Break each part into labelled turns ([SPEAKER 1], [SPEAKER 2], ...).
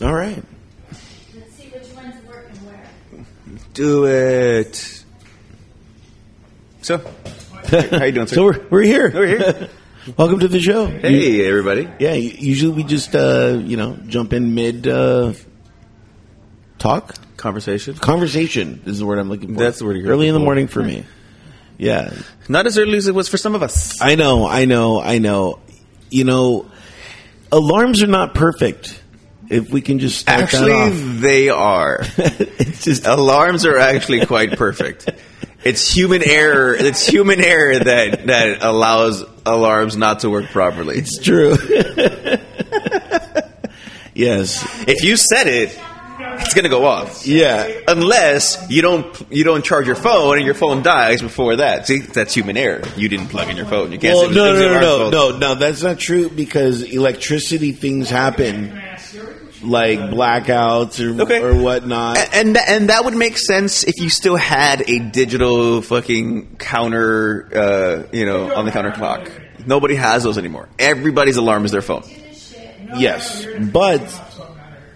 [SPEAKER 1] All right.
[SPEAKER 2] Let's see which ones work and where.
[SPEAKER 1] Do it. So, how you doing, sir?
[SPEAKER 3] So we're, we're here.
[SPEAKER 1] We're here.
[SPEAKER 3] Welcome to the show. You-
[SPEAKER 1] Hey, everybody.
[SPEAKER 3] yeah, u- usually we just, uh, you know, jump in mid uh, talk.
[SPEAKER 1] Conversation.
[SPEAKER 3] Conversation is the word I'm looking for.
[SPEAKER 1] That's the word you're
[SPEAKER 3] Early in the
[SPEAKER 1] looking for.
[SPEAKER 3] morning for me. Yeah.
[SPEAKER 1] Not as early as it was for some of us.
[SPEAKER 3] I know, I know, I know. You know, alarms are not perfect. If we can just start that off.
[SPEAKER 1] Actually, they are.
[SPEAKER 3] it's just
[SPEAKER 1] Alarms are actually quite perfect. It's human error. It's human error that that allows alarms not to work properly.
[SPEAKER 3] it's true. yes.
[SPEAKER 1] If you set it, it's gonna go off.
[SPEAKER 3] Yeah.
[SPEAKER 1] Unless you don't you don't charge your phone and your phone dies before that. See, that's human error. You didn't plug in your phone. You can't.
[SPEAKER 3] Well,
[SPEAKER 1] say
[SPEAKER 3] no, no,
[SPEAKER 1] it's the
[SPEAKER 3] no, no,
[SPEAKER 1] alarm's fault.
[SPEAKER 3] no, no. That's not true because electricity things happen, like blackouts or
[SPEAKER 1] Okay.
[SPEAKER 3] or whatnot.
[SPEAKER 1] A- And tha- and that would make sense if you still had a digital fucking counter, uh, you know, on the counter clock. Nobody has those anymore. Everybody's alarm is their phone.
[SPEAKER 3] yes, but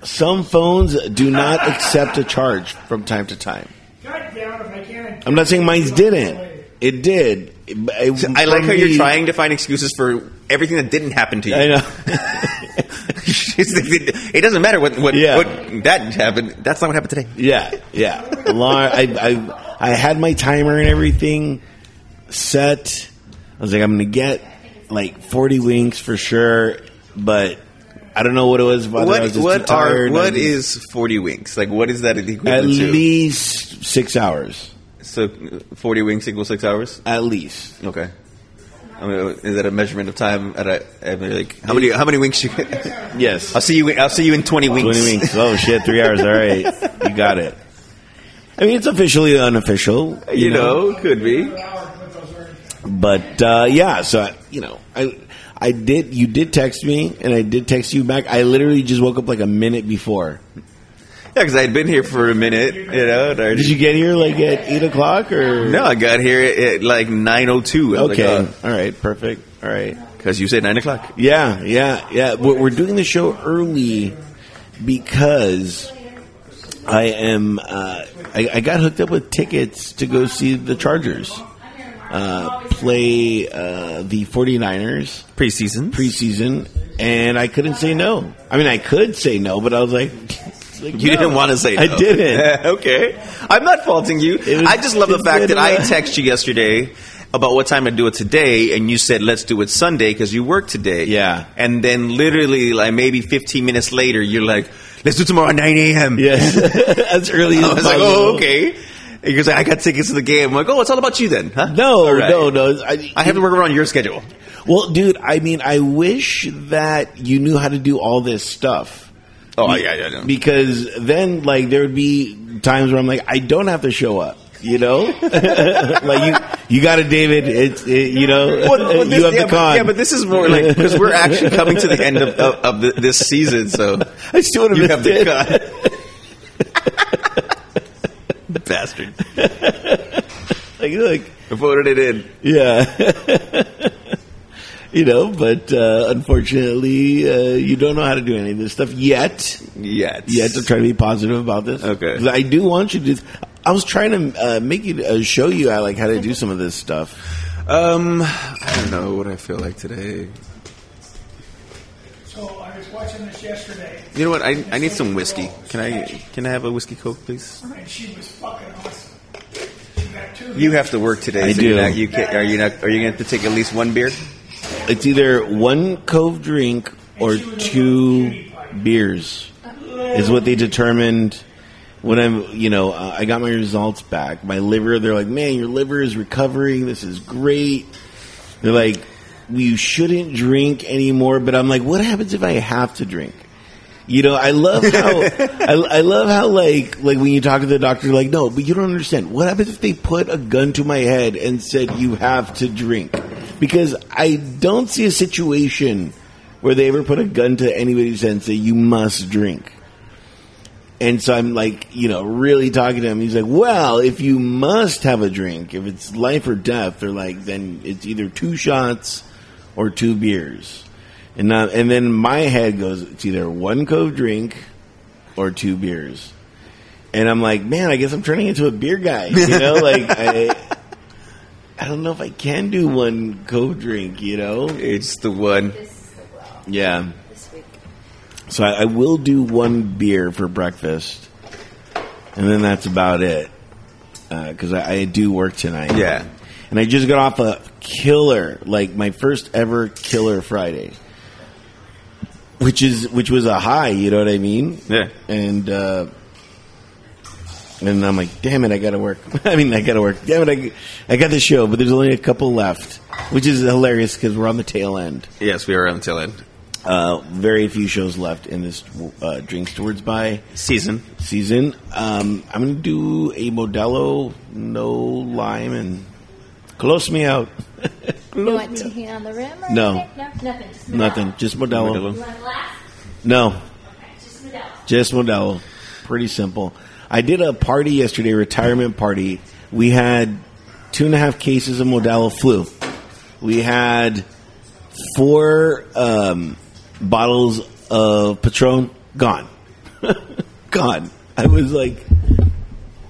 [SPEAKER 3] some phones do not accept a charge from time to time.
[SPEAKER 4] God damn it, if I can't.
[SPEAKER 3] I'm not saying mine didn't. It did. It- it-
[SPEAKER 1] I like
[SPEAKER 3] for
[SPEAKER 1] how you're
[SPEAKER 3] me-
[SPEAKER 1] trying to find excuses for everything that didn't happen to you.
[SPEAKER 3] I know.
[SPEAKER 1] It's- it doesn't matter what what,
[SPEAKER 3] Yeah.
[SPEAKER 1] what that happened. That's not what happened today.
[SPEAKER 3] Yeah, yeah. Alarm. I, I I had my timer and everything set. I was like, I'm gonna get like 40 winks for sure, but I don't know what it was. Whether I was
[SPEAKER 1] What
[SPEAKER 3] just too
[SPEAKER 1] what are
[SPEAKER 3] tired. I
[SPEAKER 1] what
[SPEAKER 3] just-
[SPEAKER 1] is forty winks? Like what is that
[SPEAKER 3] at
[SPEAKER 1] equivalent to?
[SPEAKER 3] least six hours?
[SPEAKER 1] So uh, forty winks equals six hours.
[SPEAKER 3] At least.
[SPEAKER 1] Okay. I mean, is that a measurement of time? At a, I mean, like how many how many winks you?
[SPEAKER 3] Yes.
[SPEAKER 1] I'll see you. I'll see you in twenty winks.
[SPEAKER 3] 20 winks. Oh shit, three hours. All right, you got it. I mean, it's officially unofficial,
[SPEAKER 1] You, know, could be.
[SPEAKER 3] But uh, yeah, so I, you know, I I did you did text me and I did text you back. I literally just woke up like a minute before.
[SPEAKER 1] Yeah, because I had been here for a minute. You know. and I
[SPEAKER 3] Did
[SPEAKER 1] already-
[SPEAKER 3] you get here like at eight o'clock or
[SPEAKER 1] no, I got here at, at like nine oh two.
[SPEAKER 3] Okay, all right, perfect. All right,
[SPEAKER 1] Because uh, you said nine o'clock.
[SPEAKER 3] yeah, yeah, yeah. We're, we're doing the show early because I am. Uh, I, I got hooked up with tickets to go see the Chargers uh, play uh, the 49ers.
[SPEAKER 1] Preseason.
[SPEAKER 3] preseason, and I couldn't say no. I mean, I could say no, but I was like, like,
[SPEAKER 1] You
[SPEAKER 3] no.
[SPEAKER 1] didn't want to say.
[SPEAKER 3] I
[SPEAKER 1] no.
[SPEAKER 3] didn't.
[SPEAKER 1] okay, I'm not faulting you.
[SPEAKER 3] was-
[SPEAKER 1] I just love the
[SPEAKER 3] it's
[SPEAKER 1] fact
[SPEAKER 3] been,
[SPEAKER 1] that I
[SPEAKER 3] uh,
[SPEAKER 1] text you yesterday about what time to do it today, and you said let's do it Sunday because you work today.
[SPEAKER 3] Yeah.
[SPEAKER 1] and then literally like maybe 15 minutes later, you're like, let's do tomorrow at 9 a.m.
[SPEAKER 3] Yes, as early as
[SPEAKER 1] I was like,
[SPEAKER 3] possible.
[SPEAKER 1] oh okay. And you're like, I got tickets to the game. I'm like, oh, it's all about you then, huh?
[SPEAKER 3] No,
[SPEAKER 1] All right.
[SPEAKER 3] no, no. I,
[SPEAKER 1] I have to work around your schedule.
[SPEAKER 3] well, dude. I mean, I wish that you knew how to do all this stuff.
[SPEAKER 1] Oh, yeah, yeah, yeah.
[SPEAKER 3] Because then, like, there would be times where I'm like, I don't have to show up. You know, like you, you got it, David. It's it, you know,
[SPEAKER 1] Well, well, this-
[SPEAKER 3] you have
[SPEAKER 1] yeah,
[SPEAKER 3] the con.
[SPEAKER 1] But, yeah, but this is more like because we're actually coming to the end of, of, of the, this season, so
[SPEAKER 3] I still would
[SPEAKER 1] you
[SPEAKER 3] have
[SPEAKER 1] have
[SPEAKER 3] missed
[SPEAKER 1] the
[SPEAKER 3] it.
[SPEAKER 1] cut. Bastard.
[SPEAKER 3] Like, look,
[SPEAKER 1] I voted it in.
[SPEAKER 3] Yeah. you know, but uh, unfortunately, uh, you don't know how to do any of this stuff yet.
[SPEAKER 1] Yet.
[SPEAKER 3] Yet to try to be positive about this.
[SPEAKER 1] Okay.
[SPEAKER 3] 'Cause I do want you to. do- I was trying to uh, make you uh, show you uh, like how to do some of this stuff.
[SPEAKER 1] Um, I don't know what I feel like today.
[SPEAKER 4] So I was watching this yesterday,
[SPEAKER 1] You know what? I, I need some whiskey. Can I can I have a whiskey coke, please?
[SPEAKER 4] and she was fucking awesome. She got two.
[SPEAKER 1] You have to work today.
[SPEAKER 3] I
[SPEAKER 1] so you're
[SPEAKER 3] do.
[SPEAKER 1] not- you can't, are you not? Are you going to have to take at least one beer?
[SPEAKER 3] It's either one Cove drink or two beers is what they determined. When I'm, you know, uh, I got my results back. My liver, they're like, man, your liver is recovering. This is great. They're like, you shouldn't drink anymore. But I'm like, what happens if I have to drink? You know, I love how I, I love how like like when you talk to the doctor, like, no, but you don't understand. What happens if they put a gun to my head and said you have to drink? Because I don't see a situation where they ever put a gun to anybody's head and say you must drink. And so I'm like, you know, really talking to him. He's like, well, if you must have a drink, if it's life or death, they're like, then it's either two shots or two beers. And now, and then my head goes, it's either one Cove drink or two beers. And I'm like, man, I guess I'm turning into a beer guy. You know, like I, I don't know if I can do one cold drink. You know,
[SPEAKER 1] It's the one.
[SPEAKER 2] This is the well
[SPEAKER 3] yeah.
[SPEAKER 2] this week.
[SPEAKER 3] So I, I will do one beer for breakfast, and then that's about it. Because I, I do work tonight.
[SPEAKER 1] Yeah.
[SPEAKER 3] and I just got off a killer, like my first ever killer Friday, which is which was a high. You know what I mean?
[SPEAKER 1] Yeah.
[SPEAKER 3] And uh, and I'm like, damn it, I got to work. I mean, I got to work. Damn it, I, I got the show, but there's only a couple left, which is hilarious because we're on the tail end.
[SPEAKER 1] Yes, we are on the tail end.
[SPEAKER 3] Uh, very few shows left in this uh, Drinks Towards By
[SPEAKER 1] Season.
[SPEAKER 3] season. Um, I'm going to do a Modelo, no lime, and close me out.
[SPEAKER 2] You want to on the rim? Or
[SPEAKER 3] No.
[SPEAKER 2] anything? no, nothing. Just
[SPEAKER 3] Nothing, just Modelo.
[SPEAKER 2] Modelo. You want a glass?
[SPEAKER 3] No,
[SPEAKER 2] Okay, just Modelo.
[SPEAKER 3] just Modelo. Pretty simple. I did a party yesterday, retirement party. We had two and a half cases of Modelo flu. We had four um, bottles of Patron gone. gone. I was like,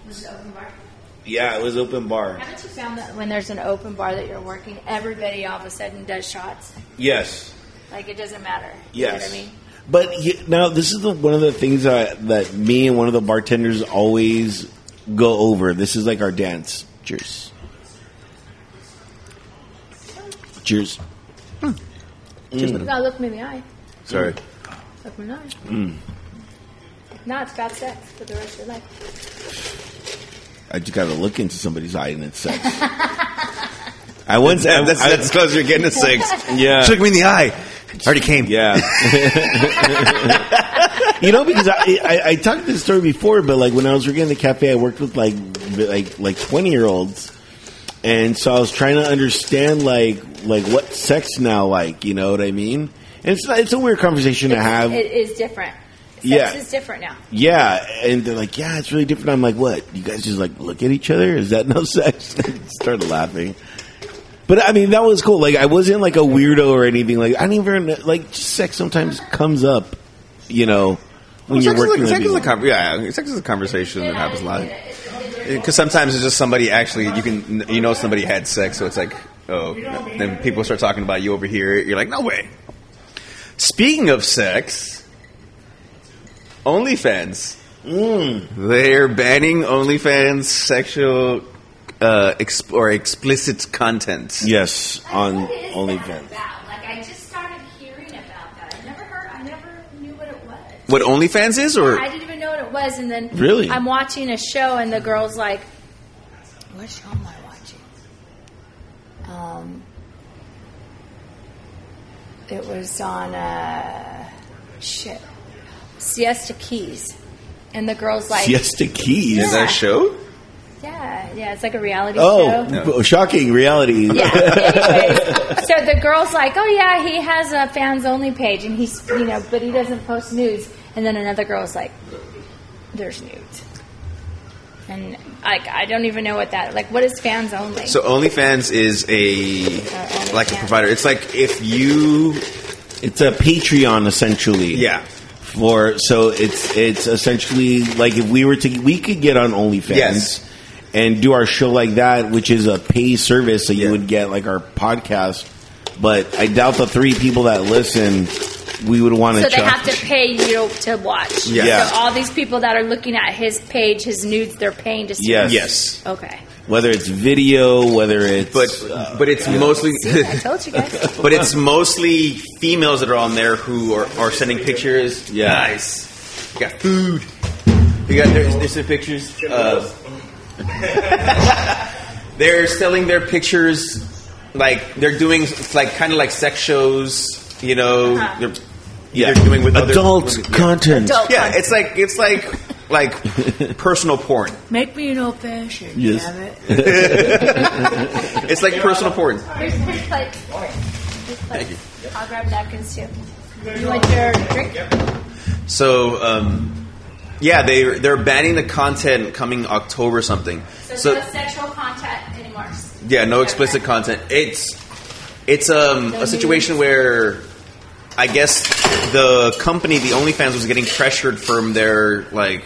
[SPEAKER 2] This is open bar.
[SPEAKER 3] yeah, it was open bar.
[SPEAKER 2] Haven't you found that when there's an open bar that you're working, everybody all of a sudden does shots?
[SPEAKER 3] Yes.
[SPEAKER 2] Like it doesn't matter.
[SPEAKER 3] Yes.
[SPEAKER 2] You know what I mean?
[SPEAKER 3] But y- now this is the, one of the things that that me and one of the bartenders always go over. This is like our dance. Cheers. Cheers. Mm.
[SPEAKER 2] You gotta look me in the eye.
[SPEAKER 1] Sorry.
[SPEAKER 2] Look me in the eye.
[SPEAKER 3] Mm.
[SPEAKER 2] No, it's about sex for the rest of your life.
[SPEAKER 3] I just got to look into somebody's eye and it sex. I once I,
[SPEAKER 1] that's,
[SPEAKER 3] I-
[SPEAKER 1] that's close. You're getting to six.
[SPEAKER 3] Yeah.
[SPEAKER 1] Took me in the eye. Already came.
[SPEAKER 3] Yeah. you know, because I, I, I talked this story before, but like when I was working in the cafe, I worked with like like like twenty year olds, and so I was trying to understand like like what sex now like. You know what I mean? And it's it's a weird conversation to have.
[SPEAKER 2] It is different. Sex
[SPEAKER 3] Yeah.
[SPEAKER 2] is different now.
[SPEAKER 3] Yeah, and they're like, "Yeah, it's really different." I'm like, "What? You guys just like look at each other? Is that no sex?" Started laughing, but I mean, that was cool. Like, I wasn't like a weirdo or anything. Like, I didn't even like just sex sometimes comes up, you know, when
[SPEAKER 1] Well,
[SPEAKER 3] you're
[SPEAKER 1] sex,
[SPEAKER 3] working
[SPEAKER 1] is a,
[SPEAKER 3] with
[SPEAKER 1] sex, is a
[SPEAKER 3] people.
[SPEAKER 1] con- yeah, sex is a conversation that happens a lot. Because sometimes it's just somebody actually you can you know somebody had sex, so it's like oh, then people start talking about you over here. You're like, no way. Speaking of sex, OnlyFans.
[SPEAKER 3] Mm.
[SPEAKER 1] They're banning OnlyFans sexual uh, exp- or explicit content.
[SPEAKER 3] Yes, on
[SPEAKER 2] What is that
[SPEAKER 3] OnlyFans.
[SPEAKER 2] about? Like I just started hearing about that. I never heard. I never knew what it was.
[SPEAKER 1] What OnlyFans is, or
[SPEAKER 2] I didn't even know what it was, and then
[SPEAKER 3] Really?
[SPEAKER 2] I'm watching a show, and the girl's like, "What show am I watching?" Um, it was on uh, shit, Siesta Keys, and the girl's like,
[SPEAKER 3] Siesta Keys.
[SPEAKER 1] is that a show?
[SPEAKER 2] "Yeah, yeah, it's like a reality
[SPEAKER 3] Oh,
[SPEAKER 2] show."
[SPEAKER 1] No.
[SPEAKER 3] shocking reality.
[SPEAKER 2] Yeah. Anyways, so the girl's like, "Oh yeah, he has a fans only page, and he's you know, but he doesn't post nudes." And then another girl's like, "There's nudes," and like I don't even know what that like. What is fans only?
[SPEAKER 1] So OnlyFans is a like a provider. It's like if you
[SPEAKER 3] It's a Patreon essentially.
[SPEAKER 1] Yeah.
[SPEAKER 3] For so it's it's essentially like if we were to we could get on OnlyFans
[SPEAKER 1] Yes.
[SPEAKER 3] and do our show like that, which is a pay service, so
[SPEAKER 1] Yeah.
[SPEAKER 3] you would get like our podcast. But I doubt the three people that listen, we would want to.
[SPEAKER 2] So they have to pay you to watch.
[SPEAKER 1] Yeah.
[SPEAKER 3] Yeah.
[SPEAKER 2] So all these people that are looking at his page, his nudes, they're paying to see.
[SPEAKER 3] Yes.
[SPEAKER 2] them.
[SPEAKER 1] Yes,
[SPEAKER 2] Okay.
[SPEAKER 3] whether it's video, whether it's
[SPEAKER 1] but but it's mostly
[SPEAKER 2] See, I told you guys.
[SPEAKER 1] but it's mostly females that are on there who are, are sending pictures.
[SPEAKER 3] Yeah.
[SPEAKER 1] Nice. You got food. You got there's, there's some pictures. Uh, they're selling their pictures like they're doing it's like kind of like sex shows. You know,
[SPEAKER 2] Uh-huh.
[SPEAKER 1] they're
[SPEAKER 3] yeah,
[SPEAKER 1] they're doing with other-
[SPEAKER 3] adult
[SPEAKER 1] with- yeah.
[SPEAKER 3] content.
[SPEAKER 2] Adult
[SPEAKER 1] Yeah,
[SPEAKER 2] content.
[SPEAKER 1] it's like it's like like personal porn.
[SPEAKER 5] Make me an old fashioned,
[SPEAKER 3] Yes.
[SPEAKER 5] damn it.
[SPEAKER 1] It's like personal porn.
[SPEAKER 2] Here's his plate. Here's plate. I'll grab napkins too. You want your drink?
[SPEAKER 1] So, um, yeah, they they're banning the content coming October something.
[SPEAKER 2] So,
[SPEAKER 1] So
[SPEAKER 2] no sexual contact anymore.
[SPEAKER 1] yeah, no explicit content. It's it's um, a situation where I guess the company, the OnlyFans, was getting pressured from their like.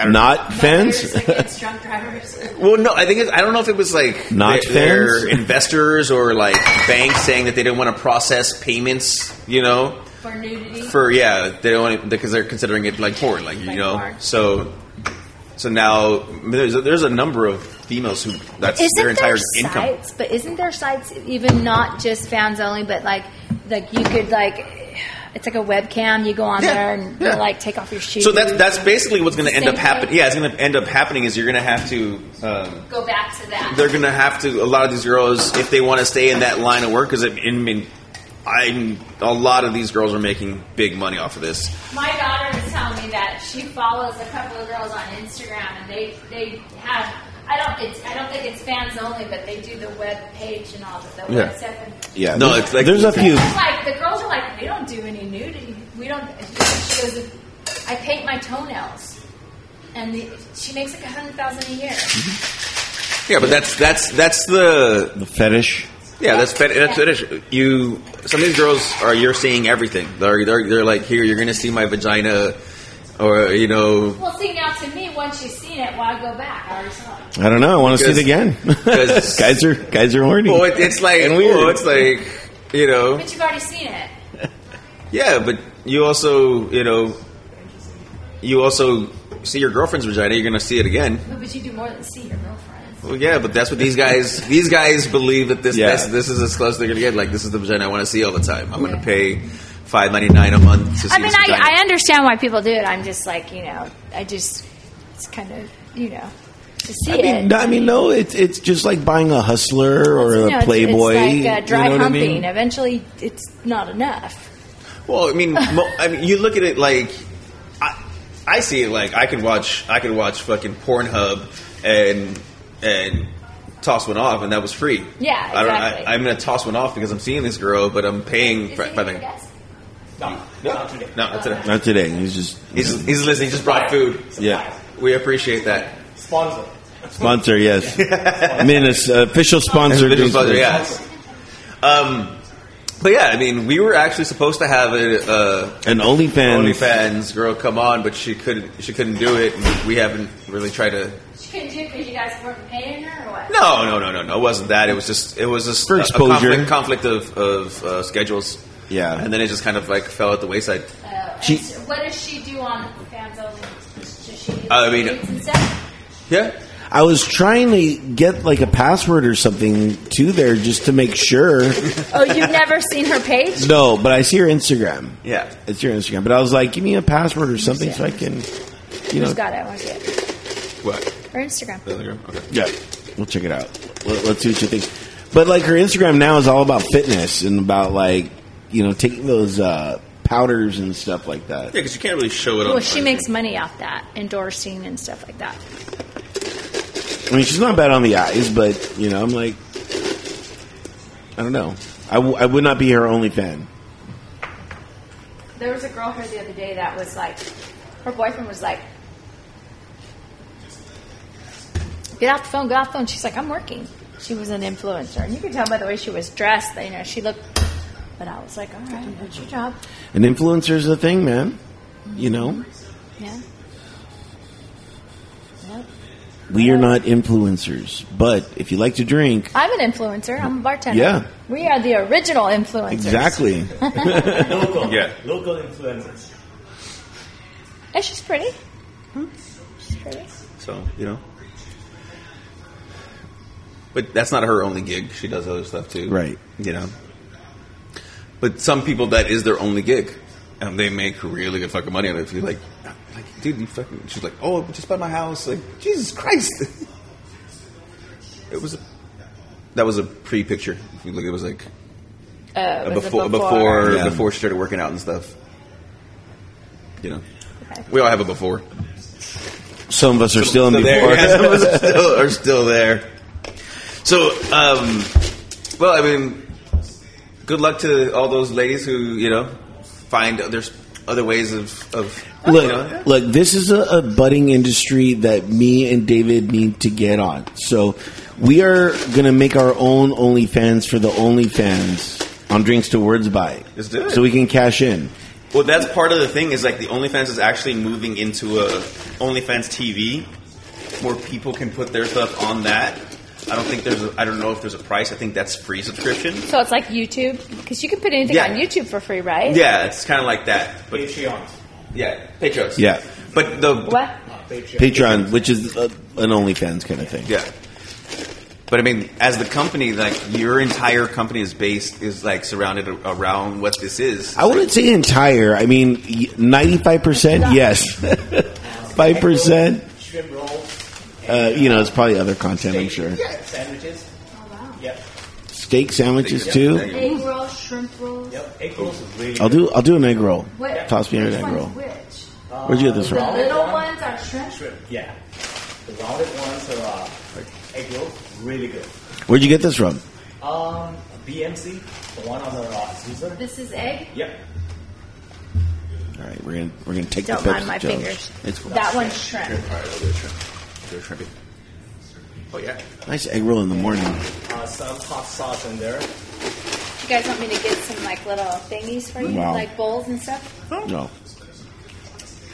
[SPEAKER 1] I don't
[SPEAKER 3] Not fans?
[SPEAKER 5] Drivers against drunk drivers.
[SPEAKER 1] Well, no, I think it's, I don't know if it was like
[SPEAKER 3] Not
[SPEAKER 1] their,
[SPEAKER 3] fans?
[SPEAKER 1] their investors or like banks saying that they didn't want to process payments. You know,
[SPEAKER 5] For nudity.
[SPEAKER 1] for yeah, they don't want it because they're considering it like porn, like you
[SPEAKER 5] Like
[SPEAKER 1] know.
[SPEAKER 5] porn.
[SPEAKER 1] So, so now there's a, there's a number of females who that's
[SPEAKER 2] Isn't
[SPEAKER 1] their entire
[SPEAKER 2] there
[SPEAKER 1] income.
[SPEAKER 2] sites, but isn't there sites even not just fans only, but like like you could like it's like a webcam. You go on
[SPEAKER 1] Yeah,
[SPEAKER 2] there and
[SPEAKER 1] yeah.
[SPEAKER 2] you like take off your shoes.
[SPEAKER 1] So that's that's basically what's going to
[SPEAKER 2] The
[SPEAKER 1] end up
[SPEAKER 2] same
[SPEAKER 1] happening.
[SPEAKER 2] thing?
[SPEAKER 1] Yeah, it's going to end up happening is you're going to have to. Um,
[SPEAKER 2] go back to that.
[SPEAKER 1] they're going to have to. A lot of these girls, if they want to stay in that line of work, because I mean, I'm a lot of these girls are making big money off of this.
[SPEAKER 5] My daughter was telling me that she follows a couple of girls on Instagram, and they they have. I don't. It's, I don't think it's fans only, but they do the web page and all that. The
[SPEAKER 1] Yeah.
[SPEAKER 5] web stuff. And
[SPEAKER 3] Yeah,
[SPEAKER 1] No,
[SPEAKER 3] there's-
[SPEAKER 1] it's like-
[SPEAKER 3] there's a few.
[SPEAKER 5] like the girls are like, we don't do any nudity. We don't. She goes, I paint my toenails, and the, she makes like a hundred thousand a year.
[SPEAKER 2] Mm-hmm.
[SPEAKER 1] Yeah, but that's that's that's the
[SPEAKER 3] The fetish.
[SPEAKER 1] Yeah, that's fet- that's fetish. You some of these girls are you're seeing everything. They're they're, they're like here you're gonna see my vagina, or you know
[SPEAKER 5] Well, see now to me, once she's seen it, why go back? I already saw it.
[SPEAKER 3] I don't know. I want to see it again.
[SPEAKER 1] because
[SPEAKER 3] guys are guys are horny.
[SPEAKER 1] well, it, it's like
[SPEAKER 3] And weird.
[SPEAKER 1] well, it's like you know
[SPEAKER 5] But you've already seen it.
[SPEAKER 1] yeah, but you also you know you also see your girlfriend's vagina. You're gonna see it again.
[SPEAKER 5] No, But you do more than see your girlfriends.
[SPEAKER 1] Well, yeah, but that's what these guys these guys believe that this
[SPEAKER 3] Yeah.
[SPEAKER 1] that's, this is as close as they're gonna get. Like this is the vagina I want to see all the time. I'm gonna pay five ninety nine a month to see
[SPEAKER 2] I mean,
[SPEAKER 1] this vagina.
[SPEAKER 2] I, I understand why people do it. I'm just like you know, I just it's kind of you know to see
[SPEAKER 3] I mean,
[SPEAKER 2] it.
[SPEAKER 3] no, I mean, no. It's it's just like buying a hustler or
[SPEAKER 2] You know,
[SPEAKER 3] a
[SPEAKER 2] it's-
[SPEAKER 3] playboy.
[SPEAKER 2] it's like uh,
[SPEAKER 3] you
[SPEAKER 2] dry
[SPEAKER 3] know what I
[SPEAKER 2] humping.
[SPEAKER 3] mean?
[SPEAKER 2] Eventually, it's not enough.
[SPEAKER 1] Well, I mean, mo- I mean, you look at it like I, I see it like I could watch, I could watch fucking Pornhub and and toss one off, and that was free.
[SPEAKER 2] Yeah,
[SPEAKER 1] I don't.
[SPEAKER 2] exactly.
[SPEAKER 1] I, I'm gonna toss one off because I'm seeing this girl, but I'm paying.
[SPEAKER 5] Is
[SPEAKER 1] For,
[SPEAKER 5] it
[SPEAKER 1] by
[SPEAKER 5] your
[SPEAKER 1] the,
[SPEAKER 5] guess?
[SPEAKER 1] no, no, that's it.
[SPEAKER 3] Not today. He's just
[SPEAKER 1] He's, he's listening. He just brought food.
[SPEAKER 3] yeah.
[SPEAKER 1] We appreciate that.
[SPEAKER 6] Sponsor.
[SPEAKER 3] Sponsor, yes. I mean, it's uh, official sponsor.
[SPEAKER 1] Visual
[SPEAKER 3] Dude's
[SPEAKER 1] pleasure,
[SPEAKER 3] Place.
[SPEAKER 1] yes. Um, but yeah, I mean, we were actually supposed to have a. Uh,
[SPEAKER 3] And OnlyFans.
[SPEAKER 1] OnlyFans girl come on, but she couldn't. She couldn't do it. And we haven't really tried to
[SPEAKER 5] She couldn't do it because you guys weren't paying her or what?
[SPEAKER 1] No, no, no, no, no. It wasn't that. It was just it was just
[SPEAKER 3] For
[SPEAKER 1] a- a
[SPEAKER 3] exposure.
[SPEAKER 1] conflict, conflict of, of uh, schedules.
[SPEAKER 3] Yeah.
[SPEAKER 1] and then it just kind of like fell at the wayside.
[SPEAKER 5] Uh,
[SPEAKER 3] She-
[SPEAKER 5] and so what does she do on fans only? Does she do
[SPEAKER 1] I mean-
[SPEAKER 5] nudes and stuff?
[SPEAKER 1] Yeah,
[SPEAKER 3] I was trying to get like a password or something to there just to make sure.
[SPEAKER 2] Oh, you've never seen her page?
[SPEAKER 3] no, but I see your Instagram.
[SPEAKER 1] yeah.
[SPEAKER 3] It's your Instagram. But I was like, give me a password or something so I can, you know.
[SPEAKER 2] Who's got it? I want to see it.
[SPEAKER 1] What?
[SPEAKER 2] Her Instagram.
[SPEAKER 1] The other girl? Okay.
[SPEAKER 3] Yeah, we'll check it out. Let, let's see what you think. But like her Instagram now is all about fitness and about like you know taking those uh, powders and stuff like that.
[SPEAKER 1] Yeah, because you can't really show it.
[SPEAKER 2] Well,
[SPEAKER 1] on
[SPEAKER 2] she makes money off that endorsing and stuff like that.
[SPEAKER 3] I mean, she's not bad on the eyes, but you know, I'm like, I don't know. I, w- I would not be her only fan.
[SPEAKER 2] There was a girl here the other day that was like, her boyfriend was like, get off the phone, get off the phone. She's like, I'm working. She was an influencer. And you could tell by the way she was dressed that, you know, she looked, but I was like, all right, that's your job.
[SPEAKER 3] An influencer's a thing, man. You know,
[SPEAKER 2] Yeah. Yep.
[SPEAKER 3] we are not influencers, but if you like to drink,
[SPEAKER 2] I'm an influencer. I'm a bartender.
[SPEAKER 3] Yeah.
[SPEAKER 2] We are the original influencers.
[SPEAKER 3] exactly.
[SPEAKER 6] Local.
[SPEAKER 1] Yeah.
[SPEAKER 6] Local influencers.
[SPEAKER 2] And she's pretty. She's pretty.
[SPEAKER 1] So you know. But that's not her only gig. She does other stuff too.
[SPEAKER 3] Right.
[SPEAKER 1] You know. But some people that is their only gig, and they make really good fucking money on it. If you like, like, dude, you fucking. She's like, oh, I just bought my house. Like, Jesus Christ. it was. A, that was a pre picture. If you look, it was like
[SPEAKER 2] Uh, was it
[SPEAKER 1] before before
[SPEAKER 3] Yeah.
[SPEAKER 1] before she started working out and stuff. You know,
[SPEAKER 2] Okay.
[SPEAKER 1] we all have a before.
[SPEAKER 3] Some of us are still in
[SPEAKER 1] So there,
[SPEAKER 3] before.
[SPEAKER 1] yeah, some of us are still, are still there. So, um, well, I mean, good luck to all those ladies who you know find there's other ways of of you know,
[SPEAKER 3] Look, look, this is a, a budding industry that me and David need to get on. So we are going to make our own OnlyFans for the OnlyFans on drinks to words by.
[SPEAKER 1] Let's do it.
[SPEAKER 3] So we can cash in.
[SPEAKER 1] Well, that's part of the thing is like the OnlyFans is actually moving into a OnlyFans TV where people can put their stuff on that. I don't think there's. A, I don't know if there's a price. I think that's free subscription.
[SPEAKER 2] So it's like YouTube because you can put anything
[SPEAKER 1] Yeah.
[SPEAKER 2] on YouTube for free, right?
[SPEAKER 1] Yeah, it's kind of like that. But
[SPEAKER 6] Patreon.
[SPEAKER 1] yeah, Patreons.
[SPEAKER 3] Yeah.
[SPEAKER 1] but the
[SPEAKER 2] What?
[SPEAKER 3] Patreon, which is uh an OnlyFans kind of thing.
[SPEAKER 1] Yeah. But I mean, as the company, like your entire company is based is like surrounded a- around what this is.
[SPEAKER 3] I wouldn't say entire. I mean, ninety-five percent, yes. Five percent,
[SPEAKER 6] Shrimp rolls.
[SPEAKER 3] uh, you know, it's probably other content. I'm sure.
[SPEAKER 6] Yeah. Sandwiches. Yep.
[SPEAKER 3] Steak sandwiches too.
[SPEAKER 5] Egg roll, shrimp rolls.
[SPEAKER 6] Yep. Egg rolls is really
[SPEAKER 1] Oh.
[SPEAKER 3] I'll do. I'll do an egg roll.
[SPEAKER 5] What-
[SPEAKER 3] Toss me an
[SPEAKER 5] which
[SPEAKER 3] egg
[SPEAKER 5] one's
[SPEAKER 3] roll.
[SPEAKER 5] Which?
[SPEAKER 3] Where'd you get this
[SPEAKER 5] The
[SPEAKER 3] from?
[SPEAKER 5] little ones are shrimp.
[SPEAKER 6] good. Yeah. The rounded ones are uh, egg rolls. Really good.
[SPEAKER 3] Where'd you get this from?
[SPEAKER 6] Um, BMC, the one on the uh, Caesar.
[SPEAKER 5] This is egg.
[SPEAKER 6] Yep.
[SPEAKER 3] All right, we're gonna we're gonna take
[SPEAKER 2] Don't
[SPEAKER 3] the
[SPEAKER 2] mind
[SPEAKER 3] Pepsi
[SPEAKER 2] my
[SPEAKER 3] challenge.
[SPEAKER 2] fingers.
[SPEAKER 3] It's cool.
[SPEAKER 2] That one's shrimp.
[SPEAKER 1] All right, we'll do a shrimp. Do a shrimpy. Oh yeah.
[SPEAKER 3] Nice egg roll in the morning.
[SPEAKER 6] Uh, some hot sauce in there.
[SPEAKER 2] You guys want me to get some like little thingies for you,
[SPEAKER 3] Wow.
[SPEAKER 2] like bowls and stuff?
[SPEAKER 3] No,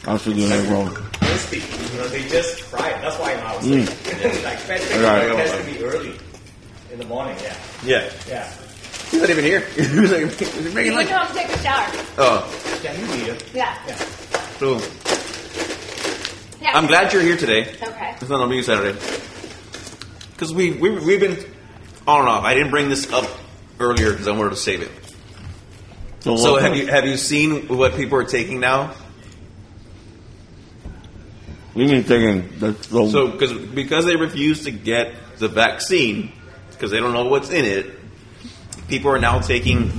[SPEAKER 3] I'll still do an egg roll.
[SPEAKER 6] Crispy. You know, they just fry it. That's why I was
[SPEAKER 3] Mm.
[SPEAKER 6] like, like fat chicken
[SPEAKER 1] Right.
[SPEAKER 6] it has to be early in the morning. Yeah.
[SPEAKER 1] Yeah.
[SPEAKER 6] Yeah.
[SPEAKER 1] He's not even here. He was like, "Is it
[SPEAKER 2] You
[SPEAKER 1] making
[SPEAKER 2] went
[SPEAKER 1] like
[SPEAKER 2] home to take a shower.
[SPEAKER 1] oh,
[SPEAKER 6] Yeah, you need it.
[SPEAKER 2] Yeah.
[SPEAKER 1] cool.
[SPEAKER 2] yeah.
[SPEAKER 1] I'm glad you're here today.
[SPEAKER 2] Okay.
[SPEAKER 1] It's not on me Saturday because we we we've been on and off. I didn't bring this up earlier because I wanted to save it. So have you have you seen what people are taking now?
[SPEAKER 3] We been thinking that's the
[SPEAKER 1] So because because they refuse to get the vaccine because they don't know what's in it, people are now taking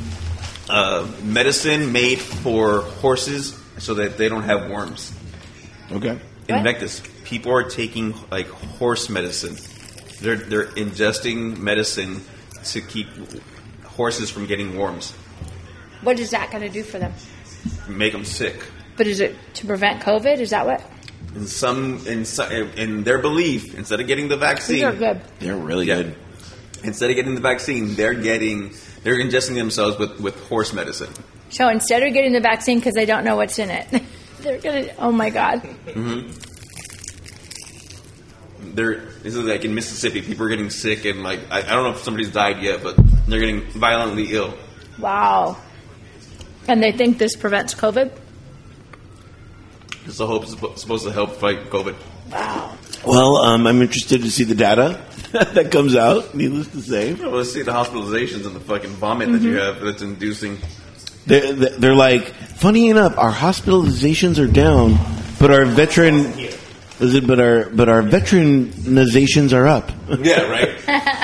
[SPEAKER 1] uh, medicine made for horses so that they don't have worms.
[SPEAKER 3] okay.
[SPEAKER 1] Invectus. People are taking like horse medicine. They're they're ingesting medicine to keep horses from getting worms,
[SPEAKER 2] What is that going to do for them?
[SPEAKER 1] make them sick.
[SPEAKER 2] But is it to prevent COVID? Is that what?
[SPEAKER 1] In some in some, in their belief, instead of getting the vaccine,
[SPEAKER 2] These are good.
[SPEAKER 3] They're really
[SPEAKER 1] Yeah.
[SPEAKER 3] good.
[SPEAKER 1] Instead of getting the vaccine, they're getting they're ingesting themselves with, with horse medicine.
[SPEAKER 2] So instead of getting the vaccine because they don't know what's in it, they're gonna. Oh my god.
[SPEAKER 1] They're this is like in Mississippi, people are getting sick and like I, I don't know if somebody's died yet, but they're getting violently ill.
[SPEAKER 2] Wow. And they think this prevents COVID.
[SPEAKER 1] It's the hope it's suppo- supposed to help fight COVID.
[SPEAKER 2] Wow.
[SPEAKER 3] Well, um, I'm interested to see the data that comes out. Needless to say,
[SPEAKER 1] Well, let's see the hospitalizations and the fucking vomit that you have that's inducing.
[SPEAKER 3] they're, they're like, funny enough, our hospitalizations are down, but our veteran is it? But our but our veteranizations are up.
[SPEAKER 1] Yeah, right.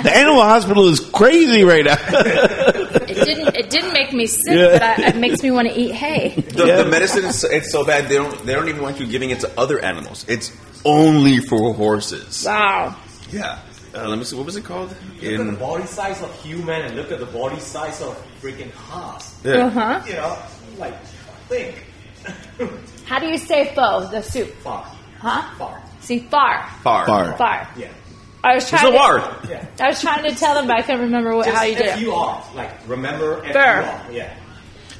[SPEAKER 3] the animal hospital is crazy right now.
[SPEAKER 2] It didn't. It didn't make me sick,
[SPEAKER 3] Yeah.
[SPEAKER 2] but I, it makes me want to eat hay.
[SPEAKER 1] the,
[SPEAKER 3] Yeah.
[SPEAKER 1] the medicine is it's so bad they don't they don't even want you giving it to other animals. It's only for horses.
[SPEAKER 2] Wow.
[SPEAKER 1] Yeah. Uh, let me see. What was it called?
[SPEAKER 6] Look at the
[SPEAKER 1] In
[SPEAKER 6] body size of human and look at the body size of freaking horse.
[SPEAKER 1] yeah.
[SPEAKER 2] Uh huh.
[SPEAKER 6] You know, like, think.
[SPEAKER 2] How do you say pho? The soup.
[SPEAKER 6] Far.
[SPEAKER 2] Huh?
[SPEAKER 6] Far.
[SPEAKER 2] See far.
[SPEAKER 1] far.
[SPEAKER 3] Far.
[SPEAKER 2] Far.
[SPEAKER 6] Yeah.
[SPEAKER 2] I was
[SPEAKER 1] It's
[SPEAKER 2] trying. to,
[SPEAKER 1] a war.
[SPEAKER 6] Yeah.
[SPEAKER 2] I was trying to tell them, but I couldn't remember what, how you did it.
[SPEAKER 6] F-U-R. Like, remember
[SPEAKER 2] Fair.
[SPEAKER 6] F-U-R. Yeah.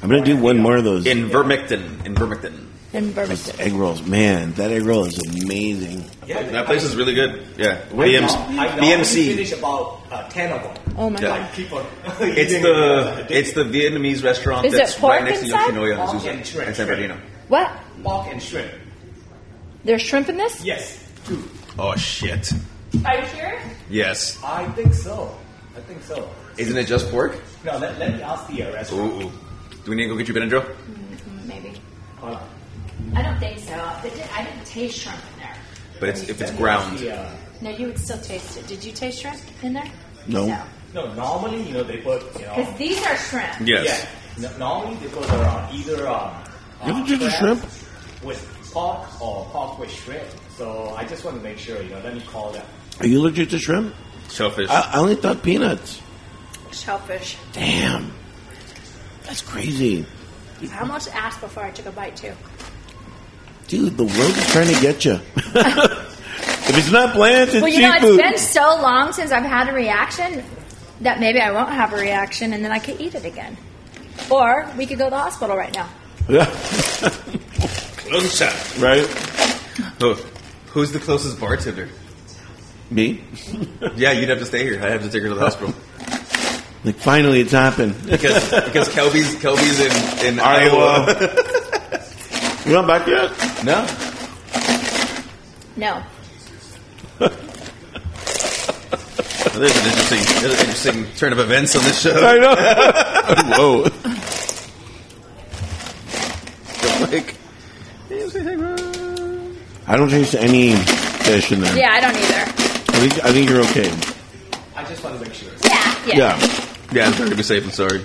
[SPEAKER 3] I'm gonna do one more of those
[SPEAKER 1] In Vermicton. In Vermicton.
[SPEAKER 3] Those
[SPEAKER 2] In Burmington.
[SPEAKER 3] egg rolls. Man, that egg roll is amazing.
[SPEAKER 6] yeah
[SPEAKER 1] That place is really good. Yeah.
[SPEAKER 6] Right
[SPEAKER 1] BMC.
[SPEAKER 6] now, I know we
[SPEAKER 1] BMC.
[SPEAKER 6] finish about uh, 10 of them.
[SPEAKER 2] Oh my
[SPEAKER 1] Yeah.
[SPEAKER 2] god.
[SPEAKER 6] Keep on.
[SPEAKER 1] It's the it's the Vietnamese restaurant
[SPEAKER 2] Is it
[SPEAKER 1] that's
[SPEAKER 2] pork
[SPEAKER 1] right next
[SPEAKER 2] inside?
[SPEAKER 1] to Yoshinoya
[SPEAKER 6] Pork
[SPEAKER 1] and
[SPEAKER 6] and shrimp,
[SPEAKER 1] Azusa in San
[SPEAKER 6] shrimp.
[SPEAKER 1] Bernardino.
[SPEAKER 2] What?
[SPEAKER 6] Pork and shrimp.
[SPEAKER 2] There's shrimp in this?
[SPEAKER 6] Yes. Two.
[SPEAKER 1] Oh shit!
[SPEAKER 5] Are you sure?
[SPEAKER 1] Yes.
[SPEAKER 6] I think so. I think so.
[SPEAKER 1] Isn't it just pork?
[SPEAKER 6] Now, let, let me ask the uh,
[SPEAKER 1] Ooh,
[SPEAKER 6] restaurant.
[SPEAKER 1] ooh. Do we need to go get you Benadryl?
[SPEAKER 5] Maybe.
[SPEAKER 6] Hold on.
[SPEAKER 5] I don't think so. They did, I didn't taste shrimp in there.
[SPEAKER 1] But it's if it's
[SPEAKER 6] Let me ask
[SPEAKER 1] ground.
[SPEAKER 6] the, uh,
[SPEAKER 5] No, you would still taste it. Did you taste shrimp in there?
[SPEAKER 3] No.
[SPEAKER 6] no, normally, you know, they put, you know.
[SPEAKER 5] Because these are shrimp.
[SPEAKER 1] Yes.
[SPEAKER 6] Yeah. No- normally they put around either um,
[SPEAKER 3] You ever
[SPEAKER 6] uh,
[SPEAKER 3] did the
[SPEAKER 6] crab
[SPEAKER 3] shrimp?
[SPEAKER 6] with pork or pork with shrimp. So I just want to make sure, you know, let me call them.
[SPEAKER 3] Are you allergic to shrimp?
[SPEAKER 1] Shellfish.
[SPEAKER 3] I, I only thought peanuts.
[SPEAKER 2] Shellfish.
[SPEAKER 3] Damn, that's crazy,
[SPEAKER 2] I almost asked before I took a bite too.
[SPEAKER 3] dude. The world is trying to get you. if it's not plants, it's
[SPEAKER 2] Well, you
[SPEAKER 3] cheap
[SPEAKER 2] know, it's
[SPEAKER 3] food.
[SPEAKER 2] been so long since I've had a reaction. that maybe I won't have a reaction and then I could eat it again. Or we could go to the hospital right now.
[SPEAKER 1] Close shot.
[SPEAKER 3] right?
[SPEAKER 1] Who- Who's the closest bartender?
[SPEAKER 3] Me?
[SPEAKER 1] Yeah, you'd have to stay here. I'd have to take her to the hospital.
[SPEAKER 3] Like, finally, it's happened.
[SPEAKER 1] Because because Kelby's Kelby's in, in Iowa.
[SPEAKER 3] Iowa. You're not back yet?
[SPEAKER 1] No.
[SPEAKER 2] No.
[SPEAKER 1] Well, there's an interesting there's an interesting turn of events on this show.
[SPEAKER 3] I know. Whoa.
[SPEAKER 1] Like,
[SPEAKER 3] I don't taste any fish in there.
[SPEAKER 2] Yeah, I don't either.
[SPEAKER 3] I think, I think you're okay.
[SPEAKER 6] I just want to make sure.
[SPEAKER 2] Yeah, yeah.
[SPEAKER 3] Yeah.
[SPEAKER 1] yeah, I'm trying to be safe. I'm sorry.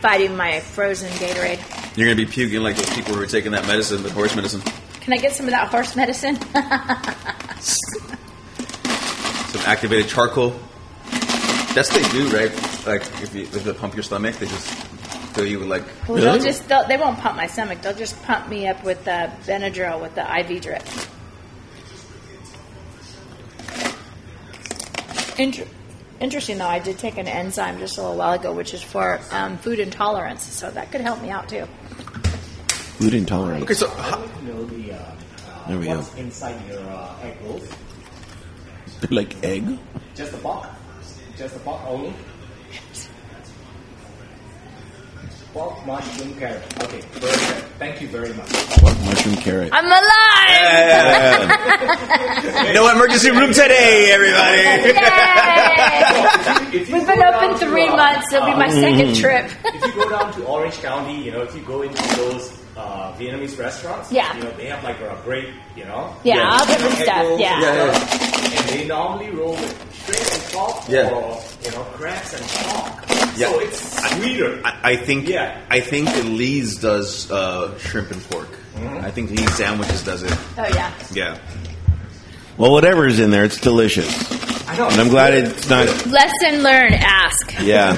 [SPEAKER 2] Fighting my frozen Gatorade.
[SPEAKER 1] You're gonna be puking like those people who are taking that medicine, the horse medicine,
[SPEAKER 2] Can I get some of that horse medicine?
[SPEAKER 1] some activated charcoal. That's what they do, right? Like if, you, if they pump your stomach, they just fill you with like.
[SPEAKER 2] Well,
[SPEAKER 3] Really?
[SPEAKER 2] They'll just they'll, they won't pump my stomach. They'll just pump me up with the Benadryl with the IV drip. Inter- interesting though, I did take an enzyme just a little while ago, which is for um, food intolerance, so that could help me out too.
[SPEAKER 3] Food intolerance.
[SPEAKER 1] Okay, so
[SPEAKER 6] I
[SPEAKER 1] ho-
[SPEAKER 6] want to know the uh,
[SPEAKER 3] There we go.
[SPEAKER 6] what's inside your uh, egg rolls.
[SPEAKER 3] They're like egg?
[SPEAKER 6] Just the pork. Just the pork only. Pork, mushroom, carrot. Okay, very good. Thank you very much.
[SPEAKER 3] Pork mushroom carrot.
[SPEAKER 2] I'm alive!
[SPEAKER 1] no emergency room today, everybody.
[SPEAKER 2] Yay!
[SPEAKER 6] If you
[SPEAKER 2] We've
[SPEAKER 6] go
[SPEAKER 2] been
[SPEAKER 6] down
[SPEAKER 2] open
[SPEAKER 6] to,
[SPEAKER 2] three
[SPEAKER 6] uh,
[SPEAKER 2] months. It'll be my
[SPEAKER 6] uh,
[SPEAKER 2] second trip.
[SPEAKER 6] if you go down to Orange County, you know, if you go into those uh, Vietnamese restaurants,
[SPEAKER 2] Yeah.
[SPEAKER 6] you know, they have like a great, you know,
[SPEAKER 2] Yeah, all different
[SPEAKER 6] egg
[SPEAKER 2] stuff.
[SPEAKER 6] rolls
[SPEAKER 2] Yeah.
[SPEAKER 6] and
[SPEAKER 1] Yeah, yeah,
[SPEAKER 6] stuff. And they normally roll with shrimp and pork
[SPEAKER 1] Yeah.
[SPEAKER 6] or you know crabs and pork.
[SPEAKER 1] Yeah.
[SPEAKER 6] So it's sweeter.
[SPEAKER 1] I, I think
[SPEAKER 6] Yeah.
[SPEAKER 1] I think Lee's does uh, shrimp and pork. I think Lee's sandwiches does it.
[SPEAKER 2] Oh yeah.
[SPEAKER 1] Yeah.
[SPEAKER 3] Well, whatever's in there, it's delicious.
[SPEAKER 6] I know.
[SPEAKER 3] And I'm glad it's not.
[SPEAKER 2] Lesson learned: ask.
[SPEAKER 3] Yeah.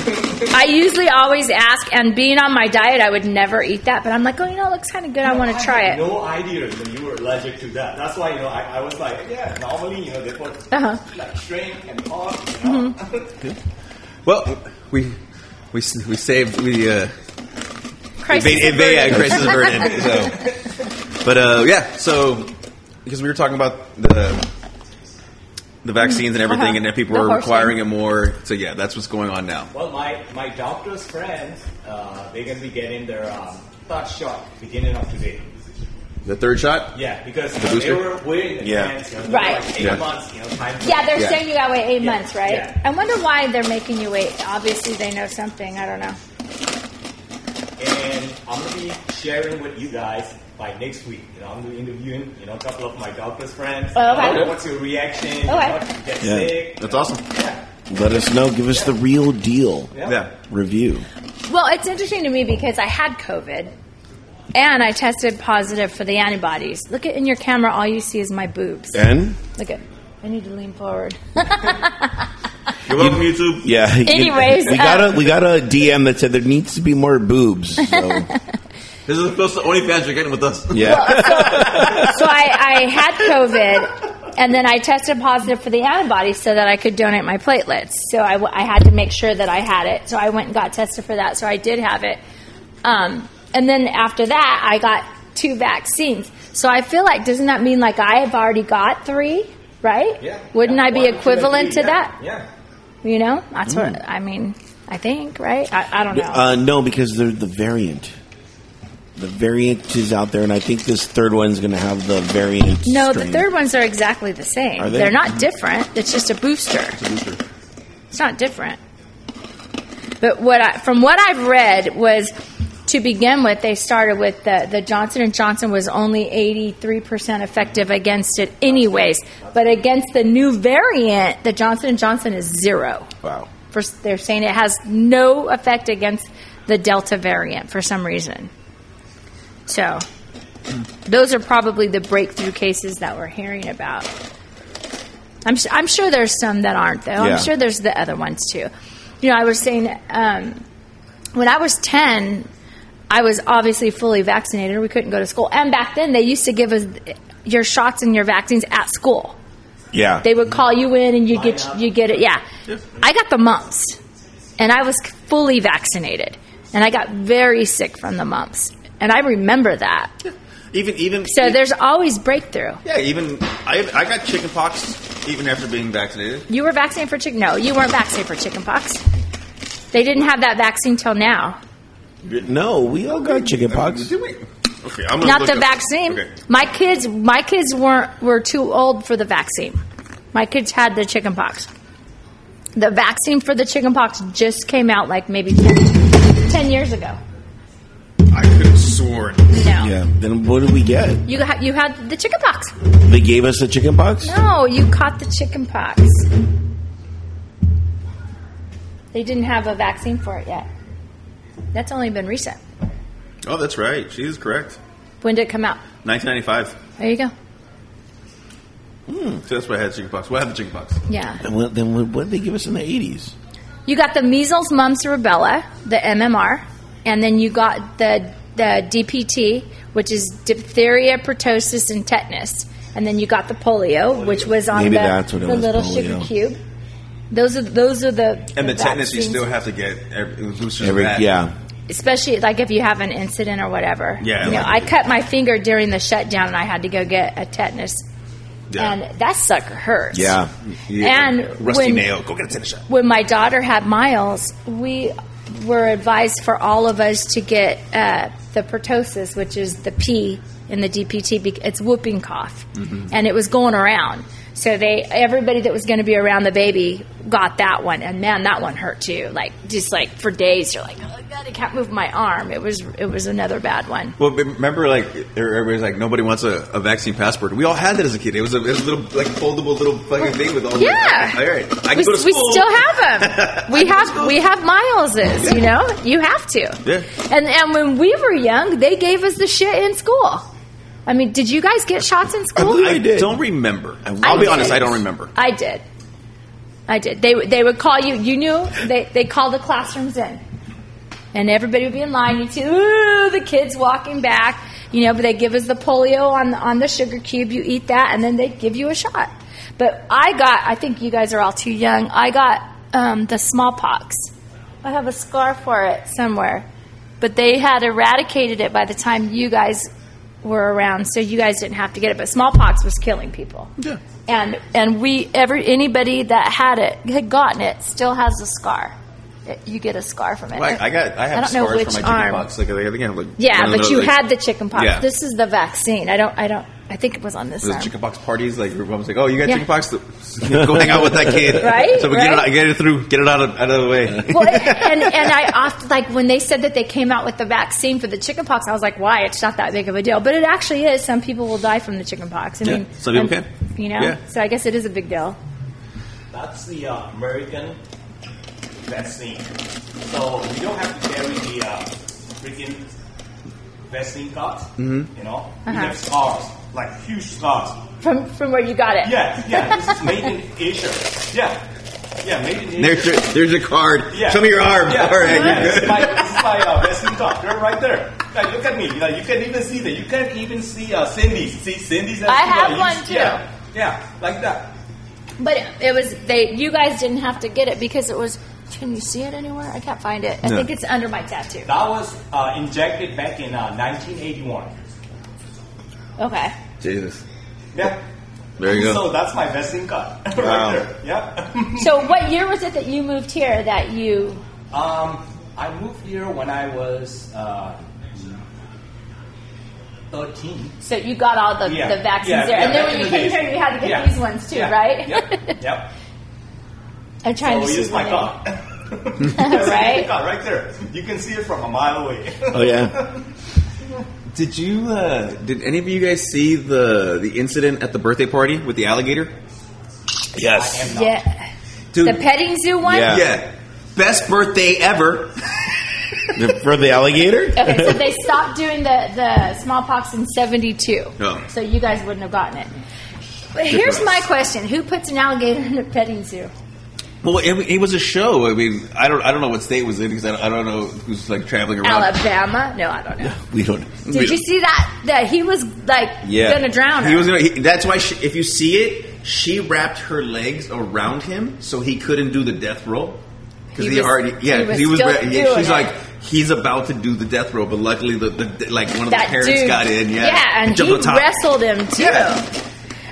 [SPEAKER 2] I usually always ask, and being on my diet, I would never eat that. But I'm like, oh, you know, it looks kind of good. I want to try
[SPEAKER 6] had
[SPEAKER 2] it.
[SPEAKER 6] No idea that you were allergic to that. That's why you know I, I was like, yeah. Normally, you know, they put
[SPEAKER 2] Uh-huh. Mm-hmm.
[SPEAKER 6] like shrimp and pork. You know?
[SPEAKER 1] Well, we we s- we saved we uh,
[SPEAKER 2] Crisis
[SPEAKER 1] evade, evade,
[SPEAKER 2] averted.
[SPEAKER 1] uh, crisis averted. So, but uh, yeah, so because we were talking about the the vaccines and everything,
[SPEAKER 2] Uh-huh.
[SPEAKER 1] and that people
[SPEAKER 2] The
[SPEAKER 1] were
[SPEAKER 2] horse
[SPEAKER 1] requiring it more. So yeah, that's what's going on now.
[SPEAKER 6] Well, my, my doctor's friends, uh, they're going to be getting their um, third shot beginning of today.
[SPEAKER 1] The third shot.
[SPEAKER 6] Yeah, because
[SPEAKER 1] The
[SPEAKER 6] uh, they
[SPEAKER 1] booster?
[SPEAKER 6] were way in
[SPEAKER 3] Yeah.
[SPEAKER 6] advance. You know, they
[SPEAKER 2] Right.
[SPEAKER 6] were Like eight
[SPEAKER 1] Yeah.
[SPEAKER 6] months, you know, time. to-
[SPEAKER 2] Yeah, they're
[SPEAKER 1] Yeah.
[SPEAKER 2] saying you gotta wait eight
[SPEAKER 6] Yeah.
[SPEAKER 2] months, right?
[SPEAKER 6] Yeah.
[SPEAKER 2] I wonder why they're making you wait. Obviously, they know something. I don't know.
[SPEAKER 6] And I'm going to be sharing with you guys by next week. You know, I'm going to be interviewing, you know, a couple of my doctor's friends.
[SPEAKER 2] Oh, okay.
[SPEAKER 6] You know, what's your reaction? You
[SPEAKER 2] Okay.
[SPEAKER 6] know, if you get
[SPEAKER 3] Yeah.
[SPEAKER 6] sick.
[SPEAKER 1] That's awesome.
[SPEAKER 3] Let us know. Give us the real deal
[SPEAKER 1] Yeah.
[SPEAKER 3] review.
[SPEAKER 2] Well, it's interesting to me because I had COVID, and I tested positive for the antibodies. Look at in your camera, all you see is my boobs.
[SPEAKER 3] And?
[SPEAKER 2] Look at. I need to lean forward.
[SPEAKER 1] You're welcome, YouTube.
[SPEAKER 3] Yeah. you-
[SPEAKER 2] Anyways, uh,
[SPEAKER 3] we got a we got a DM that said there needs to be more boobs. So
[SPEAKER 1] This is close to OnlyFans you're getting with us.
[SPEAKER 3] yeah,
[SPEAKER 2] so I, I had COVID, and then I tested positive for the antibodies so that I could donate my platelets. So I, w- I had to make sure that I had it. So I went and got tested for that. So I did have it. Um, and then after that, I got two vaccines. So I feel like, doesn't that mean like I have already got three, right?
[SPEAKER 6] Yeah.
[SPEAKER 2] Wouldn't
[SPEAKER 6] Yeah.
[SPEAKER 2] I be
[SPEAKER 6] One, two, and
[SPEAKER 2] equivalent
[SPEAKER 6] three.
[SPEAKER 2] to
[SPEAKER 6] Yeah. Mm.
[SPEAKER 2] that?
[SPEAKER 6] Yeah.
[SPEAKER 2] You know? That's what, I mean, I think, right? I, I don't know.
[SPEAKER 3] uh, no, because they're the variant. The variant is out there, and I think this third one's going to have the variant.
[SPEAKER 2] no,
[SPEAKER 3] strain.
[SPEAKER 2] the third ones are exactly the same.
[SPEAKER 3] Are they?
[SPEAKER 2] are not different. It's just a booster. It's not different. But what I, from what I've read was to begin with, they started with the, the Johnson and Johnson was only 83% effective against it anyways. But against the new variant, the Johnson and Johnson is zero.
[SPEAKER 3] Wow.
[SPEAKER 2] For, they're saying it has no effect against the Delta variant for some reason. So those are probably the breakthrough cases that we're hearing about. I'm, su- I'm sure there's some that aren't, though.
[SPEAKER 3] Yeah.
[SPEAKER 2] I'm sure there's the other ones, too. You know, I was saying um, when I was 10, I was obviously fully vaccinated. We couldn't go to school. And back then, they used to give us your shots and your vaccines at school.
[SPEAKER 3] Yeah.
[SPEAKER 2] They would call you in and you get you get it. Yeah. I got the mumps, and I was fully vaccinated, and I got very sick from the mumps, and I remember that.
[SPEAKER 1] Even even
[SPEAKER 2] So there's always breakthrough.
[SPEAKER 1] yeah. Even I I got chickenpox even after being vaccinated.
[SPEAKER 2] You were vaccinated for chicken? No, you weren't vaccinated for chickenpox. They didn't have that vaccine till now.
[SPEAKER 3] No, we all got chickenpox.
[SPEAKER 1] Did we? Okay, I'm gonna
[SPEAKER 2] Not
[SPEAKER 1] look
[SPEAKER 2] the
[SPEAKER 1] up-
[SPEAKER 2] vaccine.
[SPEAKER 1] Okay.
[SPEAKER 2] My kids, my kids weren't were too old for the vaccine. My kids had the chickenpox. The vaccine for the chickenpox just came out like maybe 10, 10 years ago.
[SPEAKER 1] I could have sworn.
[SPEAKER 2] No,
[SPEAKER 3] Yeah. Then what did we get?
[SPEAKER 2] you ha- you had the chickenpox.
[SPEAKER 3] They gave us the chickenpox.
[SPEAKER 2] No, you caught the chickenpox. They didn't have a vaccine for it yet. That's only been recent.
[SPEAKER 1] Oh, that's right. She is correct.
[SPEAKER 2] When did it come out?
[SPEAKER 1] 1995.
[SPEAKER 2] There you go.
[SPEAKER 1] So that's why I had chickenpox. What happened to chickenpox?
[SPEAKER 2] Yeah.
[SPEAKER 3] Then what, then what, what did they give us in the eighties?
[SPEAKER 2] You got the measles, mumps, rubella, the MMR, and then you got the the DPT, which is diphtheria, pertussis, and tetanus, and then you got the polio, which was on
[SPEAKER 3] Maybe
[SPEAKER 2] the,
[SPEAKER 3] that's what it
[SPEAKER 2] the
[SPEAKER 3] was,
[SPEAKER 2] little
[SPEAKER 3] polio.
[SPEAKER 2] sugar cube. Those are those are the
[SPEAKER 1] And the tetanus, you
[SPEAKER 2] vaccines.
[SPEAKER 1] still have to get every, boosters.
[SPEAKER 3] Every yeah.
[SPEAKER 2] especially like if you have an incident or whatever.
[SPEAKER 1] Yeah,
[SPEAKER 2] you know, I
[SPEAKER 1] like-
[SPEAKER 2] cut my finger during the shutdown, and I had to go get a tetanus, and that sucker hurts.
[SPEAKER 3] Yeah.
[SPEAKER 2] And
[SPEAKER 1] rusty
[SPEAKER 2] when-
[SPEAKER 1] nail. Go get a tennis shot.
[SPEAKER 2] when my daughter had Miles, we were advised for all of us to get uh, the pertussis, which is the P in the DPT. bec- It's whooping cough, and it was going around. So they everybody that was going to be around the baby got that one, and man, that one hurt too. Like just like for days, you're like, oh god, I can't move my arm. It was it was another bad one.
[SPEAKER 1] Well, but remember, like everybody's like, nobody wants a, a vaccine passport. We all had that as a kid. It was a, it was a little, like, foldable little fucking thing with all. the-
[SPEAKER 2] Yeah.
[SPEAKER 1] all right. I can
[SPEAKER 2] we,
[SPEAKER 1] go to
[SPEAKER 2] we
[SPEAKER 1] school.
[SPEAKER 2] still have them. We have we have Miles's. You know, you have to.
[SPEAKER 1] Yeah.
[SPEAKER 2] And and when we were young, they gave us the shit in school. I mean, did you guys get shots in school?
[SPEAKER 3] believe
[SPEAKER 1] I
[SPEAKER 3] I did.
[SPEAKER 1] don't remember.
[SPEAKER 3] I
[SPEAKER 1] I'll be
[SPEAKER 2] did.
[SPEAKER 1] honest. I don't remember.
[SPEAKER 2] I did. I did. They would- they would call you. You knew they they called the classrooms in, and everybody would be in line. You see, ooh, the kids walking back. You know, but they give us the polio on the, on the sugar cube. You eat that, and then they give you a shot. But I got. I think you guys are all too young. I got um, the smallpox. I have a scar for it somewhere. But they had eradicated it by the time you guys were around, so you guys didn't have to get it. But smallpox was killing people
[SPEAKER 1] Yeah.
[SPEAKER 2] and and we every anybody that had it had gotten it still has a scar. It- you get a scar from it.
[SPEAKER 1] Like, I got. I have
[SPEAKER 2] don't know
[SPEAKER 1] scars
[SPEAKER 2] which
[SPEAKER 1] from my
[SPEAKER 2] arm.
[SPEAKER 1] chickenpox. Like I think I have like.
[SPEAKER 2] Yeah,
[SPEAKER 1] one of
[SPEAKER 2] but you
[SPEAKER 1] those, like,
[SPEAKER 2] had the chickenpox.
[SPEAKER 1] Yeah.
[SPEAKER 2] This is the vaccine. I don't. I don't. I think it was on this
[SPEAKER 1] Those
[SPEAKER 2] arm.
[SPEAKER 1] chickenpox parties, like your mom's like, "Oh, you got
[SPEAKER 2] Yeah.
[SPEAKER 1] chickenpox? Go hang out with that kid,
[SPEAKER 2] Right,
[SPEAKER 1] So we get it,
[SPEAKER 2] right.
[SPEAKER 1] out- get it through, get it out of, out of the way.
[SPEAKER 2] well, and and I often like when they said that they came out with the vaccine for the chickenpox, I was like, why? It's not that big of a deal, but it actually is. Some people will die from the chickenpox. I
[SPEAKER 1] Yeah,
[SPEAKER 2] mean,
[SPEAKER 1] some people
[SPEAKER 2] and-
[SPEAKER 1] can.
[SPEAKER 2] You know,
[SPEAKER 1] Yeah.
[SPEAKER 2] so I guess it is a big deal.
[SPEAKER 6] That's the uh, American vaccine. So we don't have to carry the uh, freaking vaccine cards.
[SPEAKER 1] Mm-hmm.
[SPEAKER 6] You know, we
[SPEAKER 2] Uh-huh.
[SPEAKER 6] have scars, like huge scars.
[SPEAKER 2] From from where you got it.
[SPEAKER 6] Yeah, yeah. This is made in Asia. Yeah, yeah. Made in Asia.
[SPEAKER 1] There's your, there's your card.
[SPEAKER 6] Yeah.
[SPEAKER 1] Show me your arm.
[SPEAKER 6] Yeah.
[SPEAKER 1] All right,
[SPEAKER 6] yeah.
[SPEAKER 1] you're
[SPEAKER 6] This
[SPEAKER 1] good.
[SPEAKER 6] is my, this is my uh, wrestling talk. They're right there. Like, look at me. Like, you can even see that. You can even see uh, Cindy's. See Cindy's.
[SPEAKER 2] I have
[SPEAKER 6] you-
[SPEAKER 2] one, too.
[SPEAKER 6] Yeah. yeah, like that.
[SPEAKER 2] But it- it was they. You guys didn't have to get it because it was. Can you see it anywhere? I can't find it. I
[SPEAKER 1] No.
[SPEAKER 2] think it's under my tattoo.
[SPEAKER 6] That was uh, injected back in uh, 1981.
[SPEAKER 2] Okay.
[SPEAKER 1] Jesus,
[SPEAKER 6] Yeah.
[SPEAKER 1] there you go.
[SPEAKER 6] So that's my wrestling card. right
[SPEAKER 1] Wow.
[SPEAKER 6] there. Yeah.
[SPEAKER 2] So what year was it that you moved here? That you
[SPEAKER 6] um, I moved here when I was uh, 13.
[SPEAKER 2] so you got all the,
[SPEAKER 6] Yeah.
[SPEAKER 2] the vaccines
[SPEAKER 6] Yeah,
[SPEAKER 2] there, and then
[SPEAKER 6] yeah,
[SPEAKER 2] when
[SPEAKER 6] back
[SPEAKER 2] you
[SPEAKER 6] in
[SPEAKER 2] came
[SPEAKER 6] the
[SPEAKER 2] here,
[SPEAKER 6] days.
[SPEAKER 2] you had to get
[SPEAKER 6] Yeah.
[SPEAKER 2] these ones too,
[SPEAKER 6] Yeah.
[SPEAKER 2] right?
[SPEAKER 6] Yep. yep.
[SPEAKER 2] I'm trying
[SPEAKER 6] Oh,
[SPEAKER 2] to.
[SPEAKER 6] here's
[SPEAKER 2] see
[SPEAKER 6] my
[SPEAKER 2] it.
[SPEAKER 6] car.
[SPEAKER 2] Right?
[SPEAKER 6] right? right there. You can see it from a mile away.
[SPEAKER 3] Oh yeah.
[SPEAKER 1] Did you? Uh, did any of you guys see the the incident at the birthday party with the alligator?
[SPEAKER 3] Yes.
[SPEAKER 2] Yeah.
[SPEAKER 1] Dude,
[SPEAKER 2] The petting zoo one.
[SPEAKER 3] Yeah.
[SPEAKER 1] yeah, best birthday ever.
[SPEAKER 3] The- For the alligator.
[SPEAKER 2] Okay, so they stopped doing the, the smallpox in 72.
[SPEAKER 1] Oh.
[SPEAKER 2] So you guys wouldn't have gotten it. But here's
[SPEAKER 1] for us.
[SPEAKER 2] my question Who puts an alligator in a petting zoo?
[SPEAKER 1] Well, it, it was a show. I mean, I don't I don't know what state it was in because I don't, I don't know who's like traveling around.
[SPEAKER 2] Alabama? No, I don't know.
[SPEAKER 3] We don't.
[SPEAKER 2] Did you see that? That he was like
[SPEAKER 1] Yeah,
[SPEAKER 2] gonna drown her.
[SPEAKER 1] He was gonna. He, that's why. She, if you see it, she wrapped her legs around him so he couldn't do the death roll because
[SPEAKER 2] He
[SPEAKER 1] he,
[SPEAKER 2] was-
[SPEAKER 1] already yeah
[SPEAKER 2] he
[SPEAKER 1] 'cause
[SPEAKER 2] was
[SPEAKER 1] he was,
[SPEAKER 2] still
[SPEAKER 1] re- yeah,
[SPEAKER 2] doing
[SPEAKER 1] she's
[SPEAKER 2] it.
[SPEAKER 1] like he's about to do the death roll but luckily the, the like one of the
[SPEAKER 2] that
[SPEAKER 1] parents
[SPEAKER 2] dude.
[SPEAKER 1] got in yeah
[SPEAKER 2] and
[SPEAKER 1] jumped
[SPEAKER 2] he
[SPEAKER 1] on top.
[SPEAKER 2] wrestled him too.
[SPEAKER 1] Yeah.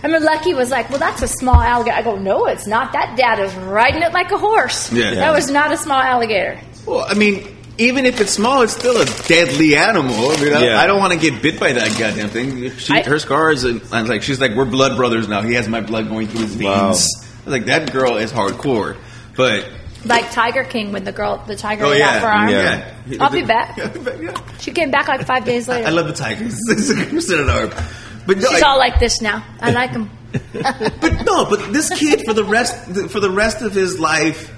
[SPEAKER 2] I mean, Lucky was like, "Well, that's a small alligator." I go, "No, it's not. That dad is riding it like a horse.
[SPEAKER 1] Yeah.
[SPEAKER 2] That was not a small alligator."
[SPEAKER 1] Well, I mean, even if it's small, it's still a deadly animal. I mean, I-
[SPEAKER 3] Yeah.
[SPEAKER 1] I, don't want to get bit by that goddamn thing. She,
[SPEAKER 2] I-
[SPEAKER 1] her scars, and, and like she's like, we're blood brothers now. He has my blood going through his veins.
[SPEAKER 3] Wow.
[SPEAKER 1] I was Like that girl is hardcore. But
[SPEAKER 2] Like Tiger King when the girl, the tiger,
[SPEAKER 1] oh
[SPEAKER 2] ate out
[SPEAKER 1] yeah,
[SPEAKER 2] for arm.
[SPEAKER 1] yeah.
[SPEAKER 2] I'll be back.
[SPEAKER 1] Yeah, I'll be back, yeah.
[SPEAKER 2] She came back like five days later.
[SPEAKER 1] I love the tigers. Sit an arm. But no,
[SPEAKER 2] She's
[SPEAKER 1] I-
[SPEAKER 2] all like this now. I like him.
[SPEAKER 1] but no, but this kid for the rest for the rest of his life,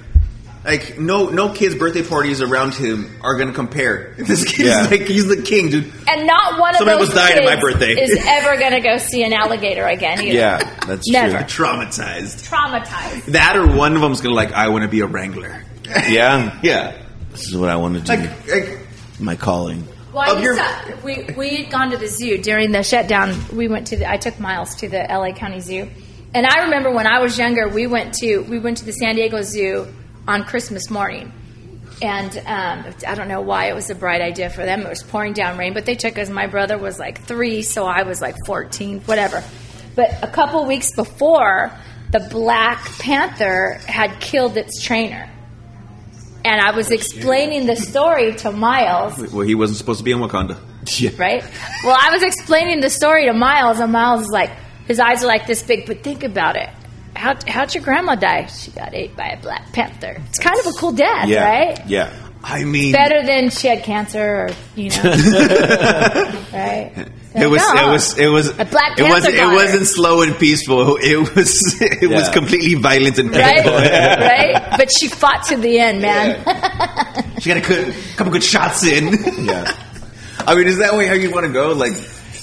[SPEAKER 1] like no no kids' birthday parties around him are gonna compare. This kid
[SPEAKER 3] Yeah.
[SPEAKER 1] is like he's the king, dude.
[SPEAKER 2] And not one of
[SPEAKER 1] Somebody
[SPEAKER 2] those
[SPEAKER 1] was dying at
[SPEAKER 2] kids
[SPEAKER 1] my birthday.
[SPEAKER 2] is ever going to go see an alligator again. Either.
[SPEAKER 3] Yeah, that's
[SPEAKER 2] Never.
[SPEAKER 3] true.
[SPEAKER 1] Traumatized.
[SPEAKER 5] traumatized.
[SPEAKER 1] That or one of them's gonna like, I want to be a wrangler.
[SPEAKER 3] Yeah,
[SPEAKER 1] Yeah,
[SPEAKER 3] this is what I want to do.
[SPEAKER 1] like, like
[SPEAKER 3] My calling.
[SPEAKER 2] Why
[SPEAKER 1] Of
[SPEAKER 2] you
[SPEAKER 1] your-
[SPEAKER 2] saw- we we had gone to the zoo during the shutdown. We went to the, I took Miles to the LA County Zoo, and I remember when I was younger, we went to we went to the San Diego Zoo on Christmas morning, and um, I don't know why it was a bright idea for them. It was pouring down rain, but they took us. My brother was like three, so I was like fourteen, whatever. But a couple weeks before, the black panther had killed its trainer. And I was explaining the story to Miles,
[SPEAKER 1] well, he wasn't supposed to be in Wakanda.
[SPEAKER 3] Yeah.
[SPEAKER 2] right? Well, I was explaining the story to Miles, and Miles is like, his eyes are like this big, but think about it. How, how'd your grandma die? She got ate by a black panther. It's kind of a cool death,
[SPEAKER 3] Yeah.
[SPEAKER 2] right?
[SPEAKER 3] Yeah.
[SPEAKER 1] I mean,
[SPEAKER 2] Better than she had cancer or, you know, right?
[SPEAKER 1] it was it was it was
[SPEAKER 2] A Black
[SPEAKER 1] it wasn't
[SPEAKER 2] Panther
[SPEAKER 1] it
[SPEAKER 2] got
[SPEAKER 1] wasn't slow and peaceful. It was it was
[SPEAKER 3] Yeah.
[SPEAKER 1] completely violent and
[SPEAKER 2] Right?
[SPEAKER 1] painful.
[SPEAKER 2] right? But she fought to the end, man.
[SPEAKER 1] She got a good, couple good shots in.
[SPEAKER 3] Yeah.
[SPEAKER 1] I mean, is that way how you want to go? Like,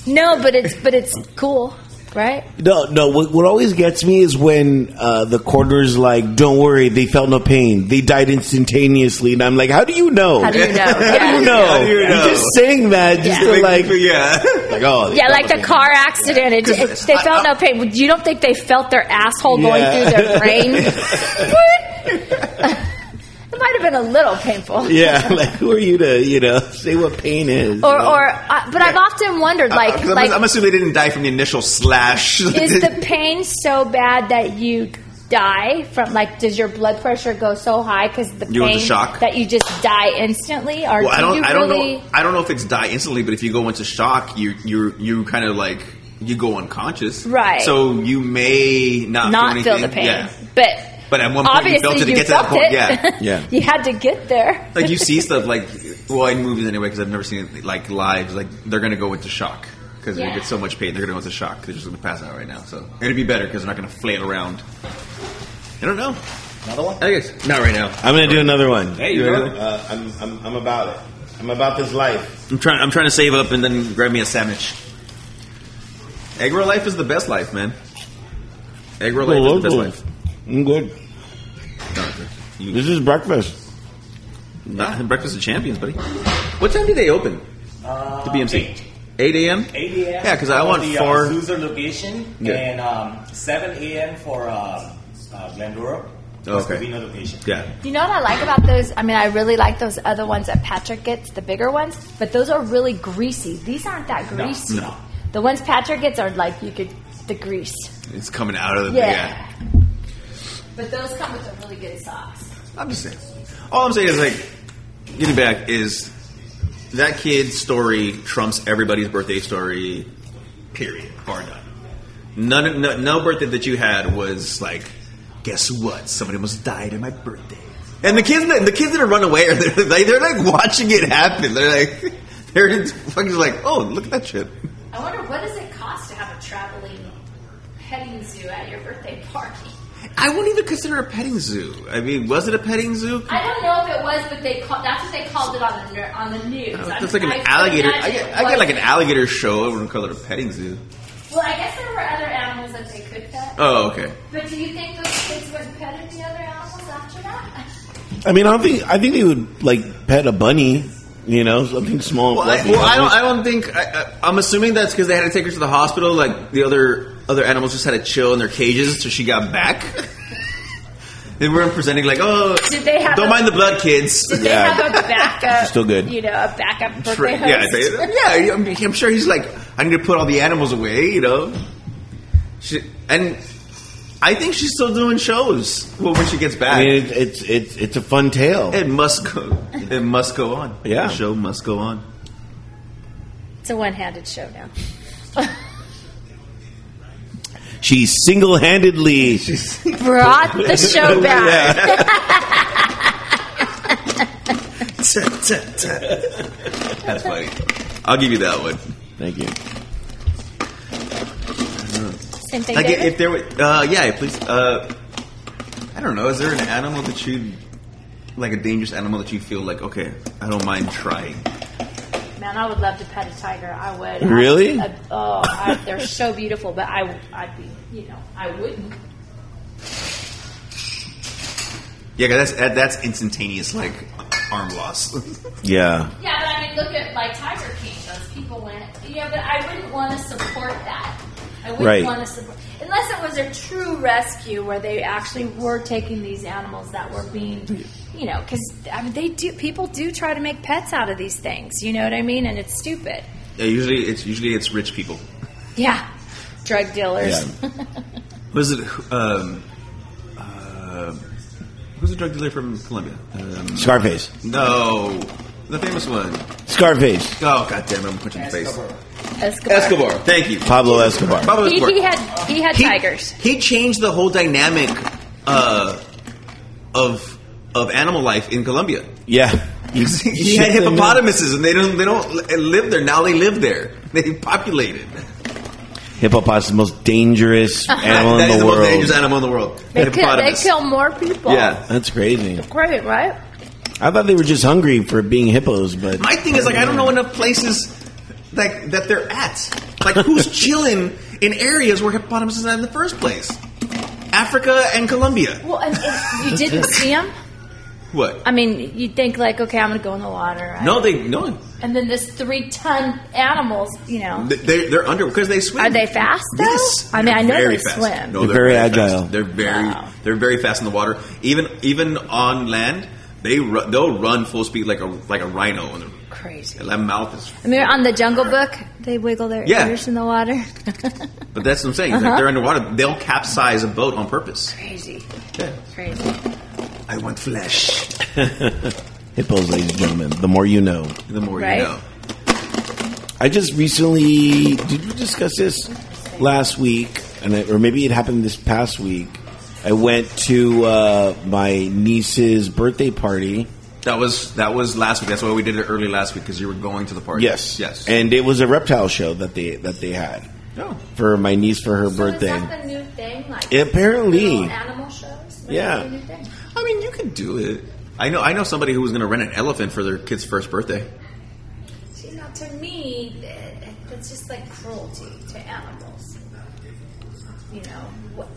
[SPEAKER 2] no, but it's but it's cool, right?
[SPEAKER 3] No, no. What, what always gets me is when uh, the coroner's like, "Don't worry, they felt no pain. They died instantaneously." And I'm like, "How do you know?
[SPEAKER 2] How do you know?
[SPEAKER 3] How do
[SPEAKER 2] Yeah.
[SPEAKER 3] you know?
[SPEAKER 1] How do you know?
[SPEAKER 3] are just saying that just
[SPEAKER 2] Yeah.
[SPEAKER 3] to like, like,
[SPEAKER 1] yeah.
[SPEAKER 3] oh, they
[SPEAKER 2] Yeah,
[SPEAKER 3] felt
[SPEAKER 2] like
[SPEAKER 3] no
[SPEAKER 2] the
[SPEAKER 3] pain.
[SPEAKER 2] car accident. It, it, they felt no pain. You don't think they felt their asshole
[SPEAKER 3] Yeah.
[SPEAKER 2] going through their brain? what? it might have been a little painful.
[SPEAKER 3] Yeah, like who are you to you know say what pain is?
[SPEAKER 2] Or, or uh, but I've often wondered, like,
[SPEAKER 1] I'm,
[SPEAKER 2] like
[SPEAKER 1] I'm assuming they didn't die from the initial slash.
[SPEAKER 2] is the pain so bad that you die from? Like, does your blood pressure go so high because the
[SPEAKER 1] You want
[SPEAKER 2] pain
[SPEAKER 1] the shock?
[SPEAKER 2] that you just die instantly, or
[SPEAKER 1] well,
[SPEAKER 2] do
[SPEAKER 1] I don't,
[SPEAKER 2] you
[SPEAKER 1] I don't
[SPEAKER 2] really?
[SPEAKER 1] know. I don't know if it's die instantly, but if you go into shock, you you you kind of like you go unconscious,
[SPEAKER 2] Right.
[SPEAKER 1] So you may not
[SPEAKER 2] Not
[SPEAKER 1] feel
[SPEAKER 2] feel
[SPEAKER 1] anything.
[SPEAKER 2] the pain,
[SPEAKER 1] Yeah.
[SPEAKER 2] but
[SPEAKER 1] But at one point you
[SPEAKER 2] obviously
[SPEAKER 1] felt it to
[SPEAKER 2] you
[SPEAKER 1] get to that
[SPEAKER 2] felt
[SPEAKER 1] point.
[SPEAKER 2] it.
[SPEAKER 1] Yeah.
[SPEAKER 3] Yeah.
[SPEAKER 2] you had to get there.
[SPEAKER 1] Like you see stuff like well in movies anyway because I've never seen it like live. Like they're gonna go into shock because
[SPEAKER 5] Yeah.
[SPEAKER 1] they get so much pain. They're gonna go into shock. They're just gonna pass out right now. So it'd be better because they're not gonna flail around. I don't know.
[SPEAKER 6] Another one?
[SPEAKER 1] I guess not right now.
[SPEAKER 3] I'm gonna do another one.
[SPEAKER 1] Hey, you ready?
[SPEAKER 3] Uh, I'm, I'm I'm about it. I'm about this life.
[SPEAKER 1] I'm trying. I'm trying to save up and then grab me a sandwich. Egg roll life is the best life, man. Egg roll life is the best life.
[SPEAKER 3] I'm good. This is breakfast.
[SPEAKER 1] Nah, breakfast of champions, buddy. What time do they open?
[SPEAKER 6] Uh,
[SPEAKER 1] The BMC.
[SPEAKER 6] Eight,
[SPEAKER 1] 8 a.m.
[SPEAKER 6] 8 a.m.
[SPEAKER 1] Yeah, because I
[SPEAKER 6] for
[SPEAKER 1] want
[SPEAKER 6] the,
[SPEAKER 1] four.
[SPEAKER 6] Uh, Zoozer location
[SPEAKER 1] Yeah.
[SPEAKER 6] and um, 7 a.m. for uh, uh, Glendora.
[SPEAKER 1] Oh, okay.
[SPEAKER 6] Covina location.
[SPEAKER 1] yeah.
[SPEAKER 2] You know what I like about those? I mean, I really like those other ones that Patrick gets, the bigger ones, but those are really greasy. These aren't that greasy.
[SPEAKER 1] no.
[SPEAKER 2] The ones Patrick gets are like you could the grease.
[SPEAKER 1] It's coming out of the
[SPEAKER 2] Yeah.
[SPEAKER 1] yeah.
[SPEAKER 5] But those come with a really good sauce.
[SPEAKER 1] I'm just saying. All I'm saying is like getting back is that kid's story trumps everybody's birthday story. Period. Bar none. None. No, no birthday that you had was like, guess what? Somebody almost died on my birthday. And the kids, that- the kids that are run away, are they're like, they're like watching it happen. They're like, they're just fucking like, oh, look at that shit.
[SPEAKER 5] I wonder what does it cost to have a traveling petting zoo at your birthday party?
[SPEAKER 1] I wouldn't even consider a petting zoo. I mean, was it a petting zoo?
[SPEAKER 5] I don't know if it was, but they call, that's what they called it on the ner- on the news. I'm-
[SPEAKER 1] Uh, That's like an
[SPEAKER 5] I
[SPEAKER 1] alligator. I
[SPEAKER 5] imagine
[SPEAKER 1] get,
[SPEAKER 5] it
[SPEAKER 1] I get like an
[SPEAKER 5] wasn't.
[SPEAKER 1] alligator show. I wouldn't call it a petting zoo.
[SPEAKER 5] Well, I guess there were other animals that they could pet.
[SPEAKER 1] Oh, okay.
[SPEAKER 5] But do you think those kids would pet any other animals after that?
[SPEAKER 3] I mean, I don't think I think they would like pet a bunny. You know, something small.
[SPEAKER 1] Well, I,
[SPEAKER 3] fluffy.
[SPEAKER 1] well, I don't. I don't think. I, I, I'm assuming that's because they had to take her to the hospital. Like the other other animals just had to chill in their cages till she got back. they weren't presenting like, oh,
[SPEAKER 2] Did they have
[SPEAKER 1] don't
[SPEAKER 2] a-
[SPEAKER 1] mind the blood, kids.
[SPEAKER 2] Did they
[SPEAKER 3] Yeah.
[SPEAKER 2] have a backup?
[SPEAKER 3] Still good.
[SPEAKER 2] You know, a backup birthday
[SPEAKER 1] Tra-
[SPEAKER 2] host?
[SPEAKER 1] yeah, they- yeah. I'm, I'm sure he's like, I need to put all the animals away, you know. She, and I think she's still doing shows. Well, when she gets back,
[SPEAKER 3] I mean, it, it's it's it's a fun tale.
[SPEAKER 1] it must go. It must go on.
[SPEAKER 3] Yeah.
[SPEAKER 1] the show must go on.
[SPEAKER 2] It's a one-handed show now.
[SPEAKER 3] She single-handedly
[SPEAKER 2] Brought the show back.
[SPEAKER 1] That's funny. I'll give you that one.
[SPEAKER 3] Thank you.
[SPEAKER 2] Same thing.
[SPEAKER 1] Like
[SPEAKER 2] David?
[SPEAKER 1] if there were, uh, yeah, please. Uh, I don't know. Is there an animal that you, like a dangerous animal that you feel like, okay, I don't mind trying.
[SPEAKER 2] Man, I would love to pet a tiger. I would.
[SPEAKER 3] Really?
[SPEAKER 2] I, I- oh, I, they're so beautiful, but I, I'd be, you know, I wouldn't.
[SPEAKER 1] Yeah, 'cause that's that, that's instantaneous, like arm loss.
[SPEAKER 3] Yeah.
[SPEAKER 5] Yeah, but I mean, look at like Tiger King. Those people went. Yeah, but I wouldn't want to support that. I wouldn't
[SPEAKER 3] Right.
[SPEAKER 5] want to support
[SPEAKER 2] Unless it was a true rescue where they actually were taking these animals that were being, you know, because I mean, they do. People do try to make pets out of these things. You know what I mean? And it's stupid.
[SPEAKER 1] yeah, usually it's usually it's rich people.
[SPEAKER 2] Yeah, drug dealers.
[SPEAKER 3] Yeah.
[SPEAKER 1] Was it um, uh, who's the drug dealer from Colombia? Um,
[SPEAKER 3] Scarface.
[SPEAKER 1] no, the famous one.
[SPEAKER 3] Scarface.
[SPEAKER 1] Oh god damn it! I'm punching the face.
[SPEAKER 2] Escobar.
[SPEAKER 1] Escobar. Thank you.
[SPEAKER 3] Pablo Escobar.
[SPEAKER 1] Pablo
[SPEAKER 2] He,
[SPEAKER 1] Escobar.
[SPEAKER 2] he had he had
[SPEAKER 1] He-
[SPEAKER 2] tigers.
[SPEAKER 1] He changed the whole dynamic uh, of of animal life in Colombia.
[SPEAKER 3] Yeah. He,
[SPEAKER 1] He had hippopotamuses, and they don't they don't li- live there now. They live there. They populated.
[SPEAKER 3] Hippopotamus is the most dangerous animal in
[SPEAKER 1] That is
[SPEAKER 3] the,
[SPEAKER 1] the
[SPEAKER 3] world. Oh,
[SPEAKER 1] most dangerous animal in the world.
[SPEAKER 2] They kill, they
[SPEAKER 1] hippopotamus.
[SPEAKER 2] kill more people.
[SPEAKER 1] yeah.
[SPEAKER 3] That's crazy.
[SPEAKER 2] Great, right?
[SPEAKER 3] I thought they were just hungry for being hippos, but
[SPEAKER 1] My thing is like I don't know enough places like that they're at. Like who's chilling in areas where hippopotamuses are in the first place? Africa and Colombia.
[SPEAKER 2] Well, and if you didn't see them.
[SPEAKER 1] What?
[SPEAKER 2] I mean, you'd think like, okay, I'm gonna go in the water. I-
[SPEAKER 1] No, they no.
[SPEAKER 2] And then this three ton animals, you know.
[SPEAKER 1] They- They're, they're under because they swim.
[SPEAKER 2] Are they fast though?
[SPEAKER 1] Yes.
[SPEAKER 2] I mean, I know
[SPEAKER 1] They're
[SPEAKER 2] they
[SPEAKER 1] fast.
[SPEAKER 2] swim.
[SPEAKER 1] No,
[SPEAKER 3] They're very
[SPEAKER 1] fast.
[SPEAKER 3] agile.
[SPEAKER 1] They're very
[SPEAKER 2] Wow.
[SPEAKER 1] they're very fast in the water. Even even on land, they ru- they'll run full speed like a like a rhino. And their-
[SPEAKER 2] Crazy.
[SPEAKER 1] and that mouth is.
[SPEAKER 2] I mean, on the Jungle Book, they wiggle their
[SPEAKER 1] Yeah.
[SPEAKER 2] ears in the water.
[SPEAKER 1] But that's what I'm saying. Like,
[SPEAKER 2] Uh-huh.
[SPEAKER 1] they're underwater. They'll capsize a boat on purpose.
[SPEAKER 2] Crazy. Crazy.
[SPEAKER 1] I want flesh.
[SPEAKER 3] hippos, ladies and gentlemen, the more you know.
[SPEAKER 1] The more
[SPEAKER 2] Right?
[SPEAKER 1] you know.
[SPEAKER 3] I just recently did we discuss this last week, and I, or maybe it happened this past week. I went to uh, my niece's birthday party.
[SPEAKER 1] That was that was last week. That's why we did it early last week because you were going to the party. yes.
[SPEAKER 3] and it was a reptile show that they that they had
[SPEAKER 1] oh.
[SPEAKER 3] for my niece for her
[SPEAKER 5] So Is
[SPEAKER 3] birthday.
[SPEAKER 5] that the new thing? Like
[SPEAKER 3] Apparently.
[SPEAKER 5] little animal shows. Is that
[SPEAKER 3] Yeah.
[SPEAKER 5] the new thing?
[SPEAKER 1] I mean, you can do it. I know. I know somebody who was going to rent an elephant for their kid's first birthday.
[SPEAKER 5] See, now to me, that- that's just like cruelty to animals.
[SPEAKER 2] You know, what,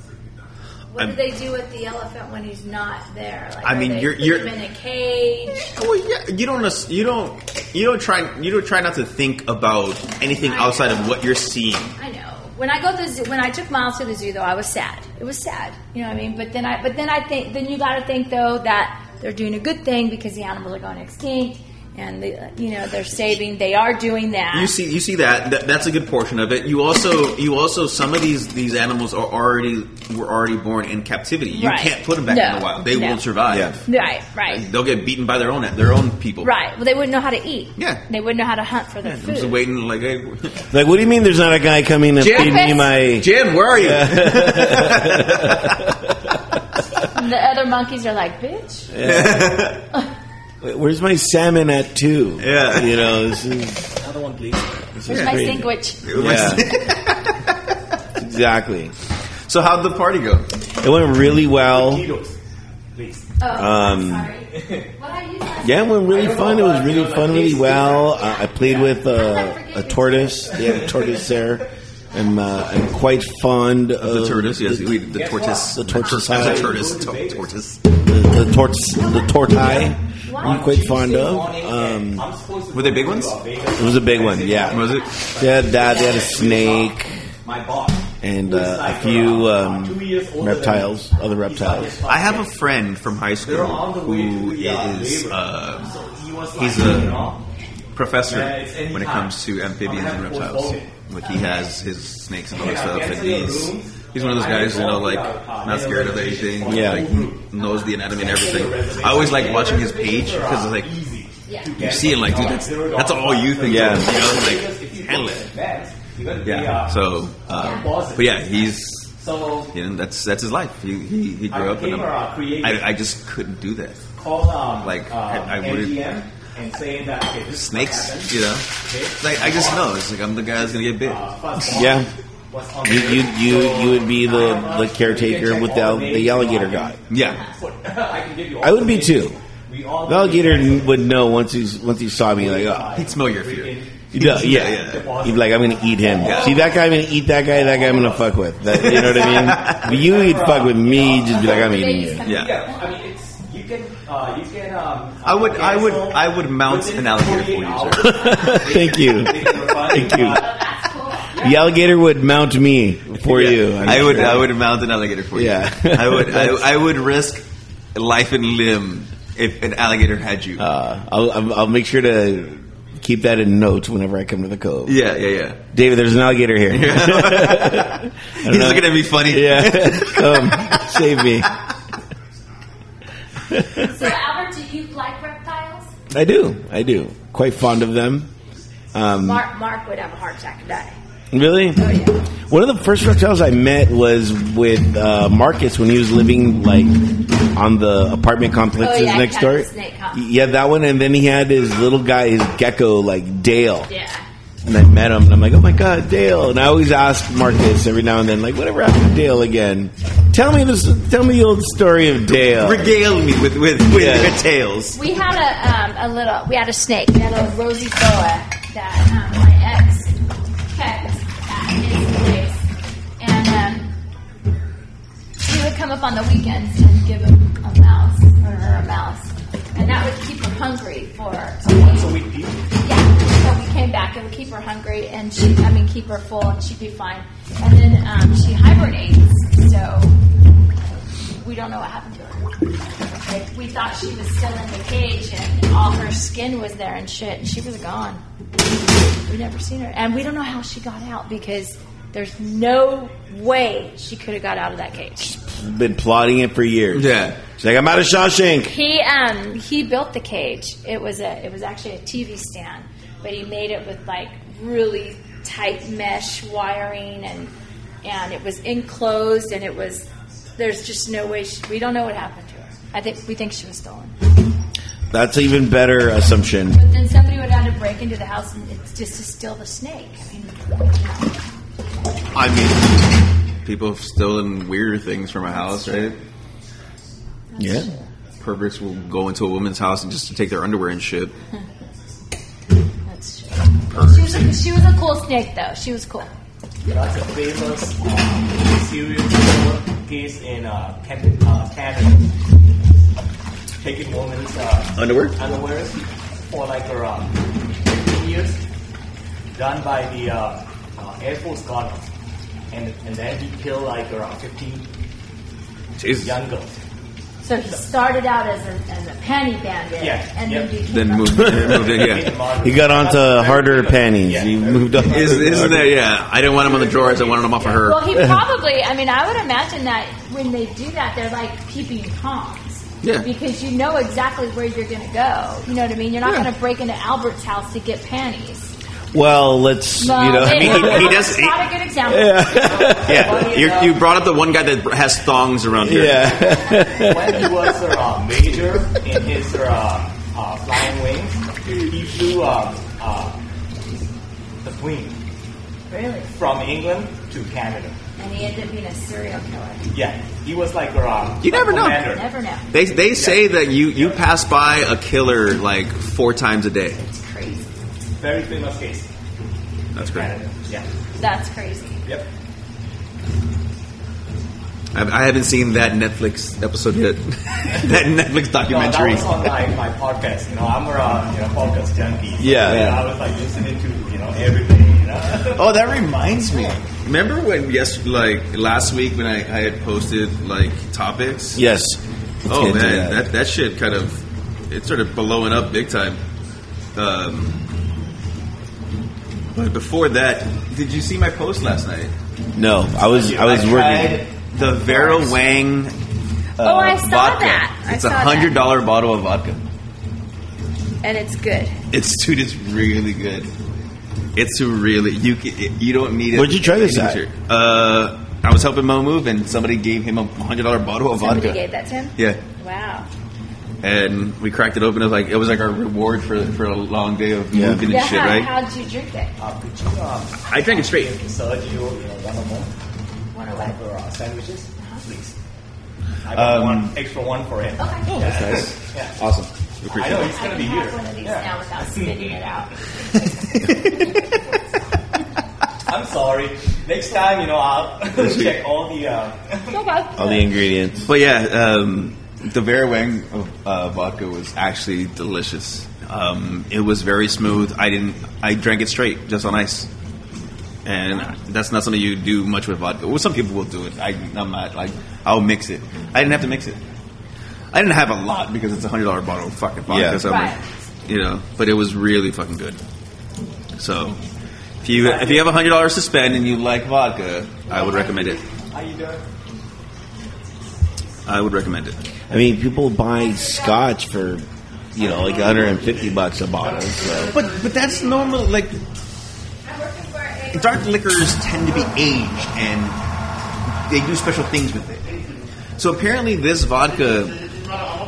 [SPEAKER 2] what do
[SPEAKER 1] I'm-
[SPEAKER 2] they do with the elephant when he's not there? Like,
[SPEAKER 1] I
[SPEAKER 2] are
[SPEAKER 1] mean,
[SPEAKER 2] they
[SPEAKER 1] you're-
[SPEAKER 2] put
[SPEAKER 1] you're-
[SPEAKER 2] him in a cage.
[SPEAKER 1] Well, yeah, you don't. ass- You don't. You don't try. You don't try not to think about anything outside of what you're seeing.
[SPEAKER 2] I know. When I go to the zoo, when I took Miles to the zoo, though, I was sad. It was sad. You know what I mean? But then I, but then I think, then you got to think though that they're doing a good thing because the animals are going extinct, and the, you know they're saving. They are doing that.
[SPEAKER 1] You see. You see that. that that's a good portion of it. You also. You also. Some of these these animals are already were already born in captivity. You
[SPEAKER 2] Right.
[SPEAKER 1] can't put them back in
[SPEAKER 2] No.
[SPEAKER 1] the wild. They
[SPEAKER 2] No.
[SPEAKER 1] won't survive.
[SPEAKER 3] Yeah.
[SPEAKER 2] right, right,
[SPEAKER 1] They'll get beaten by their own their own people.
[SPEAKER 2] right. Well, they wouldn't know how to eat.
[SPEAKER 1] Yeah.
[SPEAKER 2] They wouldn't know how to hunt for their
[SPEAKER 1] I'm just
[SPEAKER 2] food.
[SPEAKER 1] waiting. Like, hey,
[SPEAKER 3] Like, what do you mean? There's not a guy coming and
[SPEAKER 1] Jim?
[SPEAKER 3] feeding me my
[SPEAKER 1] Jim, where are you?
[SPEAKER 2] And the other monkeys are like, bitch.
[SPEAKER 3] Where's my salmon at two?
[SPEAKER 1] Yeah.
[SPEAKER 3] you know, this is
[SPEAKER 6] Another one, please.
[SPEAKER 3] this
[SPEAKER 2] Where's
[SPEAKER 3] is
[SPEAKER 2] my
[SPEAKER 3] crazy.
[SPEAKER 2] sandwich?
[SPEAKER 3] Yeah, exactly.
[SPEAKER 1] so how'd the party go?
[SPEAKER 3] It went really well.
[SPEAKER 6] Kilos, please.
[SPEAKER 2] Oh,
[SPEAKER 3] Um,
[SPEAKER 5] What I use last
[SPEAKER 3] yeah, it went really
[SPEAKER 6] don't
[SPEAKER 3] fun. It
[SPEAKER 6] know
[SPEAKER 3] was
[SPEAKER 6] why I
[SPEAKER 3] really
[SPEAKER 6] feel like
[SPEAKER 3] fun, really
[SPEAKER 6] these-
[SPEAKER 3] well. Uh, I played with uh, a tortoise. They have a tortoise there. I'm, uh, I'm quite fond of
[SPEAKER 1] The tortoise. Yes,
[SPEAKER 3] Uh, the,
[SPEAKER 1] we, the tortoise.
[SPEAKER 3] The tortoise
[SPEAKER 1] That's
[SPEAKER 3] eye.
[SPEAKER 1] a tortoise. To- tortoise.
[SPEAKER 3] the, the tortoise. The tortoise. I'm quite fond of. Um,
[SPEAKER 6] I'm supposed to
[SPEAKER 1] Were they big ones?
[SPEAKER 3] it was a big one. Yeah,
[SPEAKER 1] Was it?
[SPEAKER 3] They had that. They had a snake.
[SPEAKER 6] My boss.
[SPEAKER 3] and
[SPEAKER 6] who is
[SPEAKER 3] uh,
[SPEAKER 6] like
[SPEAKER 3] a few
[SPEAKER 6] around, uh,
[SPEAKER 3] um,
[SPEAKER 6] two years older than me.
[SPEAKER 3] reptiles, other
[SPEAKER 6] He's on his
[SPEAKER 3] reptiles.
[SPEAKER 6] podcast.
[SPEAKER 1] I have a friend from high school
[SPEAKER 6] They're on the way
[SPEAKER 1] who
[SPEAKER 6] to the, uh,
[SPEAKER 1] is a
[SPEAKER 6] labor. So he was
[SPEAKER 1] he's
[SPEAKER 6] like,
[SPEAKER 1] a-
[SPEAKER 6] you know,
[SPEAKER 1] professor
[SPEAKER 6] Yeah, it's any
[SPEAKER 1] when it
[SPEAKER 6] time.
[SPEAKER 1] comes to amphibians and reptiles. Like he has his snakes and all that stuff, and he's he's one of those guys, you know, like not scared of anything.
[SPEAKER 3] Yeah.
[SPEAKER 1] like kn- knows the anatomy and everything. I always like watching his page because it's like
[SPEAKER 6] easy.
[SPEAKER 5] Yeah.
[SPEAKER 1] you see it, like dude, that's that's all you think.
[SPEAKER 3] Yeah.
[SPEAKER 1] of, you know, like handle it. Yeah. So, um, but yeah, he's
[SPEAKER 6] So
[SPEAKER 1] you know, that's that's his life. He he, he grew
[SPEAKER 6] I
[SPEAKER 1] up in
[SPEAKER 6] became
[SPEAKER 1] a,
[SPEAKER 6] a creative.
[SPEAKER 1] I, I just couldn't do that.
[SPEAKER 6] call um,
[SPEAKER 1] Like,
[SPEAKER 6] um,
[SPEAKER 1] I- I wouldn't-
[SPEAKER 6] MGM and saying that okay, this is what happened.
[SPEAKER 1] Snakes, you know.
[SPEAKER 6] Okay.
[SPEAKER 1] Like I just know it's like I'm the guy that's gonna get bit.
[SPEAKER 6] Uh, first of
[SPEAKER 3] Yeah.
[SPEAKER 6] all, what's on
[SPEAKER 3] You,
[SPEAKER 6] the-
[SPEAKER 3] you, you,
[SPEAKER 6] So,
[SPEAKER 3] you would be the, the caretaker with the,
[SPEAKER 6] all
[SPEAKER 3] the alligator guy.
[SPEAKER 1] Yeah,
[SPEAKER 6] I can give you all
[SPEAKER 3] I would
[SPEAKER 6] the
[SPEAKER 3] be
[SPEAKER 6] names.
[SPEAKER 3] too.
[SPEAKER 6] We all
[SPEAKER 3] The alligator n- would know once he's once he saw me like oh.
[SPEAKER 1] he'd smell your fear.
[SPEAKER 3] You know, yeah,
[SPEAKER 6] yeah.
[SPEAKER 3] You'd be like, I'm gonna eat him.
[SPEAKER 1] Yeah.
[SPEAKER 3] See that guy, I'm gonna eat that guy. That guy, I'm gonna fuck with. That, you know what I mean? But you would fuck with me, you'd just be like, I'm eating you.
[SPEAKER 1] Yeah,
[SPEAKER 6] I mean, it's you can uh, you can. Um,
[SPEAKER 1] I would I would
[SPEAKER 6] cancel
[SPEAKER 1] I would mount
[SPEAKER 6] within
[SPEAKER 1] an alligator for
[SPEAKER 6] 48
[SPEAKER 1] you,
[SPEAKER 6] hours.
[SPEAKER 1] sir.
[SPEAKER 3] Thank you. Thank you.
[SPEAKER 5] Well,
[SPEAKER 6] Uh,
[SPEAKER 5] that's cool.
[SPEAKER 3] The alligator would mount me for
[SPEAKER 1] Yeah.
[SPEAKER 3] you. I'm
[SPEAKER 1] I would
[SPEAKER 3] sure.
[SPEAKER 1] I would mount an alligator for you.
[SPEAKER 3] Yeah.
[SPEAKER 1] I would I, I would risk life and limb if an alligator had you.
[SPEAKER 3] Uh, I'll, I'll, I'll make sure to keep that in notes whenever I come to the cove.
[SPEAKER 1] yeah, yeah, yeah.
[SPEAKER 3] David, there's an alligator here.
[SPEAKER 1] He's
[SPEAKER 3] know.
[SPEAKER 1] looking at me funny.
[SPEAKER 3] Yeah, come save me.
[SPEAKER 5] So Albert, do you like reptiles?
[SPEAKER 3] I do. I do. Quite fond of them. Um,
[SPEAKER 2] Mark, Mark would have a heart attack today.
[SPEAKER 3] Really? One of the first reptiles I met was with uh, Marcus when he was living like on the apartment complexes
[SPEAKER 5] Oh, yeah,
[SPEAKER 3] next
[SPEAKER 5] Captain
[SPEAKER 3] door.
[SPEAKER 5] Snake, huh?
[SPEAKER 3] Yeah, that one, and then he had his little guy, his gecko, like Dale.
[SPEAKER 5] Yeah.
[SPEAKER 3] And I met him, and I'm like, oh my god, Dale! And I always ask Marcus every now and then, like, whatever happened to Dale again? Tell me this. Tell me the old story of Dale.
[SPEAKER 1] Regale me with with, with
[SPEAKER 3] Yeah.
[SPEAKER 1] your tales.
[SPEAKER 2] We had a, um, a little, we had a snake.
[SPEAKER 5] We had a rosy boa that um, my ex kept at his place, and um, she would come up on the weekends and give him a mouse or her a mouse, and that would keep her hungry for
[SPEAKER 6] Once a week,
[SPEAKER 5] yeah. So we came back and would keep her hungry, and she, I mean, keep her full, and she'd be fine. And then um, she hibernates, so we don't know what happened to her. Like, we thought she was still in the cage, and all her skin was there and shit, and she was gone. We never seen her,
[SPEAKER 2] And we don't know how she got out because there's no way she could have got out of that cage.
[SPEAKER 3] Been plotting it for years.
[SPEAKER 1] Yeah.
[SPEAKER 3] She's like, I'm out of Shawshank.
[SPEAKER 2] He um he built the cage. It was a it was actually a TV stand, but he made it with like really tight mesh wiring and and it was enclosed and it was there's just no way she, we don't know what happened to her. I think we think she was stolen.
[SPEAKER 3] That's an even better assumption.
[SPEAKER 5] but then somebody would have had to break into the house and it's just to steal the snake. I mean,
[SPEAKER 1] I mean, people have stolen weirder things from a house, right?
[SPEAKER 3] Yeah.
[SPEAKER 1] Perverts will go into a woman's house and just to take their underwear and shit.
[SPEAKER 5] that's true. She was, a, she was a cool snake, though. She was cool.
[SPEAKER 6] that's a famous uh, serial killer case in uh, Can- uh, Canada. Taking woman's uh,
[SPEAKER 1] Underwear?
[SPEAKER 6] underwear for like around 15 years, done by the uh, uh, Air Force Guard, and and then he killed like around 15
[SPEAKER 1] Jesus.
[SPEAKER 6] young girls.
[SPEAKER 5] So he started out as a, as a panty bandit,
[SPEAKER 6] Yeah,
[SPEAKER 5] and
[SPEAKER 6] yep.
[SPEAKER 5] then became
[SPEAKER 1] Then
[SPEAKER 5] a-
[SPEAKER 1] moved, moved in,
[SPEAKER 6] Made
[SPEAKER 1] yeah.
[SPEAKER 6] them modern.
[SPEAKER 3] He got onto
[SPEAKER 6] That's
[SPEAKER 3] harder
[SPEAKER 6] very good.
[SPEAKER 3] panties.
[SPEAKER 6] Yeah.
[SPEAKER 3] He moved on.
[SPEAKER 1] Is, isn't there? Yeah, I didn't want him on the drawers. I wanted him off of her.
[SPEAKER 5] Well, he probably. I mean, I would imagine that when they do that, they're like peeping toms.
[SPEAKER 1] Yeah.
[SPEAKER 5] Because you know exactly where you're going to go. You know what I mean? You're not
[SPEAKER 1] Yeah.
[SPEAKER 5] going to break into Albert's house to get panties.
[SPEAKER 3] Well, let's
[SPEAKER 5] Well,
[SPEAKER 3] you know.
[SPEAKER 5] it-
[SPEAKER 1] mean, he-
[SPEAKER 5] it-
[SPEAKER 1] he
[SPEAKER 5] it's
[SPEAKER 1] does-
[SPEAKER 5] Not a good example.
[SPEAKER 1] Yeah, You're, you brought up the one guy that has thongs around here.
[SPEAKER 3] yeah.
[SPEAKER 6] when he was a uh, major in his uh, uh, flying wings, he flew um, uh, the Queen
[SPEAKER 5] Really?
[SPEAKER 6] from England to Canada.
[SPEAKER 5] And he ended up being a serial killer.
[SPEAKER 6] Yeah, he was like a uh,
[SPEAKER 1] You never know.
[SPEAKER 6] commander.
[SPEAKER 5] Never know.
[SPEAKER 1] They, they say that you, you pass by a killer like four times a day.
[SPEAKER 5] It's crazy.
[SPEAKER 6] Very famous case.
[SPEAKER 1] That's great.
[SPEAKER 6] Canada. Yeah.
[SPEAKER 5] That's crazy.
[SPEAKER 6] Yep.
[SPEAKER 1] I, I haven't seen that Netflix episode yet. that Netflix documentary.
[SPEAKER 6] No, that was on my, my podcast. You know, I'm a uh, you know, podcast junkie. So,
[SPEAKER 1] Yeah.
[SPEAKER 6] you know, I was like listening to you know everything. You know.
[SPEAKER 1] Oh, that reminds me. Remember when yes, like last week when I, I had posted like topics?
[SPEAKER 3] Yes.
[SPEAKER 1] Oh
[SPEAKER 3] Let's get into
[SPEAKER 1] man, that. that shit kind of it started blowing up big time. Um, but before that, did you see my post last night?
[SPEAKER 3] No, I was I was working.
[SPEAKER 1] tried the Vera Wang. uh,
[SPEAKER 2] Oh, I saw
[SPEAKER 1] vodka.
[SPEAKER 2] that. I
[SPEAKER 1] it's
[SPEAKER 2] saw
[SPEAKER 1] a
[SPEAKER 2] that.
[SPEAKER 1] hundred dollar bottle of vodka.
[SPEAKER 2] and it's good.
[SPEAKER 1] It's dude, it's really good. It's really you. ca- You don't need it.
[SPEAKER 3] Where'd you try this at?
[SPEAKER 1] Uh, I was helping Mo move, and somebody gave him a hundred dollar bottle of
[SPEAKER 2] Somebody
[SPEAKER 1] vodka.
[SPEAKER 2] gave that to him.
[SPEAKER 1] Yeah,
[SPEAKER 2] Wow.
[SPEAKER 1] and we cracked it open. It was like it was like our reward for for a long day of
[SPEAKER 3] Yeah.
[SPEAKER 1] moving and
[SPEAKER 2] yeah.
[SPEAKER 1] shit, right?
[SPEAKER 2] How'd you drink it?
[SPEAKER 6] Uh, could you uh,
[SPEAKER 1] I drank it straight.
[SPEAKER 6] serve you, you know, one or more
[SPEAKER 2] One of
[SPEAKER 6] like
[SPEAKER 2] what? Uh-huh.
[SPEAKER 6] uh, sandwiches, please? I got
[SPEAKER 1] Um,
[SPEAKER 6] one extra one for
[SPEAKER 7] Oh,
[SPEAKER 6] him.
[SPEAKER 2] Okay.
[SPEAKER 1] That's nice.
[SPEAKER 6] Yeah.
[SPEAKER 1] Awesome. We
[SPEAKER 6] I
[SPEAKER 1] appreciate
[SPEAKER 6] know
[SPEAKER 1] it.
[SPEAKER 6] he's
[SPEAKER 2] I
[SPEAKER 6] gonna
[SPEAKER 2] can
[SPEAKER 6] be
[SPEAKER 2] have
[SPEAKER 6] here.
[SPEAKER 2] one of these
[SPEAKER 6] Yeah.
[SPEAKER 2] now without spitting it out.
[SPEAKER 6] I'm sorry. Next time, you know, I'll check all the. Uh,
[SPEAKER 3] All the ingredients.
[SPEAKER 1] But yeah, um, the Vera Wang uh, vodka was actually delicious. Um, it was very smooth. I didn't. I drank it straight, just on ice. And that's not something you do much with vodka. Well, some people will do it. I, I'm not like I'll mix it. I didn't have to mix it. I didn't have a lot because it's a hundred dollar bottle of fucking vodka.
[SPEAKER 3] Yeah.
[SPEAKER 1] So I'm like,
[SPEAKER 2] Right.
[SPEAKER 1] you know, but it was really fucking good. So if you if you have a hundred dollars to spend and you like vodka, I would recommend it.
[SPEAKER 6] how you doing?
[SPEAKER 1] I would recommend it.
[SPEAKER 3] I mean, people buy scotch for you know like 150 bucks a bottle. So
[SPEAKER 1] But but that's normal. Like dark liquors tend to be aged, and they do special things with it. So apparently, this vodka,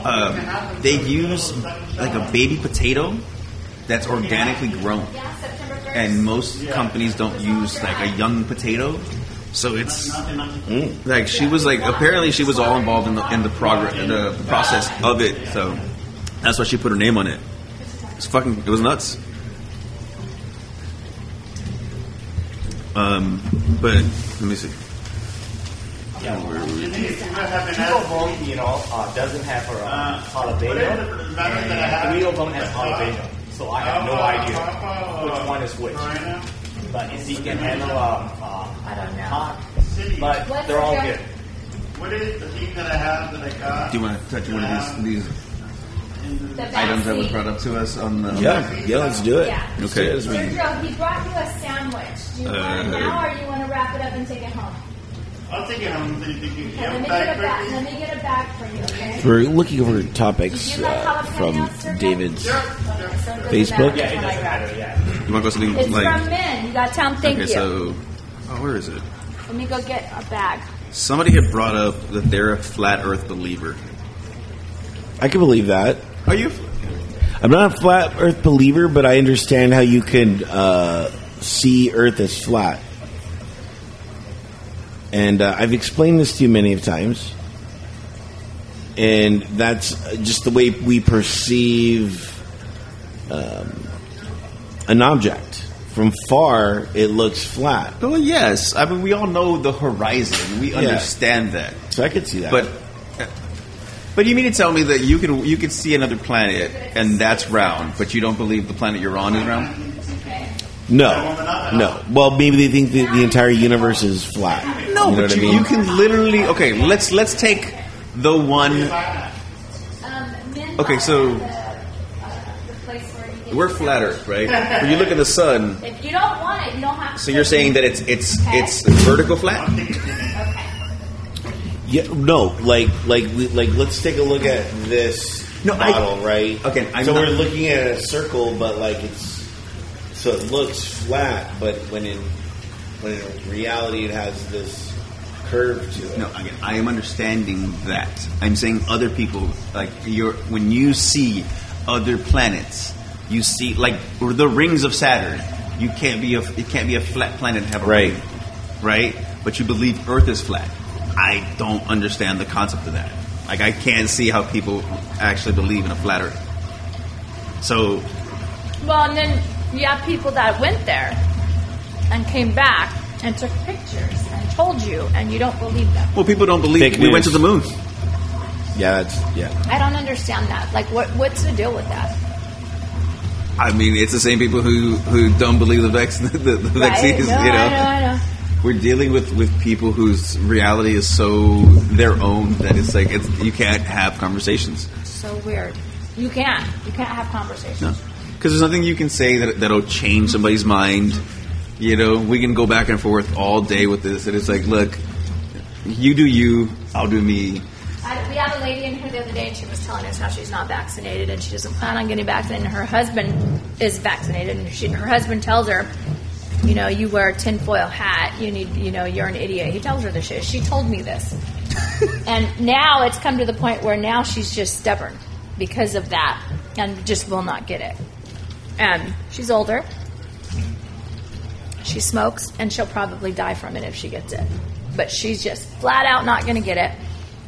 [SPEAKER 1] um, they use like a baby potato that's organically grown, and most companies don't use like a young potato. So it's mm, like she was like apparently she was all involved in the in the progress the process of it. So that's why she put her name on it. It's fucking. It was nuts. Um, but let me see.
[SPEAKER 6] Yeah. Bong, you know, uh, doesn't have a uh, jalapeno. and Rio Bong has jalapeno, so I have no idea
[SPEAKER 4] Oh,
[SPEAKER 6] which one is which. But if he can handle, um, uh, I don't know. Hot, but they're all good.
[SPEAKER 7] What is the thing that I have that I got?
[SPEAKER 1] Do you want to touch one of these these
[SPEAKER 5] The
[SPEAKER 1] items that was
[SPEAKER 5] vaccine.
[SPEAKER 1] brought up to us on the?
[SPEAKER 3] yeah, yeah, let's do it.
[SPEAKER 5] Yeah.
[SPEAKER 3] Let's
[SPEAKER 1] Okay.
[SPEAKER 3] do it. Let's make-
[SPEAKER 5] Sergio, he brought you a sandwich. Do you want it
[SPEAKER 1] Uh,
[SPEAKER 5] now, or you want to wrap it up and take it home?
[SPEAKER 7] I'll take it home. Then you think you
[SPEAKER 5] Okay,
[SPEAKER 7] have
[SPEAKER 5] let me
[SPEAKER 7] back
[SPEAKER 5] get a bag. Let me get a bag for you. Okay.
[SPEAKER 3] We're looking over topics
[SPEAKER 5] Did you like
[SPEAKER 3] uh, from
[SPEAKER 5] jalapenos, Sergio?
[SPEAKER 3] David's.
[SPEAKER 5] So it doesn't
[SPEAKER 3] Facebook?
[SPEAKER 5] matter
[SPEAKER 6] Yeah, it
[SPEAKER 5] what I
[SPEAKER 6] doesn't
[SPEAKER 5] grab.
[SPEAKER 6] matter. Yeah.
[SPEAKER 1] You want to go something
[SPEAKER 5] It's from
[SPEAKER 1] like?
[SPEAKER 5] men. You got to tell him thank
[SPEAKER 1] Okay,
[SPEAKER 5] you.
[SPEAKER 1] so oh, where is it?
[SPEAKER 5] Let me go get a bag.
[SPEAKER 1] Somebody had brought up that they're a flat Earth believer.
[SPEAKER 3] I can believe that.
[SPEAKER 1] Are you?
[SPEAKER 3] I'm not a flat Earth believer, but I understand how you can uh, see Earth as flat. And uh, I've explained this to you many of times. And that's just the way we perceive um, an object. From far, it looks flat.
[SPEAKER 1] Well, yes. I mean, we all know the horizon. We understand that.
[SPEAKER 3] So I could see that.
[SPEAKER 1] But but you mean to tell me that you can you can see another planet and that's round, but you don't believe the planet you're on is round?
[SPEAKER 3] no, no. Well, maybe they think that the entire universe is flat.
[SPEAKER 1] No,
[SPEAKER 3] you know
[SPEAKER 1] but
[SPEAKER 3] what
[SPEAKER 1] you,
[SPEAKER 3] I mean?
[SPEAKER 1] you can literally okay. Let's let's take the one.
[SPEAKER 2] Um,
[SPEAKER 1] Okay, so
[SPEAKER 2] uh,
[SPEAKER 1] we're flat Earth, right? When you look at the sun,
[SPEAKER 5] If you don't want it, you don't have to.
[SPEAKER 1] so you're saying that it's it's it's vertical flat.
[SPEAKER 3] Yeah, no, like like we- like let's take a look at this
[SPEAKER 1] No, I-
[SPEAKER 3] model, right?
[SPEAKER 1] Okay, I'm
[SPEAKER 3] so
[SPEAKER 1] not-
[SPEAKER 3] we're looking at a circle, but like it's so it looks flat, but when in when in reality it has this curve to it.
[SPEAKER 1] No, again, I am understanding that. I'm saying other people, like you're, when you see other planets, you see like or the rings of Saturn. You can't be a it can't be a flat planet and have a
[SPEAKER 3] Right.
[SPEAKER 1] ring, right? But you believe Earth is flat. I don't understand the concept of that. Like I can't see how people actually believe in a flat Earth. So
[SPEAKER 2] Well, and then you have people that went there and came back and took pictures and told you, and you don't believe them.
[SPEAKER 1] Well, people don't believe
[SPEAKER 3] Fake
[SPEAKER 1] we went to
[SPEAKER 3] news.
[SPEAKER 1] the moon.
[SPEAKER 3] Yeah, that's yeah.
[SPEAKER 2] I don't understand that. Like, what what's the deal with that?
[SPEAKER 1] I mean, it's the same people who, who don't believe the, vac- the, the vaccines.
[SPEAKER 2] No,
[SPEAKER 1] you know,
[SPEAKER 2] I know, I know.
[SPEAKER 1] we're dealing with, with people whose reality is so their own that it's like it's, you can't have conversations.
[SPEAKER 2] So weird. You can't. You can't have conversations.
[SPEAKER 1] No, because there's nothing you can say that that'll change somebody's mind. You know, we can go back and forth all day with this, and it's like, look, you do you, I'll do me.
[SPEAKER 2] I, we had a lady in here the other day, and she was telling us how she's not vaccinated and she doesn't plan on getting vaccinated. And her husband is vaccinated, and she, her husband tells her, "You know, you wear a tinfoil hat. You need, you know, you're an idiot." He tells her this shit. She told me this, and now it's come to the point where now she's just stubborn because of that, and just will not get it. Um, she's older. She smokes, and she'll probably die from it if she gets it. But she's just flat out not going to get it.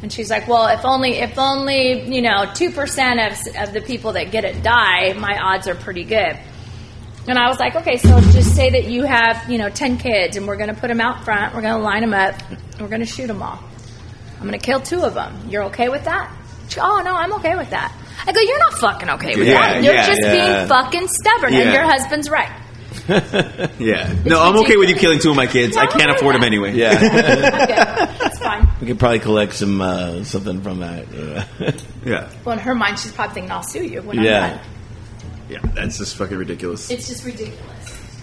[SPEAKER 2] And she's like, "Well, if only, if only, you know, two percent of of the people that get it die, my odds are pretty good." And I was like, "Okay, so just say that you have, you know, ten kids, and we're going to put them out front. We're going to line them up. And we're going to shoot them all. I'm going to kill two of them. You're okay with that?" She, oh no, I'm okay with that. I go, "You're not fucking okay with
[SPEAKER 1] Yeah,
[SPEAKER 2] that. You're
[SPEAKER 1] yeah,
[SPEAKER 2] just
[SPEAKER 3] yeah.
[SPEAKER 2] being fucking stubborn,
[SPEAKER 1] Yeah.
[SPEAKER 2] and your husband's right."
[SPEAKER 1] Yeah, no, I'm okay with you killing two of my kids. I can't afford them anyway.
[SPEAKER 3] Yeah,
[SPEAKER 2] Okay, it's fine.
[SPEAKER 3] we could probably collect some uh, something from that. Yeah.
[SPEAKER 1] yeah,
[SPEAKER 2] Well, in her mind, she's probably thinking, "I'll sue you." When I'm
[SPEAKER 3] yeah.
[SPEAKER 2] not.
[SPEAKER 1] yeah. That's just fucking ridiculous.
[SPEAKER 2] It's just ridiculous.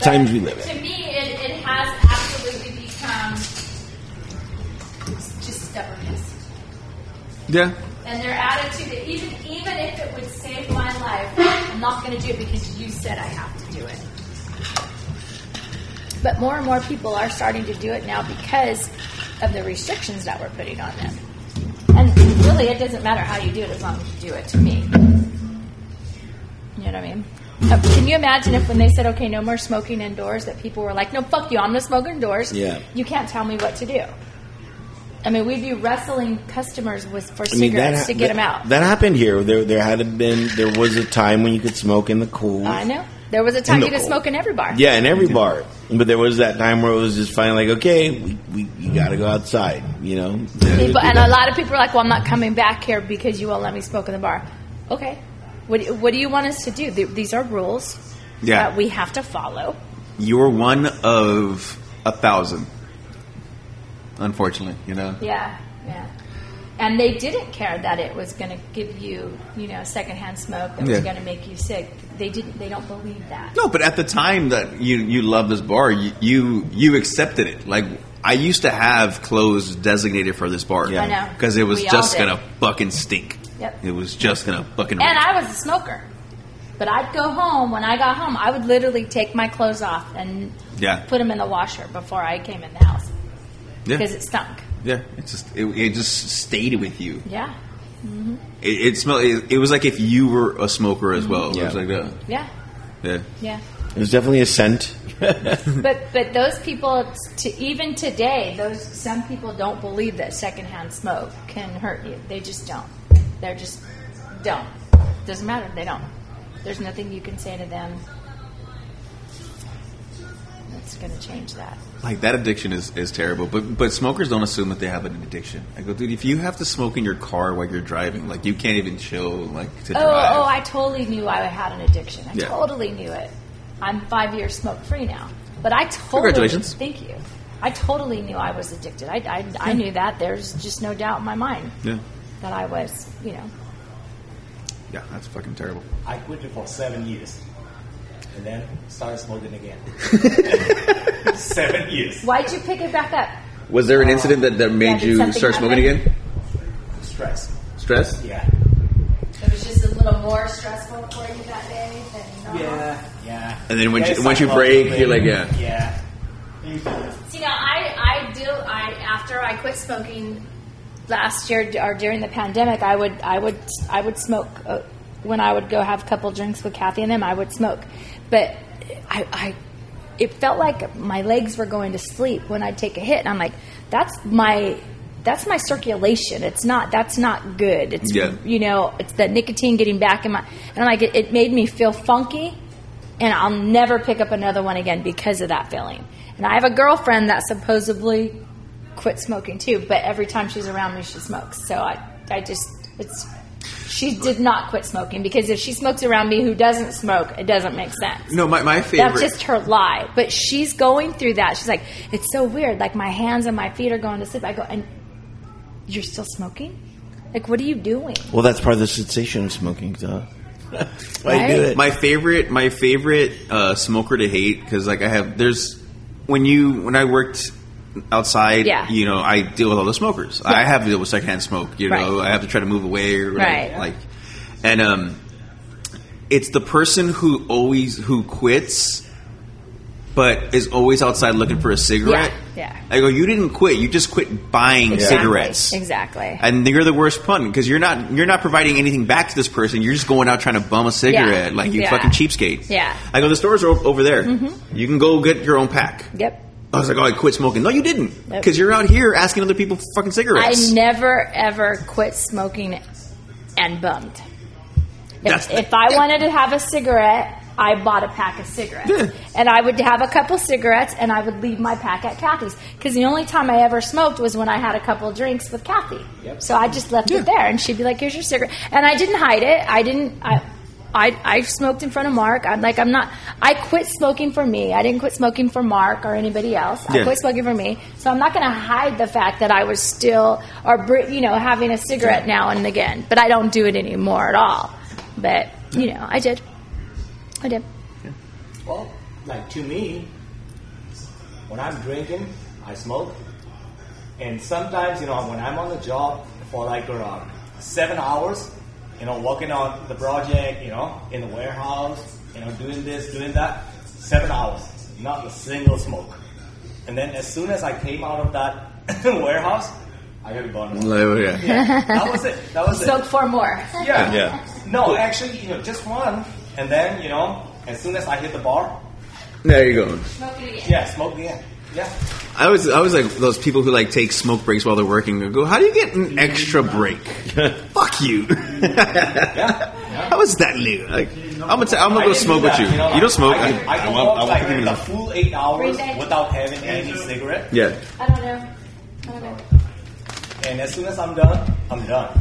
[SPEAKER 3] Times we live in.
[SPEAKER 2] To me, it, it has absolutely become just stubbornness.
[SPEAKER 1] Yeah,
[SPEAKER 2] And their attitude that even even if it would save my life, I'm not going to do it because you said I have to do it. But more and more people are starting to do it now because of the restrictions that we're putting on them. And really, it doesn't matter how you do it as long as you do it to me. You know what I mean? Uh, Can you imagine if when they said, okay, no more smoking indoors, that people were like, no, fuck you, I'm going to smoke indoors.
[SPEAKER 3] Yeah.
[SPEAKER 2] You can't tell me what to do. I mean, we'd be wrestling customers with for
[SPEAKER 3] I mean,
[SPEAKER 2] cigarettes
[SPEAKER 3] ha-
[SPEAKER 2] to get
[SPEAKER 3] that-
[SPEAKER 2] them out.
[SPEAKER 3] That happened here. There, there had been. There was a time when you could smoke in the cool.
[SPEAKER 2] I know. There was a time
[SPEAKER 3] In the
[SPEAKER 2] you could
[SPEAKER 3] cold.
[SPEAKER 2] smoke in every bar.
[SPEAKER 3] Yeah, in every bar. But there was that time where it was just finally like, okay, we, we you got to go outside. You know.
[SPEAKER 2] People, and a lot of people are like, "Well, I'm not coming back here because you won't let me smoke in the bar." Okay, what do- what do you want us to do? Th- These are rules
[SPEAKER 1] Yeah.
[SPEAKER 2] that we have to follow.
[SPEAKER 1] you're one of a thousand. Unfortunately, you know.
[SPEAKER 2] Yeah, yeah. And they didn't care that it was going to give you, you know, secondhand smoke that
[SPEAKER 1] Yeah.
[SPEAKER 2] was going to make you sick. They didn't. They don't believe that.
[SPEAKER 1] No, but at the time that you you loved this bar, you you, you accepted it. Like I used to have clothes designated for this bar.
[SPEAKER 3] Yeah. I
[SPEAKER 2] know.
[SPEAKER 1] Because it was
[SPEAKER 2] We all
[SPEAKER 1] just
[SPEAKER 2] did.
[SPEAKER 1] gonna fucking stink.
[SPEAKER 2] Yep.
[SPEAKER 1] It was just gonna fucking.
[SPEAKER 2] And I was a smoker, but I'd go home. When I got home, I would literally take my clothes off and
[SPEAKER 1] Yeah.
[SPEAKER 2] put them in the washer before I came in the house
[SPEAKER 1] yeah.
[SPEAKER 2] because it stunk.
[SPEAKER 1] yeah. It just it, it just stayed with you.
[SPEAKER 2] Yeah,
[SPEAKER 1] It, it smelled. It, it was like if you were a smoker as well. It was
[SPEAKER 3] Yeah.
[SPEAKER 1] like that.
[SPEAKER 2] yeah,
[SPEAKER 1] Yeah.
[SPEAKER 2] yeah.
[SPEAKER 3] It was definitely a scent.
[SPEAKER 2] But but those people, to even today, those some people don't believe that secondhand smoke can hurt you. They just don't. They're just don't. Doesn't matter. They don't. There's nothing you can say to them that's going to change that.
[SPEAKER 1] Like that addiction is, is terrible, but but smokers don't assume that they have an addiction. I go, dude, if you have to smoke in your car while you're driving, like you can't even chill, like to
[SPEAKER 2] Oh,
[SPEAKER 1] drive.
[SPEAKER 2] oh, I totally knew I had an addiction. I
[SPEAKER 1] Yeah.
[SPEAKER 2] totally knew it. I'm five years smoke free now. But I totally.
[SPEAKER 1] Congratulations.
[SPEAKER 2] Thank you. I totally knew I was addicted. I, I, I knew that. There's just no doubt in my mind
[SPEAKER 1] Yeah,
[SPEAKER 2] that I was, you know.
[SPEAKER 1] yeah, that's fucking terrible.
[SPEAKER 6] I quit it for seven years, and then started smoking again. seven years.
[SPEAKER 2] Why'd you pick it back up?
[SPEAKER 1] Was there an incident that, that
[SPEAKER 2] Yeah,
[SPEAKER 1] made
[SPEAKER 2] did
[SPEAKER 1] you
[SPEAKER 2] something
[SPEAKER 1] start smoking
[SPEAKER 2] happen?
[SPEAKER 1] again?
[SPEAKER 6] Stress.
[SPEAKER 1] Stress?
[SPEAKER 6] Yeah.
[SPEAKER 2] It was just a little more stressful for you that day than normal.
[SPEAKER 6] Yeah. Yeah.
[SPEAKER 1] And then when
[SPEAKER 6] Yes,
[SPEAKER 1] you- once you
[SPEAKER 6] I love
[SPEAKER 1] break,
[SPEAKER 6] the
[SPEAKER 1] you're like,
[SPEAKER 6] thing.
[SPEAKER 1] yeah.
[SPEAKER 6] Yeah.
[SPEAKER 2] See, now I, I do. I after I quit smoking last year d- or during the pandemic, I would I would I would smoke uh, when I would go have a couple drinks with Kathy and them. I would smoke, but I, I it felt like my legs were going to sleep when I'd take a hit. And I'm like, that's my that's my circulation. It's not that's not good. It's
[SPEAKER 1] Yeah.
[SPEAKER 2] you know it's the nicotine getting back in my and I'm like it, it made me feel funky and I'll never pick up another one again because of that feeling. And I have a girlfriend that supposedly quit smoking too, but every time she's around me, she smokes. So I, I just, it's, she did not quit smoking because if she smokes around me who doesn't smoke, it doesn't make sense.
[SPEAKER 1] No, my, my favorite.
[SPEAKER 2] That's just her lie. But she's going through that. She's like, it's so weird. Like my hands and my feet are going to sleep. I go, and you're still smoking? Like, what are you doing?
[SPEAKER 3] Well, that's part of the sensation of smoking, duh. Why
[SPEAKER 2] Right.
[SPEAKER 3] do it?
[SPEAKER 1] my favorite my favorite uh, smoker to hate because like I have there's when you when I worked outside
[SPEAKER 2] Yeah.
[SPEAKER 1] you know I deal with all the smokers I have to deal with secondhand smoke you know
[SPEAKER 2] Right.
[SPEAKER 1] I have to try to move away or whatever,
[SPEAKER 2] Right.
[SPEAKER 1] like and um it's the person who always who quits but is always outside looking for a cigarette
[SPEAKER 2] Yeah.
[SPEAKER 1] I go you didn't quit you just quit buying cigarettes
[SPEAKER 2] Exactly. exactly.
[SPEAKER 1] and you're the worst pun because you're not you're not providing anything back to this person. You're just going out trying to bum a cigarette like you
[SPEAKER 2] Yeah.
[SPEAKER 1] fucking cheapskate.
[SPEAKER 2] Yeah. Mm-hmm.
[SPEAKER 1] I go. The stores are o- over there. You can go get your own pack.
[SPEAKER 2] yep.
[SPEAKER 1] I was like, oh, I quit smoking. No, you didn't,
[SPEAKER 2] Nope.
[SPEAKER 1] because you're out here asking other people for fucking
[SPEAKER 2] I
[SPEAKER 1] cigarettes.
[SPEAKER 2] never ever quit smoking and bummed.
[SPEAKER 1] That's-
[SPEAKER 2] If, if I wanted to have a cigarette, I bought a pack of cigarettes. And I would have a couple cigarettes and I would leave my pack at Kathy's. Because the only time I ever smoked was when I had a couple drinks with Kathy. So I just left it there and she'd be like, here's your cigarette. And I didn't hide it. I didn't. I, I, I smoked in front of Mark. I'm like, I'm not. I quit smoking for me. I didn't quit smoking for Mark or anybody else. I
[SPEAKER 1] Yeah.
[SPEAKER 2] quit smoking for me. So I'm not going to hide the fact that I was still, or br- you know, having a cigarette now and again. But I don't do it anymore at all. But you know, I did. I did.
[SPEAKER 6] Well, like to me, when I'm drinking, I smoke, and sometimes you know when I'm on the job for like around seven hours, you know, working on the project, you know, in the warehouse, you know, doing this, doing that, seven hours, not a single smoke. And then as soon as I came out of that warehouse, I got a bonus.
[SPEAKER 1] Oh, yeah.
[SPEAKER 6] That was it. That was it.
[SPEAKER 2] Smoke four more.
[SPEAKER 6] Yeah.
[SPEAKER 1] Yeah.
[SPEAKER 6] No, actually, you know, just one. And then, you know, as soon as I hit the bar,
[SPEAKER 1] There you go.
[SPEAKER 6] yeah, smoke again. Yeah.
[SPEAKER 1] I was I was like those people who like take smoke breaks while they're working. I go, how do you get an extra break? Fuck you. How is that new? Like, I'm gonna, t- I'm gonna
[SPEAKER 6] I
[SPEAKER 1] go
[SPEAKER 6] didn't do
[SPEAKER 1] smoke with
[SPEAKER 6] that,
[SPEAKER 1] you. You,
[SPEAKER 6] know,
[SPEAKER 1] don't smoke.
[SPEAKER 6] I, can- I, can
[SPEAKER 1] won't-
[SPEAKER 6] walk
[SPEAKER 1] I won't
[SPEAKER 6] like
[SPEAKER 1] think of
[SPEAKER 6] the
[SPEAKER 1] it.
[SPEAKER 6] full eight hours
[SPEAKER 2] Breathe in.
[SPEAKER 6] without having any cigarette,
[SPEAKER 1] Yeah.
[SPEAKER 2] I don't know. I don't know.
[SPEAKER 6] and as soon as I'm done, I'm done.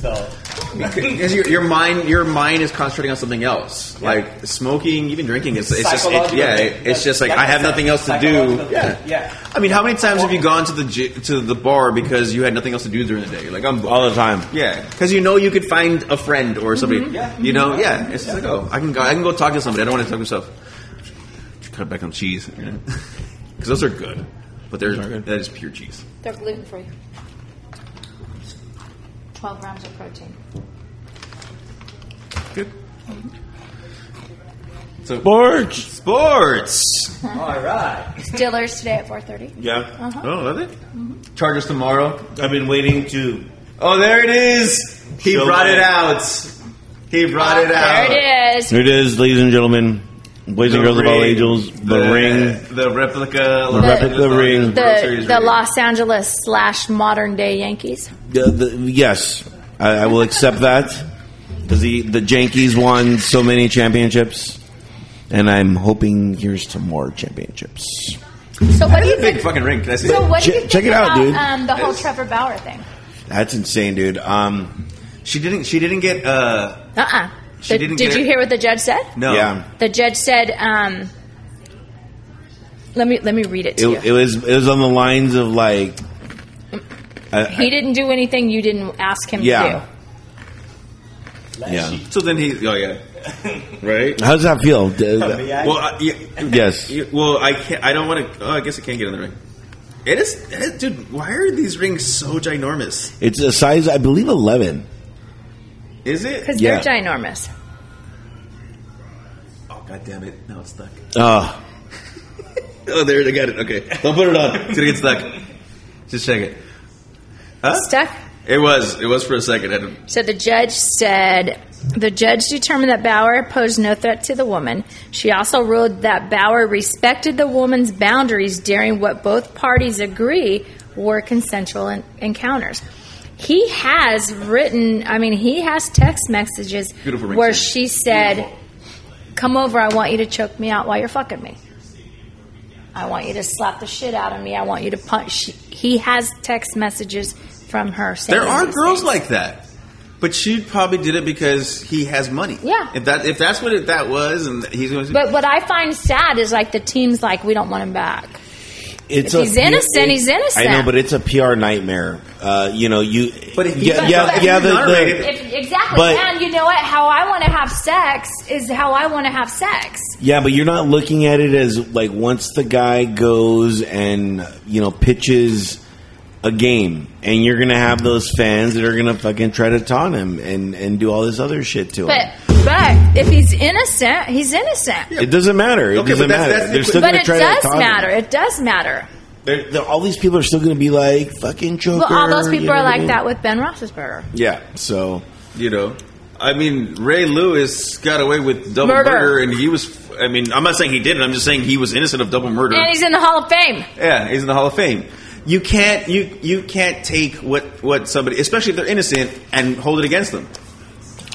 [SPEAKER 6] So
[SPEAKER 1] because your, your mind your mind is concentrating on something else
[SPEAKER 6] Yeah.
[SPEAKER 1] like smoking even drinking it's, it's just it,
[SPEAKER 6] Psychological
[SPEAKER 1] yeah
[SPEAKER 6] thing.
[SPEAKER 1] it, it's just like
[SPEAKER 6] Like
[SPEAKER 1] i
[SPEAKER 6] I
[SPEAKER 1] have
[SPEAKER 6] said,
[SPEAKER 1] nothing else to do
[SPEAKER 6] psychological
[SPEAKER 1] yeah
[SPEAKER 6] thing. Yeah.
[SPEAKER 1] i mean how many times have you gone to the gy- to the bar because you had nothing else to do during the day like i'm bored.
[SPEAKER 3] All the time.
[SPEAKER 1] yeah because you know you could find a friend or somebody
[SPEAKER 6] Mm-hmm. Yeah.
[SPEAKER 1] you know yeah it's just like oh i can go i can go talk to somebody i don't want to talk to myself cut back on cheese you know? 'Cause because those are good but there's that is pure cheese
[SPEAKER 5] They're gluten free. 12 grams of protein.
[SPEAKER 1] good so
[SPEAKER 3] Borge.
[SPEAKER 1] sports
[SPEAKER 6] all right,
[SPEAKER 5] Dillers today at 4.30.
[SPEAKER 3] Yeah.
[SPEAKER 6] Uh-huh.
[SPEAKER 1] Oh, love it.
[SPEAKER 6] Mm-hmm.
[SPEAKER 1] Chargers tomorrow.
[SPEAKER 3] I've been waiting to.
[SPEAKER 1] Oh, there it is. He
[SPEAKER 3] Show
[SPEAKER 1] brought it
[SPEAKER 3] them.
[SPEAKER 1] out. He brought it out.
[SPEAKER 2] There it is.
[SPEAKER 3] Here it is, ladies and gentlemen, boys and girls of all ages. The, ring.
[SPEAKER 1] the replica,
[SPEAKER 3] The replica ring.
[SPEAKER 1] World
[SPEAKER 2] The
[SPEAKER 1] Series
[SPEAKER 2] the
[SPEAKER 1] ring.
[SPEAKER 2] Los Angeles slash modern day Yankees.
[SPEAKER 3] The, the, yes, I, I will accept that because the the Yankees won so many championships, and I'm hoping here's to more championships.
[SPEAKER 2] So what
[SPEAKER 1] That's
[SPEAKER 2] do you
[SPEAKER 1] a big
[SPEAKER 2] think?
[SPEAKER 1] fucking ring. Can I see
[SPEAKER 2] So
[SPEAKER 1] it?
[SPEAKER 2] what do you
[SPEAKER 3] Check-
[SPEAKER 2] think
[SPEAKER 3] check it out,
[SPEAKER 2] about,
[SPEAKER 3] dude.
[SPEAKER 2] Um, the whole Trevor Bauer thing.
[SPEAKER 3] That's insane, dude. Um,
[SPEAKER 1] She didn't. She didn't get. Uh,
[SPEAKER 2] Uh uh
[SPEAKER 1] She didn't
[SPEAKER 2] did
[SPEAKER 1] get
[SPEAKER 2] you
[SPEAKER 1] it.
[SPEAKER 2] hear what the judge said?
[SPEAKER 1] no.
[SPEAKER 3] yeah.
[SPEAKER 2] The judge said, um, "Let me let me read it to
[SPEAKER 3] It, it
[SPEAKER 2] you.
[SPEAKER 3] was it was on the lines of like,
[SPEAKER 2] he didn't do anything you didn't ask him to
[SPEAKER 3] yeah,
[SPEAKER 2] do.
[SPEAKER 3] yeah.
[SPEAKER 1] So then he. Oh yeah. right.
[SPEAKER 3] How does that feel? D-
[SPEAKER 6] May I-
[SPEAKER 1] Well, I, yeah,
[SPEAKER 3] Yes.
[SPEAKER 1] you- well, I can't. I don't want to. Oh, I guess I can't get in the ring. It is, it is, dude. Why are these rings so ginormous?
[SPEAKER 3] It's a size, I believe, eleven.
[SPEAKER 1] Is it?
[SPEAKER 2] because
[SPEAKER 3] Yeah.
[SPEAKER 2] they're ginormous.
[SPEAKER 1] Oh god damn it! Now it's stuck.
[SPEAKER 3] Uh,
[SPEAKER 1] Oh, there, I got it. Okay, don't put it on. It's gonna get stuck. Just check it. Huh?
[SPEAKER 2] Stuck.
[SPEAKER 1] It was. It was for a second. I didn't-
[SPEAKER 2] So the judge said the judge determined that Bauer posed no threat to the woman. She also ruled that Bauer respected the woman's boundaries during what both parties agree were consensual en- encounters. He has written, I mean, he has text messages
[SPEAKER 1] Beautiful ring
[SPEAKER 2] where
[SPEAKER 1] scene.
[SPEAKER 2] she said, come over. I want you to choke me out while you're fucking me. I want you to slap the shit out of me. I want you to punch. He has text messages from her. Saying
[SPEAKER 1] There are
[SPEAKER 2] these
[SPEAKER 1] girls
[SPEAKER 2] things.
[SPEAKER 1] like that, but she probably did it because he has money.
[SPEAKER 2] Yeah.
[SPEAKER 1] If that if that's what it, that was, and he's going to.
[SPEAKER 2] But what I find sad is like the team's like, we don't want him back.
[SPEAKER 3] It's
[SPEAKER 2] If
[SPEAKER 3] a
[SPEAKER 2] he's innocent, he's innocent.
[SPEAKER 3] I know, but it's a PR nightmare. Uh, you know, you.
[SPEAKER 1] But if he's-
[SPEAKER 3] yeah,
[SPEAKER 1] but-
[SPEAKER 3] yeah, yeah.
[SPEAKER 1] but if he's
[SPEAKER 3] The, the,
[SPEAKER 1] exonerated-
[SPEAKER 2] If, exactly.
[SPEAKER 3] But-
[SPEAKER 2] and you know what? How I want to have sex is how I want to have sex.
[SPEAKER 3] yeah, but you're not looking at it as like once the guy goes and you know pitches a game, and you're gonna have those fans that are gonna fucking try to taunt him and and do all this other shit to
[SPEAKER 2] But
[SPEAKER 3] him.
[SPEAKER 2] but if he's innocent, he's innocent.
[SPEAKER 3] It doesn't matter. It
[SPEAKER 1] Okay, but
[SPEAKER 3] doesn't
[SPEAKER 1] that's-
[SPEAKER 3] matter.
[SPEAKER 1] that's the
[SPEAKER 3] They're
[SPEAKER 1] equi-
[SPEAKER 3] still
[SPEAKER 2] But
[SPEAKER 3] gonna
[SPEAKER 2] it
[SPEAKER 3] try to
[SPEAKER 2] does
[SPEAKER 3] taunt
[SPEAKER 2] matter.
[SPEAKER 3] Him.
[SPEAKER 2] It does matter.
[SPEAKER 3] They're, they're, all these people are still gonna be like fucking choker.
[SPEAKER 2] Well, all those people
[SPEAKER 3] you know
[SPEAKER 2] are
[SPEAKER 3] what I
[SPEAKER 2] like
[SPEAKER 3] mean?
[SPEAKER 2] that with Ben Roethlisberger.
[SPEAKER 3] Yeah. So
[SPEAKER 1] you know. I mean, Ray Lewis got away with double
[SPEAKER 2] Murder.
[SPEAKER 1] murder. and he was. I mean, I'm not saying he did it. I'm just saying he was innocent of double murder.
[SPEAKER 2] And he's in the Hall of Fame.
[SPEAKER 1] yeah, he's in the Hall of Fame. You can't you you can't take what what somebody, especially if they're innocent, and hold it against them.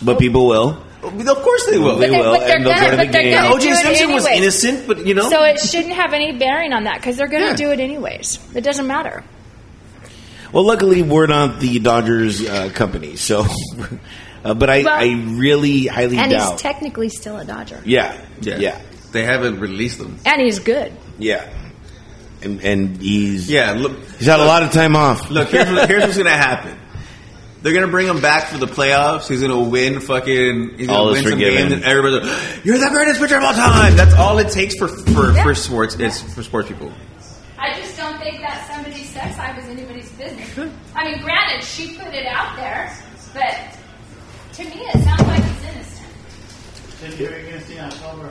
[SPEAKER 3] But people will.
[SPEAKER 1] Of course they will.
[SPEAKER 3] They
[SPEAKER 2] they-
[SPEAKER 3] will,
[SPEAKER 2] but they're
[SPEAKER 3] and they'll go
[SPEAKER 2] gonna-
[SPEAKER 3] to the
[SPEAKER 2] but they're
[SPEAKER 3] game.
[SPEAKER 2] gonna
[SPEAKER 1] Yeah,
[SPEAKER 2] do
[SPEAKER 1] OJ
[SPEAKER 2] it
[SPEAKER 1] Simpson was
[SPEAKER 2] anyways.
[SPEAKER 1] innocent, but you know,
[SPEAKER 2] So it shouldn't have any bearing on that because they're going to
[SPEAKER 1] Yeah.
[SPEAKER 2] do it anyways. It doesn't matter.
[SPEAKER 3] Well, luckily we're not the Dodgers uh, company, so. uh, but I,
[SPEAKER 2] Well-
[SPEAKER 3] I really highly
[SPEAKER 2] And
[SPEAKER 3] doubt.
[SPEAKER 2] he's technically still a Dodger.
[SPEAKER 3] yeah, yeah,
[SPEAKER 1] yeah,
[SPEAKER 3] yeah,
[SPEAKER 1] they haven't released them.
[SPEAKER 2] And he's good.
[SPEAKER 3] and, and he's
[SPEAKER 1] Yeah, look,
[SPEAKER 3] he's had a lot of time off.
[SPEAKER 1] Look, here's, what, here's what's gonna happen. They're gonna bring him back for the playoffs. He's gonna win fucking. He's gonna
[SPEAKER 3] All is
[SPEAKER 1] win some
[SPEAKER 3] forgiven.
[SPEAKER 1] games, and everybody's like, "You're the greatest pitcher of all time." That's all it takes for for, for sports. It's for sports people.
[SPEAKER 5] I just don't think that somebody's sex life is anybody's business. I mean, granted, she put it out there, but to me, it sounds like it's innocent.
[SPEAKER 7] Then you're gonna see in October.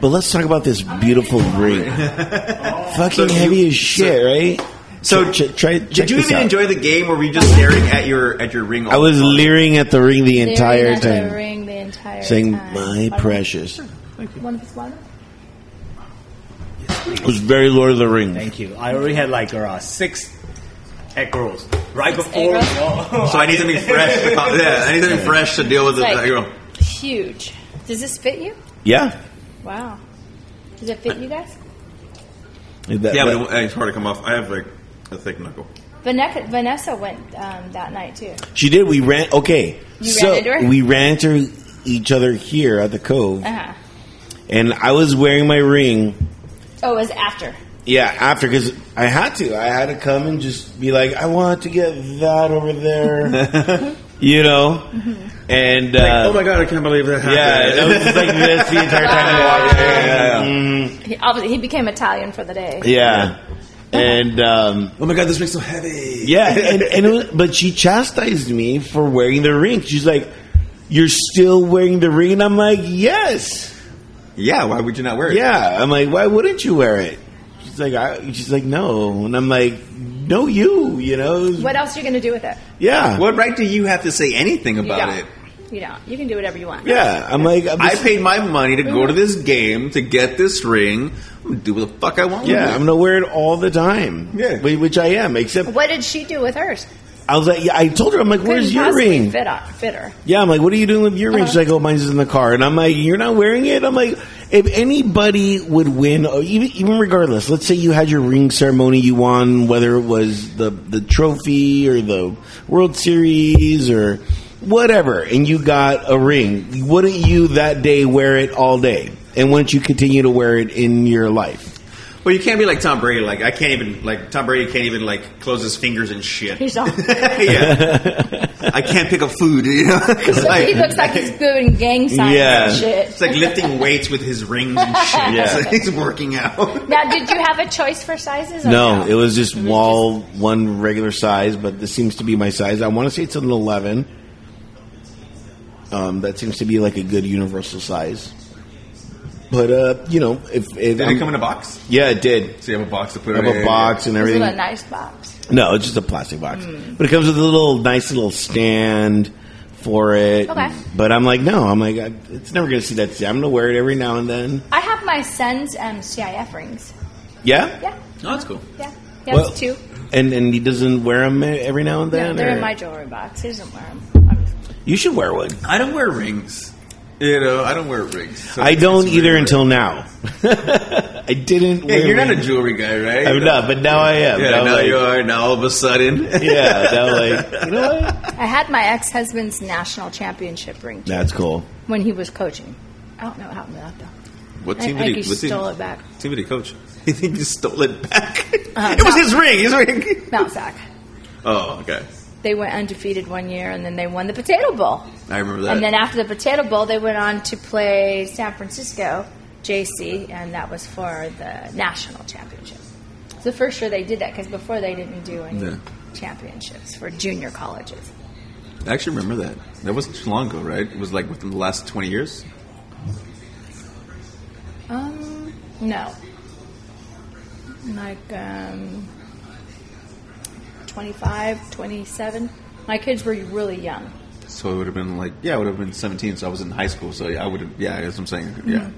[SPEAKER 3] But let's talk about this beautiful ring. Fucking
[SPEAKER 1] So
[SPEAKER 3] heavy
[SPEAKER 1] you-
[SPEAKER 3] as shit,
[SPEAKER 1] so-
[SPEAKER 3] right?
[SPEAKER 1] So,
[SPEAKER 3] Ch- ch- try- check
[SPEAKER 1] did you
[SPEAKER 3] this
[SPEAKER 1] even
[SPEAKER 3] out.
[SPEAKER 1] enjoy the game? Or were you just staring at your at your ring? All
[SPEAKER 3] I was
[SPEAKER 1] the time?
[SPEAKER 3] leering at the ring the entire
[SPEAKER 2] They're in the
[SPEAKER 3] time,
[SPEAKER 2] ring the entire
[SPEAKER 3] saying,
[SPEAKER 2] time.
[SPEAKER 3] "My precious."
[SPEAKER 2] One of his one.
[SPEAKER 3] It was very Lord of the Ring.
[SPEAKER 6] Thank you. I already had like uh, six egg rolls right before.
[SPEAKER 2] egg
[SPEAKER 3] Oh.
[SPEAKER 1] So I need something fresh. to co- yeah, I need something fresh to deal with the.
[SPEAKER 2] Like-
[SPEAKER 1] you know.
[SPEAKER 2] Huge. Does this fit you?
[SPEAKER 3] Yeah,
[SPEAKER 2] Wow. Does it fit you guys?
[SPEAKER 3] That-
[SPEAKER 1] yeah,
[SPEAKER 3] that-
[SPEAKER 1] but it- it's hard to come off. I have like a thick knuckle.
[SPEAKER 2] Vanessa, Vanessa went um, that night too.
[SPEAKER 3] She did. We ran. Okay,
[SPEAKER 2] You
[SPEAKER 3] so
[SPEAKER 2] ran into her?
[SPEAKER 3] we ran into each other here at the Cove,
[SPEAKER 2] Uh-huh.
[SPEAKER 3] and I was wearing my ring.
[SPEAKER 2] Oh, it was after.
[SPEAKER 3] Yeah, after because I had to. I had to come and just be like, I want to get that over there, you know. And uh,
[SPEAKER 1] oh my god, I can't believe that happened.
[SPEAKER 3] yeah, and I was just like this the entire time. Yeah, yeah, yeah, mhm,
[SPEAKER 2] He, obviously, he became Italian for the day.
[SPEAKER 3] yeah. and um,
[SPEAKER 1] oh my god, this ring's so heavy.
[SPEAKER 3] Yeah, and, and it was, but she chastised me for wearing the ring. She's like, "You're still wearing the ring," and I'm like, "Yes,
[SPEAKER 1] yeah. Why would you not wear it?
[SPEAKER 3] yeah." I'm like, "Why wouldn't you wear it?" She's like, I, "She's like, no," and I'm like, "No, you, you know,
[SPEAKER 2] What else are you going to do with it?
[SPEAKER 3] yeah,
[SPEAKER 1] What right do you have to say anything
[SPEAKER 2] You
[SPEAKER 1] about
[SPEAKER 2] don't.
[SPEAKER 1] it?
[SPEAKER 2] You don't. You can do whatever you want.
[SPEAKER 3] yeah." I'm like, I'm
[SPEAKER 1] I
[SPEAKER 3] just,
[SPEAKER 1] paid my money to go to this game to get this ring. I'm gonna do what the fuck I want. with
[SPEAKER 3] "Yeah,
[SPEAKER 1] it.
[SPEAKER 3] I'm gonna wear it all the time."
[SPEAKER 1] Yeah.
[SPEAKER 3] Wh- which I am. Except
[SPEAKER 2] What did she do with hers?
[SPEAKER 3] I was like, yeah, I told her, I'm like, "Where's
[SPEAKER 2] Couldn't
[SPEAKER 3] your
[SPEAKER 2] possibly
[SPEAKER 3] ring?"
[SPEAKER 2] Fit, her- fit her.
[SPEAKER 3] Yeah, I'm like, what are you doing with your ring? She's like, oh, mine's in the car. And I'm like, you're not wearing it? I'm like, if anybody would win, or even, even regardless, let's say you had your ring ceremony, you won, whether it was the, the trophy or the World Series or whatever, and you got a ring, wouldn't you that day wear it all day? And wouldn't you continue to wear it in your life?
[SPEAKER 1] Well, you can't be like Tom Brady. Like I can't even like Tom Brady can't even like close his fingers and shit.
[SPEAKER 2] He's all,
[SPEAKER 1] yeah, I can't pick up food. You know, 'Cause
[SPEAKER 2] so
[SPEAKER 1] I-
[SPEAKER 2] he looks like he's doing gang signs
[SPEAKER 3] Yeah.
[SPEAKER 2] and
[SPEAKER 1] it's
[SPEAKER 2] shit.
[SPEAKER 1] like lifting weights with his rings and shit.
[SPEAKER 3] Yeah.
[SPEAKER 1] It's like he's working out.
[SPEAKER 2] Now, did you have a choice for sizes? Or Mm-hmm.
[SPEAKER 3] No, it was just wall one regular size, but this seems to be my size. I want to say it's an eleven. Um, that seems to be like a good universal size. But uh, you know, if, if
[SPEAKER 1] Did
[SPEAKER 3] I'm-
[SPEAKER 1] it come in a box?
[SPEAKER 3] yeah, it did.
[SPEAKER 1] So you have a box to put
[SPEAKER 3] I have
[SPEAKER 1] it in.
[SPEAKER 3] a box and
[SPEAKER 2] Was it
[SPEAKER 3] everything.
[SPEAKER 2] a Hmm. nice box?
[SPEAKER 3] No, it's just a plastic box, but it comes with a little nice little stand for it.
[SPEAKER 2] Okay.
[SPEAKER 3] But I'm like, no, I'm like, I, it's never gonna see that. I'm gonna wear it every now and then.
[SPEAKER 2] I have my son's um, CIF rings.
[SPEAKER 3] Yeah.
[SPEAKER 2] Yeah,
[SPEAKER 1] No, that's cool.
[SPEAKER 2] yeah. He has
[SPEAKER 3] Oh, Well,
[SPEAKER 2] two.
[SPEAKER 3] And and he doesn't wear them every now and
[SPEAKER 2] No,
[SPEAKER 3] then.
[SPEAKER 2] they're
[SPEAKER 3] or-
[SPEAKER 2] in my jewelry box. He doesn't wear them.
[SPEAKER 3] You should wear one.
[SPEAKER 1] I don't wear rings. You know, I don't wear wigs. so
[SPEAKER 3] I
[SPEAKER 1] it's-
[SPEAKER 3] don't
[SPEAKER 1] it's
[SPEAKER 3] either
[SPEAKER 1] weird.
[SPEAKER 3] until now. I didn't.
[SPEAKER 1] Yeah,
[SPEAKER 3] wear
[SPEAKER 1] you're not a
[SPEAKER 3] wigs.
[SPEAKER 1] jewelry guy, right?
[SPEAKER 3] I'm not, but now I am.
[SPEAKER 1] Yeah,
[SPEAKER 3] now
[SPEAKER 1] now
[SPEAKER 3] like-
[SPEAKER 1] you are. Now all of a sudden,
[SPEAKER 3] Yeah, now like you know what?
[SPEAKER 2] I had my ex husband's national championship ring
[SPEAKER 3] That's cool.
[SPEAKER 2] when he was coaching. I don't know what happened to that though.
[SPEAKER 1] What
[SPEAKER 2] I
[SPEAKER 1] team
[SPEAKER 2] think
[SPEAKER 1] did he?
[SPEAKER 2] he
[SPEAKER 1] what
[SPEAKER 2] stole
[SPEAKER 1] team,
[SPEAKER 2] it back.
[SPEAKER 1] Team did he coach? He think he stole it back.
[SPEAKER 2] Uh,
[SPEAKER 1] it was
[SPEAKER 2] no.
[SPEAKER 1] his ring. His ring.
[SPEAKER 2] Mount Sac.
[SPEAKER 1] Oh, okay.
[SPEAKER 2] They went undefeated one year and then they won the Potato Bowl.
[SPEAKER 1] I remember that.
[SPEAKER 2] And then after the Potato Bowl, they went on to play San Francisco JC, and that was for the national championship. It's the first year they did that because before they didn't do any
[SPEAKER 1] Yeah.
[SPEAKER 2] championships for junior colleges.
[SPEAKER 1] I actually remember that. That wasn't too long ago, right? It was like within the last twenty years.
[SPEAKER 2] Um, no. Like, um, 25, 27. My kids were really young.
[SPEAKER 1] So it would have been like, yeah, I would have been seventeen. So I was in high school. So I would have, yeah, that's what I'm saying. Yeah,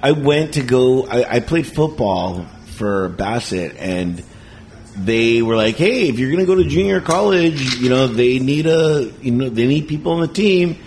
[SPEAKER 3] I went to go. I, I played football for Bassett, and they were like, "Hey, if you're going to go to junior college, you know they need a you know they need people on the team."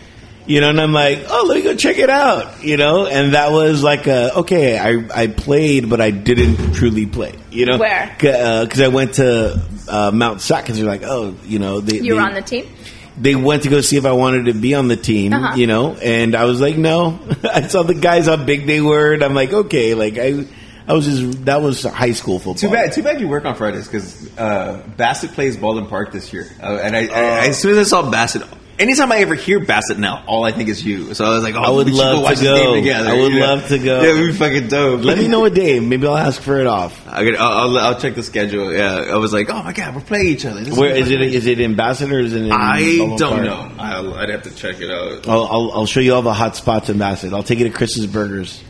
[SPEAKER 3] You know, and I'm like, "Oh, let me go check it out." You know, and that was like, a, "Okay, I I played, but I didn't truly play." You know,
[SPEAKER 2] Where?
[SPEAKER 3] Because I went to uh, Mount Sac, because they're like, "Oh, you know, they
[SPEAKER 2] You were
[SPEAKER 3] they-
[SPEAKER 2] on the team?
[SPEAKER 3] they went to go see if I wanted to be on the team,
[SPEAKER 2] Uh-huh.
[SPEAKER 3] you know, and I was like, no. I saw the guys how big they were, and I'm like, okay, like I, I was just that was high school football.
[SPEAKER 1] Too bad. Too bad you work on Fridays because uh, Bassett plays Baldwin Park this year, uh, and I, I, as soon as I saw Bassett, anytime I ever hear Bassett now, all I think is you. So I was like, oh,
[SPEAKER 3] I would
[SPEAKER 1] we should
[SPEAKER 3] love to
[SPEAKER 1] watch this game
[SPEAKER 3] go.
[SPEAKER 1] Together,
[SPEAKER 3] I would
[SPEAKER 1] you know?
[SPEAKER 3] love to go.
[SPEAKER 1] Yeah, we fucking dope.
[SPEAKER 3] Let me know a day, maybe I'll ask for it off.
[SPEAKER 1] I could, I'll, I'll, I'll check the schedule. Yeah, I was like, oh my god, we're playing each other. This
[SPEAKER 3] Where is
[SPEAKER 1] fucking-
[SPEAKER 3] it? Is it in Bassett or is it? in
[SPEAKER 1] I
[SPEAKER 3] Baldwin
[SPEAKER 1] don't
[SPEAKER 3] Park?
[SPEAKER 1] know. I'll, I'd have to check it out.
[SPEAKER 3] I'll, I'll I'll show you all the hot spots in Bassett. I'll take you to Chris's Burgers.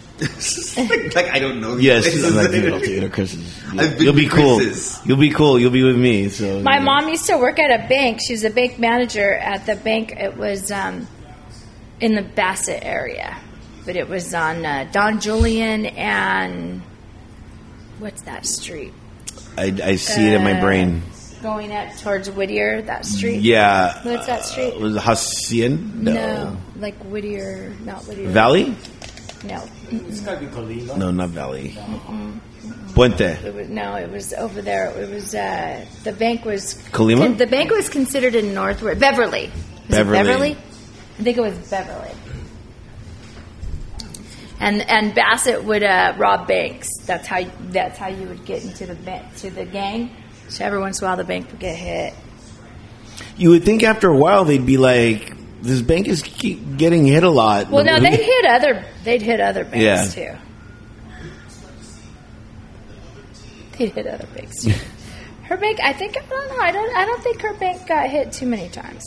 [SPEAKER 1] like, I don't know.
[SPEAKER 3] Yes, I'm like, dude, I'll take you to Chris's.
[SPEAKER 1] I've been
[SPEAKER 3] You'll be
[SPEAKER 1] to
[SPEAKER 3] cool.
[SPEAKER 1] Chris's.
[SPEAKER 3] You'll be cool. You'll be with me. So
[SPEAKER 2] My
[SPEAKER 3] you know.
[SPEAKER 2] mom used to work at a bank. She was a bank manager at the bank. It was um, in the Bassett area, but it was on uh, Don Julian and what's that street?
[SPEAKER 3] I, I see it in my
[SPEAKER 2] Uh,
[SPEAKER 3] brain.
[SPEAKER 2] Going up towards Whittier, that street.
[SPEAKER 3] Yeah.
[SPEAKER 2] What's that street?
[SPEAKER 3] Uh, was it Hacienda?
[SPEAKER 2] like Whittier, not Whittier.
[SPEAKER 3] Valley?
[SPEAKER 2] No,
[SPEAKER 6] It's gotta be Colima.
[SPEAKER 3] No, not Valley. Puente.
[SPEAKER 2] it was no. It was over there. It was uh, the bank was
[SPEAKER 3] Colima?
[SPEAKER 2] The bank was considered in Northwood, Beverly. Was it
[SPEAKER 3] Beverly.
[SPEAKER 2] Beverly. I think it was Beverly. And and Bassett would uh, rob banks. That's how that's how you would get into the ba- to the gang. So every once in a while, the bank would get hit.
[SPEAKER 3] You would think after a while they'd be like, this bank is keep getting hit a lot.
[SPEAKER 2] Well, no,
[SPEAKER 3] Like,
[SPEAKER 2] they'd hit other they'd hit other banks
[SPEAKER 3] Yeah.
[SPEAKER 2] too. They'd hit other banks. Too. Her bank, I think. I don't know. I don't. I don't think her bank got hit too many times.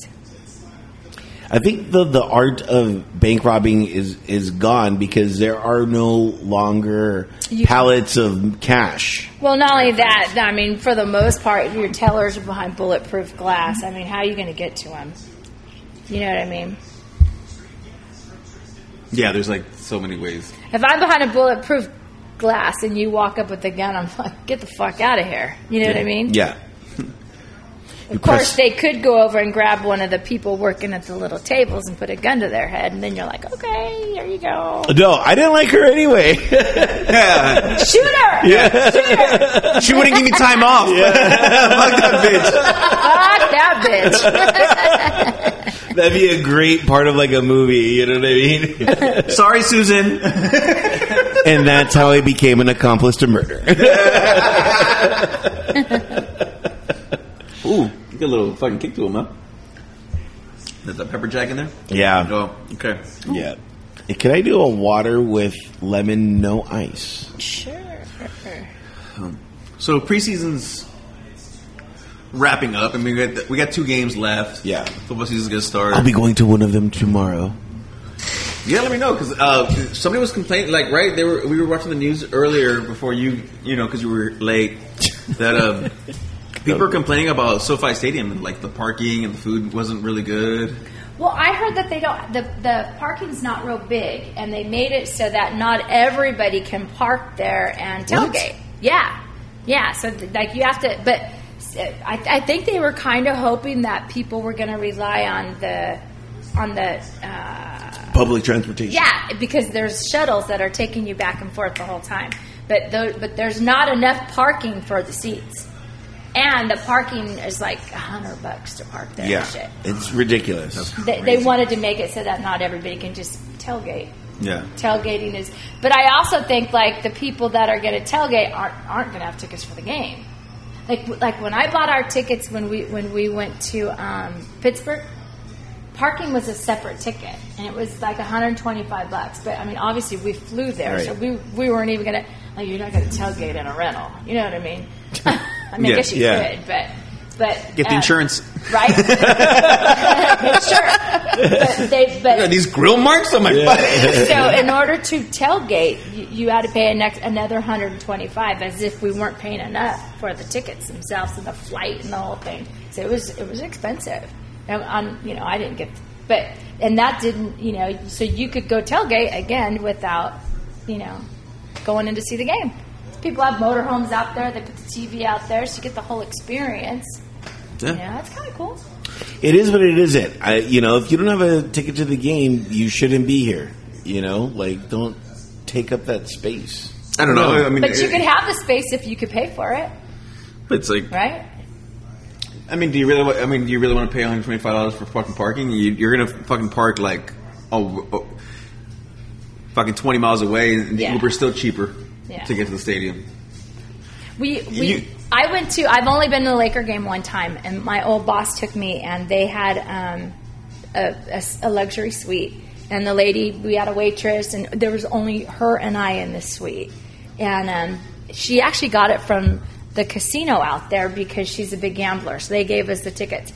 [SPEAKER 3] I think the, the art of bank robbing is, is gone because there are no longer
[SPEAKER 2] You-
[SPEAKER 3] pallets of cash.
[SPEAKER 2] Well, not only that. I mean, for the most part, your tellers are behind bulletproof glass. I mean, how are you going to get to them? You know what I mean?
[SPEAKER 1] Yeah, there's like so many ways.
[SPEAKER 2] If I'm behind a bulletproof glass and you walk up with a gun, I'm like, get the fuck out of here. You know what I mean?
[SPEAKER 3] Yeah.
[SPEAKER 2] Of course, they could go over and grab one of the people working at the little tables and put a gun to their head, and then you're like, okay, here you go.
[SPEAKER 3] No, I didn't like her anyway.
[SPEAKER 2] Shoot her!
[SPEAKER 1] She wouldn't give me time off. Fuck that bitch.
[SPEAKER 2] Fuck that bitch.
[SPEAKER 3] That'd be a great part of like a movie, you know what I mean?
[SPEAKER 1] Sorry, Susan.
[SPEAKER 3] and that's how I became an accomplice to murder.
[SPEAKER 1] Ooh, you get a little fucking kick to him, huh? There's a pepper jack in there.
[SPEAKER 3] yeah.
[SPEAKER 1] Oh, okay.
[SPEAKER 3] Yeah. Can I do a water with lemon, no ice?
[SPEAKER 2] sure.
[SPEAKER 1] So preseason's wrapping up, and we got we got two games left.
[SPEAKER 3] Yeah.
[SPEAKER 1] football season's gonna start.
[SPEAKER 3] I'll be going to one of them tomorrow.
[SPEAKER 1] yeah, let me know because uh, somebody was complaining. Like, right? They were we were watching the news earlier before you you know because you were late that um, people were complaining about SoFi Stadium and like the parking and the food wasn't really good.
[SPEAKER 2] Well, I heard that they don't. The the parking's not real big, and they made it so that not everybody can park there and
[SPEAKER 3] What?
[SPEAKER 2] tailgate. Yeah, yeah. So th- like you have to, but s- I, I think they were kind of hoping that people were going to rely on the on the uh,
[SPEAKER 3] Public transportation.
[SPEAKER 2] Yeah, because there's shuttles that are taking you back and forth the whole time. But tho- but there's not enough parking for the seats, and the parking is like a hundred bucks to park there.
[SPEAKER 6] Yeah.
[SPEAKER 2] And shit.
[SPEAKER 3] It's ridiculous.
[SPEAKER 2] They, they wanted to make it so that not everybody can just tailgate.
[SPEAKER 6] Yeah.
[SPEAKER 2] Tailgating is, but I also think like the people that are going to tailgate aren't aren't going to have tickets for the game. Like like when I bought our tickets when we when we went to um, Pittsburgh, parking was a separate ticket and it was like 125 bucks. But I mean, obviously we flew there, so
[SPEAKER 3] Right.
[SPEAKER 2] we we weren't even going to like you're not going to tailgate in a rental. You know what I mean? I mean,
[SPEAKER 6] Yeah,
[SPEAKER 2] I guess you
[SPEAKER 3] yeah.
[SPEAKER 2] could, but but
[SPEAKER 6] Get the
[SPEAKER 2] uh,
[SPEAKER 6] insurance.
[SPEAKER 2] right? sure. But they,
[SPEAKER 6] I got
[SPEAKER 2] but
[SPEAKER 6] these grill marks on my butt.
[SPEAKER 2] so in order to tailgate, you, you had to pay an ex, another 125, as if we weren't paying enough for the tickets themselves and the flight and the whole thing. So it was it was expensive. And on you know I didn't get, but and that didn't you know so you could go tailgate again without you know going in to see the game. People have motorhomes out there. They put the TV out there, so you get the whole experience.
[SPEAKER 6] Yeah.
[SPEAKER 2] You know, that's kind of cool.
[SPEAKER 3] It is what it isn't. I, you know, if you don't have a ticket to the game, you shouldn't be here. You know, like don't take up that space.
[SPEAKER 6] I don't know. I mean,
[SPEAKER 2] But you
[SPEAKER 6] it-
[SPEAKER 2] could have the space if you could pay for it,
[SPEAKER 6] but it's like,
[SPEAKER 2] right?
[SPEAKER 6] I mean, do you really? wa- I mean, do you really want to pay 125 dollars for fucking parking? You, you're gonna fucking park like, oh, oh, fucking 20 miles away, and the
[SPEAKER 2] Yeah.
[SPEAKER 6] Uber's still cheaper
[SPEAKER 2] Yeah.
[SPEAKER 6] to get to the stadium.
[SPEAKER 2] We we
[SPEAKER 6] You-
[SPEAKER 2] I went to I've only been to the Laker game one time, and my old boss took me, and they had um, a, a s- a luxury suite, and the lady we had a waitress, and there was only her and I in this suite, and um, she actually got it from the casino out there because she's a big gambler, so they gave us the tickets.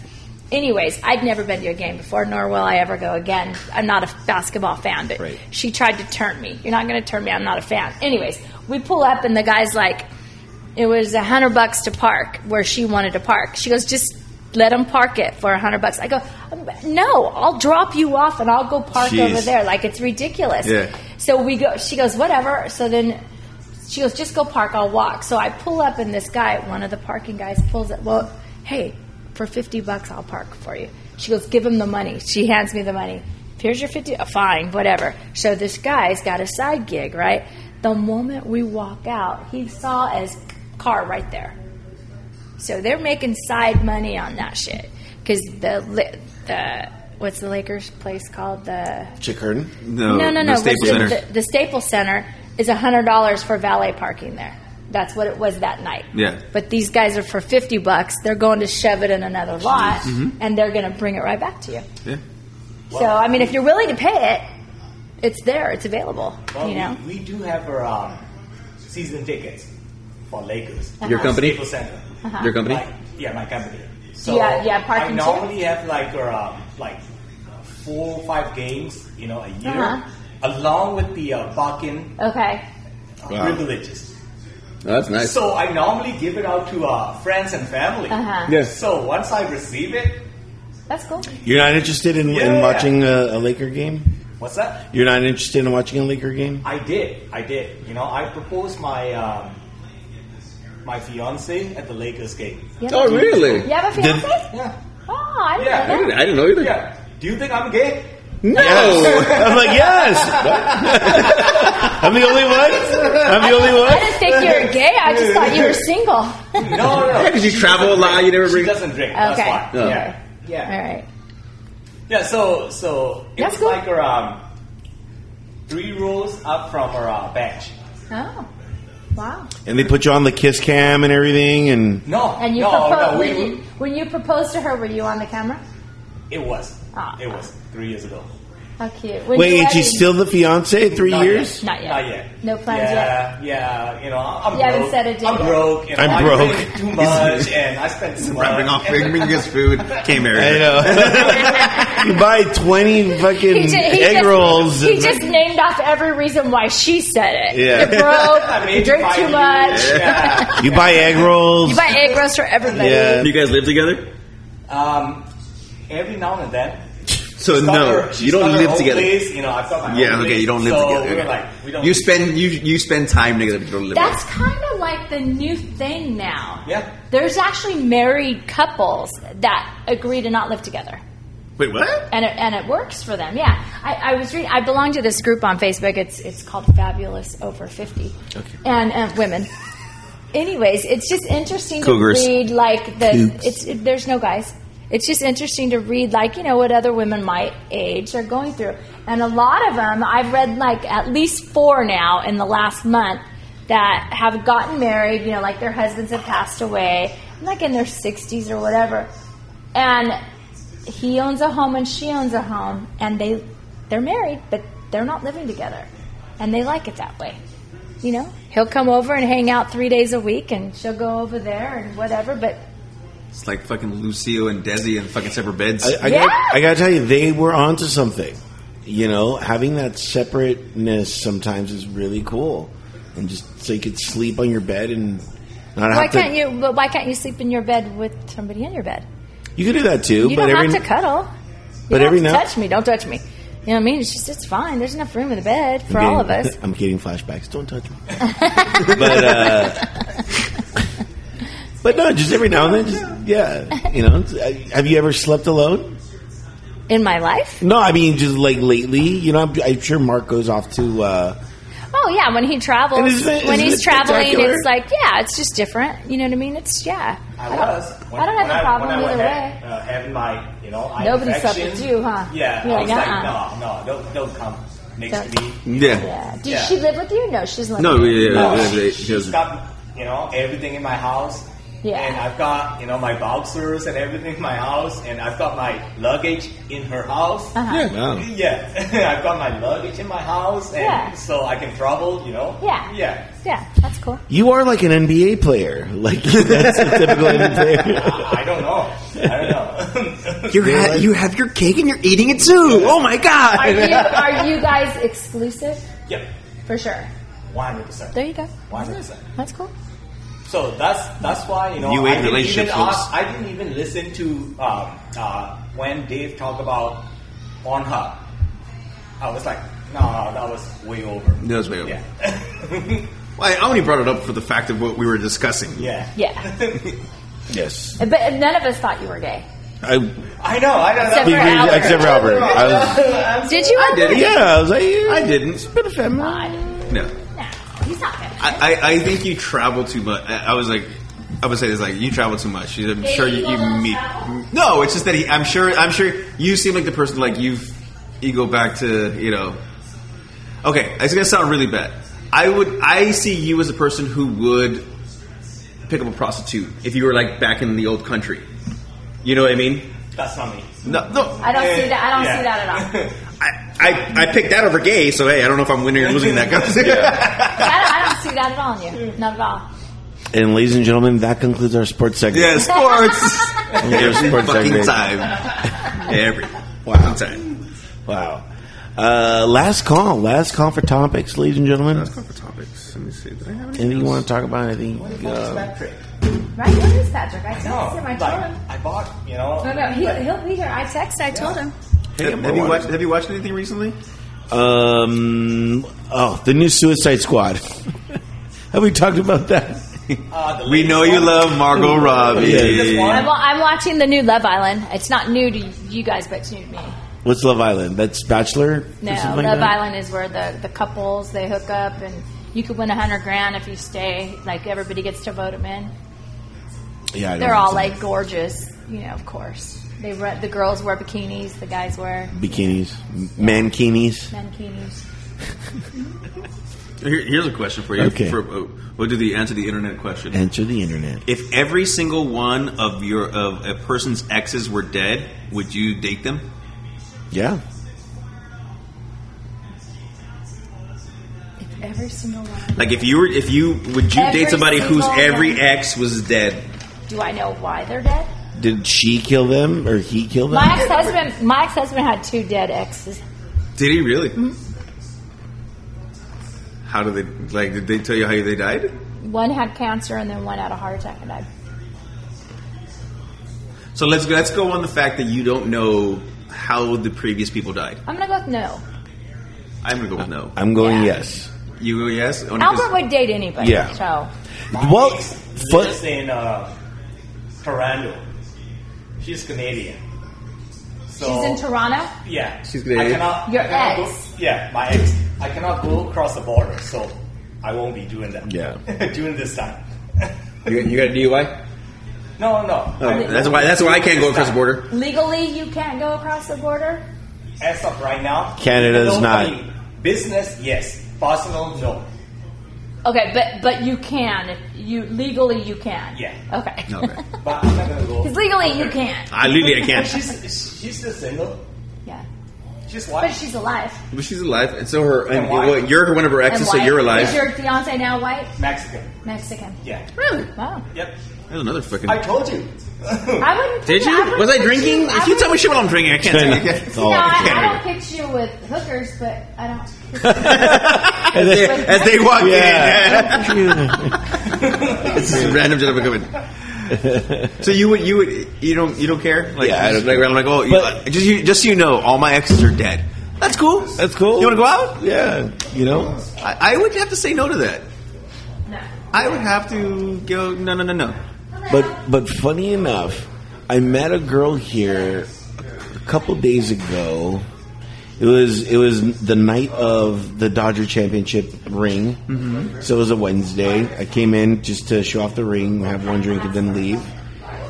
[SPEAKER 2] Anyways, I'd never been to a game before, nor will I ever go again. I'm not a basketball fan, but
[SPEAKER 3] Right.
[SPEAKER 2] she tried to turn me. You're not going to turn me. I'm not a fan. Anyways, we pull up, and the guy's like, it was a hundred bucks to park where she wanted to park. She goes, just let them park it for a hundred bucks. I go, no, I'll drop you off and I'll go park
[SPEAKER 3] Jeez.
[SPEAKER 2] over there. Like it's ridiculous.
[SPEAKER 6] Yeah.
[SPEAKER 2] So we go. She goes, whatever. So then she goes, just go park. I'll walk. So I pull up and this guy, one of the parking guys, pulls up. Well, hey, for fifty bucks, I'll park for you. She goes, give him the money. She hands me the money. Here's your fifty. uh, Fine, whatever. So this guy's got a side gig, right? The moment we walk out, he saw his car right there. So they're making side money on that shit because the li- the what's the Lakers place called the
[SPEAKER 3] Chick Hearn?
[SPEAKER 6] No,
[SPEAKER 2] no no no
[SPEAKER 6] the Staples
[SPEAKER 2] what's
[SPEAKER 6] Center.
[SPEAKER 2] The, the Staples Center is hundred dollars for valet parking there. That's what it was that night.
[SPEAKER 6] Yeah.
[SPEAKER 2] But these guys are for fifty bucks. They're going to shove it in another lot,
[SPEAKER 6] Mm-hmm.
[SPEAKER 2] and they're going to bring it right back to you.
[SPEAKER 6] yeah.
[SPEAKER 2] so I mean, if you're willing to pay it, it's there. It's available.
[SPEAKER 5] Well,
[SPEAKER 2] you know.
[SPEAKER 5] we, we do have our um, season tickets for Lakers.
[SPEAKER 2] Uh-huh.
[SPEAKER 6] Your company?
[SPEAKER 5] Staples Center.
[SPEAKER 6] Your company?
[SPEAKER 5] Like, yeah, my company. So
[SPEAKER 2] yeah, yeah, parking
[SPEAKER 5] I
[SPEAKER 2] too?
[SPEAKER 5] normally have like um, like four or five games, you know, a year,
[SPEAKER 2] Uh-huh.
[SPEAKER 5] along with the uh, parking
[SPEAKER 2] Okay.
[SPEAKER 5] uh,
[SPEAKER 3] Wow.
[SPEAKER 5] privileges.
[SPEAKER 6] Oh, that's nice.
[SPEAKER 5] So I normally give it out to uh, friends and family.
[SPEAKER 2] Uh-huh.
[SPEAKER 6] Yeah.
[SPEAKER 5] So once I receive it,
[SPEAKER 2] That's cool.
[SPEAKER 3] You're not interested in, in
[SPEAKER 5] Yeah.
[SPEAKER 3] watching a, a Laker game?
[SPEAKER 5] what's that?
[SPEAKER 3] You're not interested in watching a Laker game?
[SPEAKER 5] I did. I did. You know, I proposed my um, my fiance at the Lakers game.
[SPEAKER 2] You have
[SPEAKER 6] oh,
[SPEAKER 2] a-
[SPEAKER 6] really?
[SPEAKER 2] You have a
[SPEAKER 3] Did-
[SPEAKER 2] fiance?
[SPEAKER 5] Yeah.
[SPEAKER 2] Oh, I didn't
[SPEAKER 5] Yeah,
[SPEAKER 6] I
[SPEAKER 2] know
[SPEAKER 6] didn't,
[SPEAKER 2] that.
[SPEAKER 6] I didn't know either.
[SPEAKER 5] Yeah. Do you think I'm gay?
[SPEAKER 6] No.
[SPEAKER 3] I'm like, yes! What? I'm the only one? I'm the only
[SPEAKER 2] I
[SPEAKER 3] one?
[SPEAKER 2] didn't think you were gay. I just thought you were single.
[SPEAKER 5] No, no.
[SPEAKER 6] Yeah, 'cause you
[SPEAKER 5] She
[SPEAKER 6] travel a
[SPEAKER 5] doesn't
[SPEAKER 6] lot,
[SPEAKER 5] drink.
[SPEAKER 6] you never bring-
[SPEAKER 5] She doesn't drink.
[SPEAKER 2] Okay.
[SPEAKER 5] That's why.
[SPEAKER 6] Oh.
[SPEAKER 5] Yeah. Yeah.
[SPEAKER 2] All right.
[SPEAKER 5] Yeah. So so it
[SPEAKER 2] That's
[SPEAKER 5] was
[SPEAKER 2] cool.
[SPEAKER 5] like her um, three rows up from her uh, bench.
[SPEAKER 2] Oh, wow.
[SPEAKER 3] And they put you on the kiss cam and everything, and
[SPEAKER 5] No.
[SPEAKER 2] And you
[SPEAKER 5] no,
[SPEAKER 2] proposed
[SPEAKER 5] no, we,
[SPEAKER 2] when, you, when you proposed to her, were you on the camera?
[SPEAKER 5] It was.
[SPEAKER 2] Ah.
[SPEAKER 5] It was three years ago.
[SPEAKER 2] How cute. When
[SPEAKER 3] wait,
[SPEAKER 2] you
[SPEAKER 3] and
[SPEAKER 2] were
[SPEAKER 3] she's
[SPEAKER 2] in-
[SPEAKER 3] still the fiance? Three
[SPEAKER 5] Not
[SPEAKER 3] years?
[SPEAKER 2] Not yet.
[SPEAKER 5] Not yet.
[SPEAKER 2] No plans
[SPEAKER 5] yeah, yet. Yeah, you know, I'm
[SPEAKER 2] You
[SPEAKER 5] broke.
[SPEAKER 2] haven't set a date
[SPEAKER 5] I'm
[SPEAKER 2] yet.
[SPEAKER 5] broke. You know,
[SPEAKER 3] I'm
[SPEAKER 5] I
[SPEAKER 3] broke.
[SPEAKER 5] drink Too much, and I spent too much.
[SPEAKER 6] Wrapping off
[SPEAKER 5] and-
[SPEAKER 6] fingering his food. Came here.
[SPEAKER 3] I know. you buy 20 fucking
[SPEAKER 2] He, ju- he
[SPEAKER 3] egg
[SPEAKER 2] just,
[SPEAKER 3] rolls.
[SPEAKER 2] He
[SPEAKER 3] and-
[SPEAKER 2] just named off every reason why she said it.
[SPEAKER 3] Yeah.
[SPEAKER 2] You're
[SPEAKER 5] I
[SPEAKER 2] broke.
[SPEAKER 5] made
[SPEAKER 2] you drink
[SPEAKER 5] five
[SPEAKER 2] too
[SPEAKER 5] years.
[SPEAKER 2] much.
[SPEAKER 5] Yeah.
[SPEAKER 3] you buy egg rolls.
[SPEAKER 2] You buy egg rolls for everybody.
[SPEAKER 3] Yeah.
[SPEAKER 6] You guys live together?
[SPEAKER 5] Um, every now and then.
[SPEAKER 6] So
[SPEAKER 5] She's got
[SPEAKER 6] no,
[SPEAKER 5] her- she's
[SPEAKER 6] you don't
[SPEAKER 5] got her
[SPEAKER 6] live
[SPEAKER 5] own
[SPEAKER 6] together.
[SPEAKER 5] Place, you know, I've got my
[SPEAKER 6] Yeah,
[SPEAKER 5] own
[SPEAKER 6] okay,
[SPEAKER 5] place,
[SPEAKER 6] you don't live
[SPEAKER 5] so
[SPEAKER 6] together.
[SPEAKER 5] We're
[SPEAKER 6] okay.
[SPEAKER 5] like, we don't.
[SPEAKER 6] you
[SPEAKER 5] live
[SPEAKER 6] spend you you spend time together, but you don't live.
[SPEAKER 2] That's kind of like the new thing now.
[SPEAKER 5] Yeah.
[SPEAKER 2] There's actually married couples that agree to not live together.
[SPEAKER 6] Wait, what?
[SPEAKER 2] and it, and it works for them. Yeah, I, I was reading. I belong to this group on Facebook. It's it's called Fabulous Over Fifty,
[SPEAKER 3] Okay.
[SPEAKER 2] and um, women. Anyways, it's just interesting
[SPEAKER 6] Cougars.
[SPEAKER 2] to read like the
[SPEAKER 3] Cougs.
[SPEAKER 2] it's it, there's no guys. It's just interesting to read like you know what other women my age are going through, and a lot of them I've read like at least four now in the last month that have gotten married. You know, like their husbands have passed away, like in their sixties or whatever, and he owns a home and she owns a home and they they're married but they're not living together and they like it that way you know he'll come over and hang out three days a week and she'll go over there and whatever but
[SPEAKER 6] It's like fucking Lucio and Desi and fucking separate beds.
[SPEAKER 3] I, I,
[SPEAKER 2] Yeah.
[SPEAKER 3] gotta, I gotta tell you, they were onto something. You know, having that separateness sometimes is really cool, and just so you could sleep on your bed and not
[SPEAKER 2] why
[SPEAKER 3] have to.
[SPEAKER 2] can't you but why can't you sleep in your bed with somebody in your bed
[SPEAKER 3] You can do that too,
[SPEAKER 2] you
[SPEAKER 3] but
[SPEAKER 2] don't
[SPEAKER 3] every
[SPEAKER 2] have to cuddle you
[SPEAKER 3] but
[SPEAKER 2] don't
[SPEAKER 3] every
[SPEAKER 2] have to
[SPEAKER 3] now-
[SPEAKER 2] touch me don't touch me you know what I mean? It's just it's fine. There's enough room in the bed for
[SPEAKER 3] I'm
[SPEAKER 2] all of
[SPEAKER 3] getting-
[SPEAKER 2] us.
[SPEAKER 3] I'm getting flashbacks. Don't touch me. but uh, but no, just every now and then, just yeah, you know. Have you ever slept alone?
[SPEAKER 2] In my life?
[SPEAKER 3] No, I mean just like lately. You know, I'm, I'm sure Mark goes off to. Uh,
[SPEAKER 2] Oh yeah, when he travels,
[SPEAKER 3] And isn't it-
[SPEAKER 2] when
[SPEAKER 3] isn't
[SPEAKER 2] he's
[SPEAKER 3] it
[SPEAKER 2] traveling,
[SPEAKER 3] spectacular?
[SPEAKER 2] it's like yeah, it's just different. You know what I mean? It's yeah.
[SPEAKER 5] I was. When,
[SPEAKER 2] I don't have
[SPEAKER 5] when
[SPEAKER 2] a problem
[SPEAKER 5] when I
[SPEAKER 2] either
[SPEAKER 5] went
[SPEAKER 2] way.
[SPEAKER 5] ha- uh, having my, you know, eye
[SPEAKER 2] Nobody slept
[SPEAKER 5] infection.
[SPEAKER 2] with you, huh?
[SPEAKER 5] Yeah.
[SPEAKER 2] You're
[SPEAKER 5] I was
[SPEAKER 2] like,
[SPEAKER 5] like,
[SPEAKER 2] uh-uh.
[SPEAKER 5] no, no, don't, don't come next to
[SPEAKER 2] Don't-
[SPEAKER 5] me.
[SPEAKER 6] yeah.
[SPEAKER 2] Yeah. Did
[SPEAKER 5] Yeah.
[SPEAKER 2] she live with you? No, she's living.
[SPEAKER 6] No,
[SPEAKER 2] with you.
[SPEAKER 6] yeah, yeah,
[SPEAKER 1] Oh.
[SPEAKER 5] No,
[SPEAKER 6] yeah,
[SPEAKER 5] she,
[SPEAKER 6] they-
[SPEAKER 5] she's
[SPEAKER 6] she doesn't-
[SPEAKER 5] got you know everything in my house.
[SPEAKER 2] Yeah.
[SPEAKER 5] And I've got you know my boxers and everything in my house, and I've got my luggage in her house.
[SPEAKER 2] Uh-huh.
[SPEAKER 6] Oh.
[SPEAKER 3] wow.
[SPEAKER 5] Yeah, I've got my luggage in my house, and
[SPEAKER 2] Yeah.
[SPEAKER 5] so I can travel. You know.
[SPEAKER 2] Yeah.
[SPEAKER 5] Yeah.
[SPEAKER 2] Yeah, that's cool.
[SPEAKER 3] You are like an NBA player. Like that's a typical NBA player.
[SPEAKER 5] I, I don't know. I don't know.
[SPEAKER 6] You ha- you have your cake and you're eating it too. Oh my
[SPEAKER 2] Are you
[SPEAKER 6] god!
[SPEAKER 2] are you guys exclusive?
[SPEAKER 5] yeah.
[SPEAKER 2] For sure.
[SPEAKER 5] One hundred percent.
[SPEAKER 2] There you go.
[SPEAKER 5] One hundred percent.
[SPEAKER 2] That's cool.
[SPEAKER 5] So that's that's why you know
[SPEAKER 6] You
[SPEAKER 5] I
[SPEAKER 6] hate
[SPEAKER 5] didn't
[SPEAKER 6] relationships,
[SPEAKER 5] Even
[SPEAKER 6] folks.
[SPEAKER 5] ask, I didn't even listen to um, uh, when Dave talked about on her. I was like, no, no, that was way over.
[SPEAKER 6] That was way over.
[SPEAKER 5] Yeah,
[SPEAKER 6] Well, I only brought it up for the fact of what we were discussing.
[SPEAKER 5] yeah.
[SPEAKER 2] Yeah,
[SPEAKER 3] Yes,
[SPEAKER 2] but none of us thought you were gay.
[SPEAKER 3] I
[SPEAKER 5] I know. I don't
[SPEAKER 2] Except
[SPEAKER 5] know.
[SPEAKER 2] for Albert.
[SPEAKER 3] except for Albert. I was,
[SPEAKER 2] Did you? I
[SPEAKER 6] did.
[SPEAKER 3] yeah, I was like, yeah,
[SPEAKER 6] I didn't.
[SPEAKER 3] Bit of feminine.
[SPEAKER 6] No.
[SPEAKER 2] No, he's not gay.
[SPEAKER 6] I, I, I think you travel too much. I, I was like, I would say this like you travel too much. I'm sure you,
[SPEAKER 2] ego
[SPEAKER 6] you
[SPEAKER 2] doesn't
[SPEAKER 6] meet.
[SPEAKER 2] travel?
[SPEAKER 6] No, it's just that he, I'm sure. I'm sure you seem like the person like you've you go back to you know. Okay, it's gonna sound really bad. I would I see you as a person who would pick up a prostitute if you were like back in the old country. You know what I mean?
[SPEAKER 5] That's not me.
[SPEAKER 6] No, no.
[SPEAKER 2] I don't see
[SPEAKER 5] Eh,
[SPEAKER 2] that. I don't
[SPEAKER 5] yeah.
[SPEAKER 2] see that at all.
[SPEAKER 6] I, I, I picked that over gay, so hey, I don't know if I'm winning or losing that conversation.
[SPEAKER 2] I don't, I don't see that at all in you. Not at all.
[SPEAKER 3] And ladies and gentlemen, that concludes our sports segment.
[SPEAKER 6] Yeah, sports. Every
[SPEAKER 3] Sports
[SPEAKER 6] fucking
[SPEAKER 3] segment.
[SPEAKER 6] time. Every fucking time.
[SPEAKER 3] Wow. Uh, last call. Last call for topics, ladies and gentlemen.
[SPEAKER 6] Let's go for topics. Let me see. Did I have any?
[SPEAKER 3] Anything you want to talk about? Anything? Uh,
[SPEAKER 5] Patrick.
[SPEAKER 2] Right? What is Patrick? I texted
[SPEAKER 5] No,
[SPEAKER 2] him. I
[SPEAKER 5] like,
[SPEAKER 2] told him.
[SPEAKER 5] I bought. You know.
[SPEAKER 2] No, no, he'll, he'll be here. I texted. I told him.
[SPEAKER 6] Have, have you watched? Have you watched anything recently?
[SPEAKER 3] um. Oh, the new Suicide Squad. Have we talked about that?
[SPEAKER 5] Uh, the
[SPEAKER 6] We know you love Margot Robbie.
[SPEAKER 5] Yeah.
[SPEAKER 2] I'm, wa- I'm watching the new Love Island. It's not new to you guys, but it's new to me.
[SPEAKER 3] What's Love Island? That's Bachelor.
[SPEAKER 2] No,
[SPEAKER 3] or something like
[SPEAKER 2] Love
[SPEAKER 3] that?
[SPEAKER 2] Island is where the, the couples they hook up, and you could win a hundred grand if you stay. Like everybody gets to vote them in.
[SPEAKER 3] Yeah, I don't
[SPEAKER 2] They're all
[SPEAKER 3] think
[SPEAKER 2] like gorgeous, you know. Of course, they re- the girls wear bikinis, the guys wear
[SPEAKER 3] so. bikinis, mankinis.
[SPEAKER 2] mankinis.
[SPEAKER 6] Here, here's a question for you.
[SPEAKER 3] Okay.
[SPEAKER 6] For, uh, we'll do the answer the internet question.
[SPEAKER 3] Enter the internet.
[SPEAKER 6] if every single one of your of a person's exes were dead, would you date them?
[SPEAKER 3] Yeah.
[SPEAKER 2] Every single one.
[SPEAKER 6] Like if you were, if you would you
[SPEAKER 2] Every
[SPEAKER 6] date somebody whose
[SPEAKER 2] single
[SPEAKER 6] every
[SPEAKER 2] one.
[SPEAKER 6] ex was dead?
[SPEAKER 2] Do I know why they're dead?
[SPEAKER 3] Did she kill them or he kill them?
[SPEAKER 2] My ex husband. My ex husband had two dead exes.
[SPEAKER 6] Did he really?
[SPEAKER 2] Hmm?
[SPEAKER 6] How did they like? Did they tell you how they died?
[SPEAKER 2] One had cancer, and then one had a heart attack and died.
[SPEAKER 6] So let's go, let's go on the fact that you don't know how the previous people died.
[SPEAKER 2] I'm gonna go with no.
[SPEAKER 6] I'm gonna go with no.
[SPEAKER 3] I'm going
[SPEAKER 2] Yeah.
[SPEAKER 3] yes.
[SPEAKER 6] You go yes. Only 'cause-
[SPEAKER 2] Albert would date anybody.
[SPEAKER 3] Yeah.
[SPEAKER 2] So
[SPEAKER 3] Well, fu-
[SPEAKER 5] lives in uh, Toronto. She's Canadian. So
[SPEAKER 2] She's in Toronto.
[SPEAKER 5] yeah,
[SPEAKER 6] She's Canadian?
[SPEAKER 5] I cannot,
[SPEAKER 2] Your
[SPEAKER 5] I cannot
[SPEAKER 2] ex.
[SPEAKER 5] Go, yeah, my ex. I cannot go across the border, so I won't be doing that.
[SPEAKER 3] Yeah.
[SPEAKER 5] during this time.
[SPEAKER 6] You, you got a DUI?
[SPEAKER 5] no, no.
[SPEAKER 6] Oh, that's why. That's why I can't go across the border.
[SPEAKER 2] Legally, you can't go across the border.
[SPEAKER 5] As of right now,
[SPEAKER 3] Canada's
[SPEAKER 5] no
[SPEAKER 3] not-
[SPEAKER 5] money. business. Yes, personal. No.
[SPEAKER 2] Okay, but but you can. If you legally, you can.
[SPEAKER 5] Yeah.
[SPEAKER 2] Okay.
[SPEAKER 6] Okay.
[SPEAKER 5] But I'm not gonna go.
[SPEAKER 2] Because legally, you can.
[SPEAKER 6] I literally I can't.
[SPEAKER 5] She's she's still single.
[SPEAKER 2] Yeah.
[SPEAKER 5] She's
[SPEAKER 2] But
[SPEAKER 5] white.
[SPEAKER 2] she's alive.
[SPEAKER 6] But she's alive, and so her. And
[SPEAKER 5] And why?
[SPEAKER 6] well, you're one of her exes, so
[SPEAKER 2] white.
[SPEAKER 6] you're
[SPEAKER 2] Is
[SPEAKER 6] alive.
[SPEAKER 2] your fiance now white?
[SPEAKER 5] Mexican.
[SPEAKER 2] Mexican.
[SPEAKER 5] Yeah.
[SPEAKER 6] Really?
[SPEAKER 2] Wow.
[SPEAKER 5] Yep.
[SPEAKER 6] There's another fucking.
[SPEAKER 5] I told you.
[SPEAKER 2] I wouldn't.
[SPEAKER 6] Did you?
[SPEAKER 2] wouldn't
[SPEAKER 6] Was I
[SPEAKER 2] put
[SPEAKER 6] drinking?
[SPEAKER 2] You, I
[SPEAKER 6] If you tell me Oh,
[SPEAKER 2] wouldn't-
[SPEAKER 6] shit while I'm drinking, I can't. take it.
[SPEAKER 3] That's all.
[SPEAKER 2] No, I,
[SPEAKER 6] can't
[SPEAKER 2] I don't
[SPEAKER 6] drink.
[SPEAKER 2] picture you with hookers, but I don't.
[SPEAKER 6] As they, as they walk
[SPEAKER 3] Yeah.
[SPEAKER 6] in, it's just random gentleman coming. So you would you would you don't you don't care? Like,
[SPEAKER 3] Yeah, I don't
[SPEAKER 6] like,
[SPEAKER 3] care.
[SPEAKER 6] I'm like oh, you-
[SPEAKER 3] But-
[SPEAKER 6] just you, just so you know, all my exes are dead. That's cool.
[SPEAKER 3] That's cool.
[SPEAKER 6] You want to go out?
[SPEAKER 3] Yeah, you know.
[SPEAKER 6] I, I would have to say no to that.
[SPEAKER 2] no.
[SPEAKER 6] I would have to go. No, no, no, no.
[SPEAKER 3] But but funny enough, I met a girl here a couple days ago. It was it was the night of the Dodger championship ring, so it was a Wednesday. I came in just to show off the ring, have one drink, and then leave.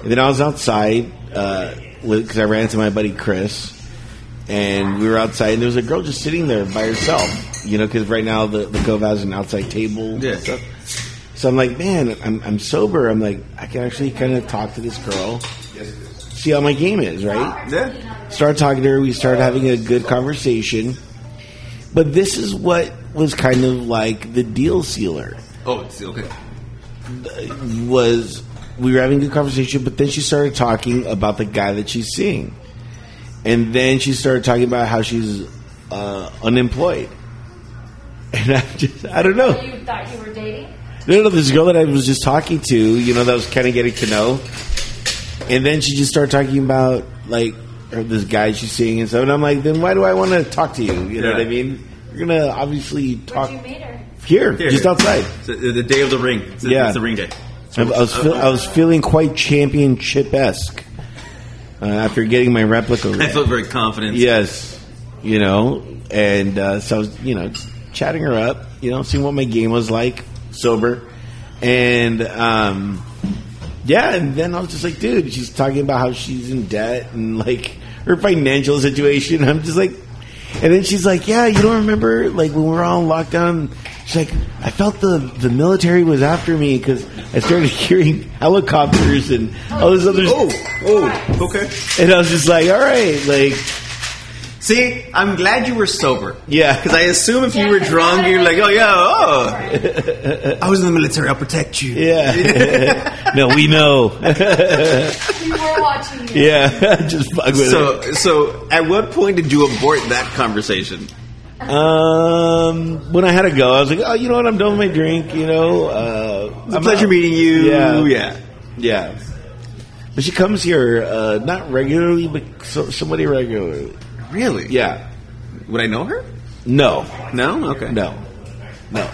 [SPEAKER 3] And then I was outside because I ran into my buddy Chris, and we were outside, and there was a girl just sitting there by herself. You know, because right now the the Cove has an outside table. and
[SPEAKER 6] Yeah.
[SPEAKER 3] stuff. So I'm like, man, I'm, I'm sober. I'm like, I can actually kind of talk to this girl, see how my game is, right?
[SPEAKER 6] Yeah.
[SPEAKER 3] Start talking to her. We started having a good conversation. But this is what was kind of like the deal sealer
[SPEAKER 6] Oh, it's okay.
[SPEAKER 3] was we were having a good conversation, but then she started talking about the guy that she's seeing, and then she started talking about how she's uh, unemployed. And I just, I don't know.
[SPEAKER 2] You thought you were dating?
[SPEAKER 3] No, no, this girl that I was just talking to, you know, that I was kind of getting to know, and then she just started talking about like her, this guy she's seeing and stuff, and I'm like, then why do I want to talk to you? You know
[SPEAKER 6] Yeah.
[SPEAKER 3] what I mean? You're gonna obviously talk
[SPEAKER 2] Where'd you meet her?
[SPEAKER 3] here,
[SPEAKER 6] Here.
[SPEAKER 3] just outside.
[SPEAKER 6] So, the, the day of the ring. It's the-
[SPEAKER 3] Yeah.
[SPEAKER 6] it's the ring day.
[SPEAKER 3] I, I was feel, I was feeling quite championship esque uh, after getting my replica.
[SPEAKER 6] I
[SPEAKER 3] ring.
[SPEAKER 6] felt very confident.
[SPEAKER 3] Yes, you know, and uh, so I was, you know, chatting her up, you know, seeing what my game was like, sober, and um, yeah, and then I was just like, dude, she's talking about how she's in debt and like her financial situation. I'm just like, and then she's like, yeah, you don't remember like when we were all locked down. She's like, I felt the the military was after me because I started hearing helicopters and all this other.
[SPEAKER 6] Oh, oh, okay.
[SPEAKER 3] And I was just like, all right, like.
[SPEAKER 6] See, I'm glad you were sober.
[SPEAKER 3] Yeah.
[SPEAKER 6] Because I assume if you were drunk, you're like, oh, yeah, oh. I was in the military, I'll protect you.
[SPEAKER 3] Yeah. no, we know.
[SPEAKER 2] We were watching you.
[SPEAKER 3] Yeah. Just fuck with
[SPEAKER 6] So, so at what point did you abort that conversation?
[SPEAKER 3] it. Um, when I had to go, I was like, oh, you know what? I'm done with my drink, you know. Uh,
[SPEAKER 6] It's a
[SPEAKER 3] I'm
[SPEAKER 6] pleasure
[SPEAKER 3] out.
[SPEAKER 6] meeting you.
[SPEAKER 3] Yeah.
[SPEAKER 6] yeah.
[SPEAKER 3] Yeah. But she comes here, uh, not regularly, but so, somebody regularly.
[SPEAKER 6] Really?
[SPEAKER 3] Yeah.
[SPEAKER 6] Would I know her?
[SPEAKER 3] No.
[SPEAKER 6] No? Okay.
[SPEAKER 3] No. No.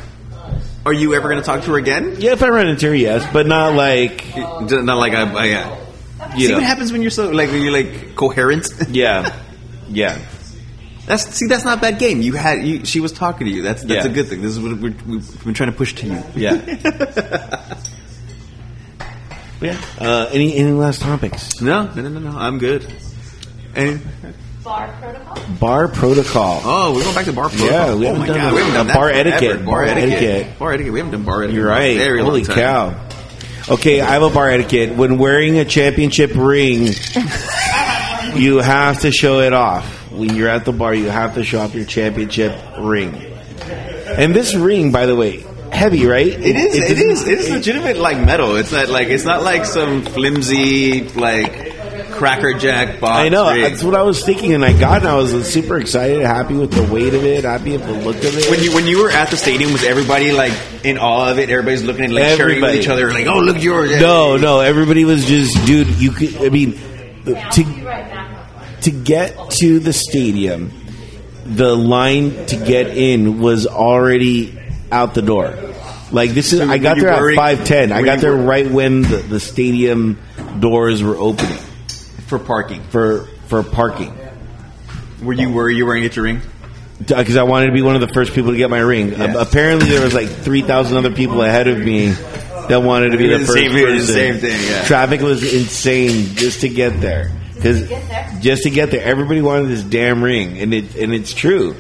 [SPEAKER 6] Are you ever going to talk to her again?
[SPEAKER 3] Yeah, if I run into her, yes, but not like,
[SPEAKER 6] Not like I, I yeah.
[SPEAKER 3] you
[SPEAKER 6] See what
[SPEAKER 3] know.
[SPEAKER 6] happens when you're so, like, when you're, like, coherent?
[SPEAKER 3] Yeah. Yeah.
[SPEAKER 6] That's see, that's not bad game. You had you, she was talking to you. That's that's
[SPEAKER 3] Yeah.
[SPEAKER 6] a good thing. This is what we're, we've been trying to push to you.
[SPEAKER 3] Yeah. But yeah. Uh, any, any last topics?
[SPEAKER 6] No, no, no, no, no. I'm good. And
[SPEAKER 2] Bar protocol.
[SPEAKER 3] Bar protocol.
[SPEAKER 6] oh, we're going back to bar. protocol.
[SPEAKER 3] Yeah, we
[SPEAKER 6] oh
[SPEAKER 3] haven't
[SPEAKER 6] my
[SPEAKER 3] done
[SPEAKER 6] god,
[SPEAKER 3] a-
[SPEAKER 6] we haven't done
[SPEAKER 3] a
[SPEAKER 6] that
[SPEAKER 3] bar
[SPEAKER 6] forever.
[SPEAKER 3] etiquette.
[SPEAKER 6] Bar,
[SPEAKER 3] Bar
[SPEAKER 6] etiquette.
[SPEAKER 3] etiquette.
[SPEAKER 6] Bar etiquette. We haven't done bar etiquette.
[SPEAKER 3] You're
[SPEAKER 6] in a
[SPEAKER 3] right.
[SPEAKER 6] very long
[SPEAKER 3] Holy
[SPEAKER 6] time.
[SPEAKER 3] cow. Okay, I have a bar etiquette. When wearing a championship ring, you have to show it off. When you're at the bar, you have to show off your championship ring. And this ring, by the way, heavy, right?
[SPEAKER 6] It is. It
[SPEAKER 3] doesn't-
[SPEAKER 6] is. It is legitimate like metal. It's not like it's not like some flimsy like crackerjack box.
[SPEAKER 3] I know.
[SPEAKER 6] rig.
[SPEAKER 3] That's what I was thinking, and I got, and I was super excited, happy with the weight of it, happy with the look of it.
[SPEAKER 6] When you when you were at the stadium, was everybody like in awe of it? Everybody's looking at it, like sharing it with
[SPEAKER 3] Everybody.
[SPEAKER 6] each other, like, "Oh, look yours!"
[SPEAKER 3] no, no, everybody was just, dude. You could. I mean, to
[SPEAKER 2] Right back.
[SPEAKER 3] to get to the stadium, the line to get in was already out the door. Like this is, I got
[SPEAKER 6] you
[SPEAKER 3] there at
[SPEAKER 6] worried-
[SPEAKER 3] five ten. I
[SPEAKER 6] were
[SPEAKER 3] got
[SPEAKER 6] you
[SPEAKER 3] there
[SPEAKER 6] worried?
[SPEAKER 3] right when the, the stadium doors were opening
[SPEAKER 6] for parking.
[SPEAKER 3] for for parking.
[SPEAKER 6] Were you were you wearing get your ring?
[SPEAKER 3] because I wanted to be one of the first people to get my ring.
[SPEAKER 6] Yeah.
[SPEAKER 3] A- apparently, there was like three thousand other people ahead of me that wanted to be
[SPEAKER 6] We
[SPEAKER 3] the
[SPEAKER 6] did the
[SPEAKER 3] first
[SPEAKER 6] same- we
[SPEAKER 3] person.
[SPEAKER 6] did the same thing, yeah.
[SPEAKER 3] Traffic was insane just to get there. Because
[SPEAKER 1] get there?
[SPEAKER 3] just to get there, everybody wanted this damn ring, and it and it's true.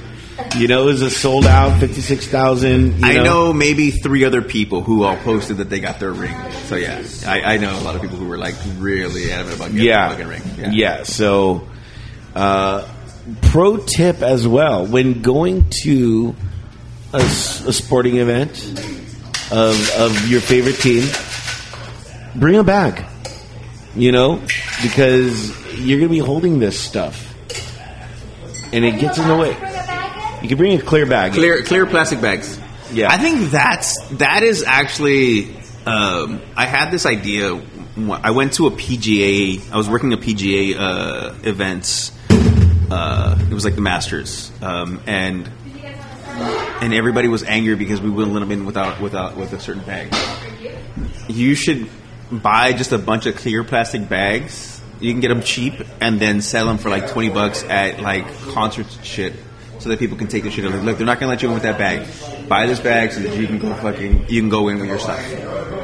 [SPEAKER 3] You know, it was a sold out fifty six thousand.
[SPEAKER 6] I know maybe three other people who all posted that they got their ring. So yeah, I, I know a lot of people who were like really adamant about getting
[SPEAKER 3] yeah.
[SPEAKER 6] a fucking ring.
[SPEAKER 3] Yeah. So, uh, pro tip as well when going to a, s- a sporting event of, of your favorite team, bring a bag. You know, because you're going to be holding this stuff, and it gets in the way. You can bring a clear bag.
[SPEAKER 6] clear clear plastic bags.
[SPEAKER 3] Yeah.
[SPEAKER 6] I think that's that is actually. Um, I had this idea. I went to a PGA. I was working a PGA uh, events. Uh, it was like the Masters, um, and and everybody was angry because we wouldn't let them in without without with a certain bag. You should buy just a bunch of clear plastic bags. You can get them cheap and then sell them for like twenty bucks at like concert shit, so that people can take the shit. Like, look, they're not gonna let you in with that bag. Buy this bag so that you can go fucking you can go in with your stuff.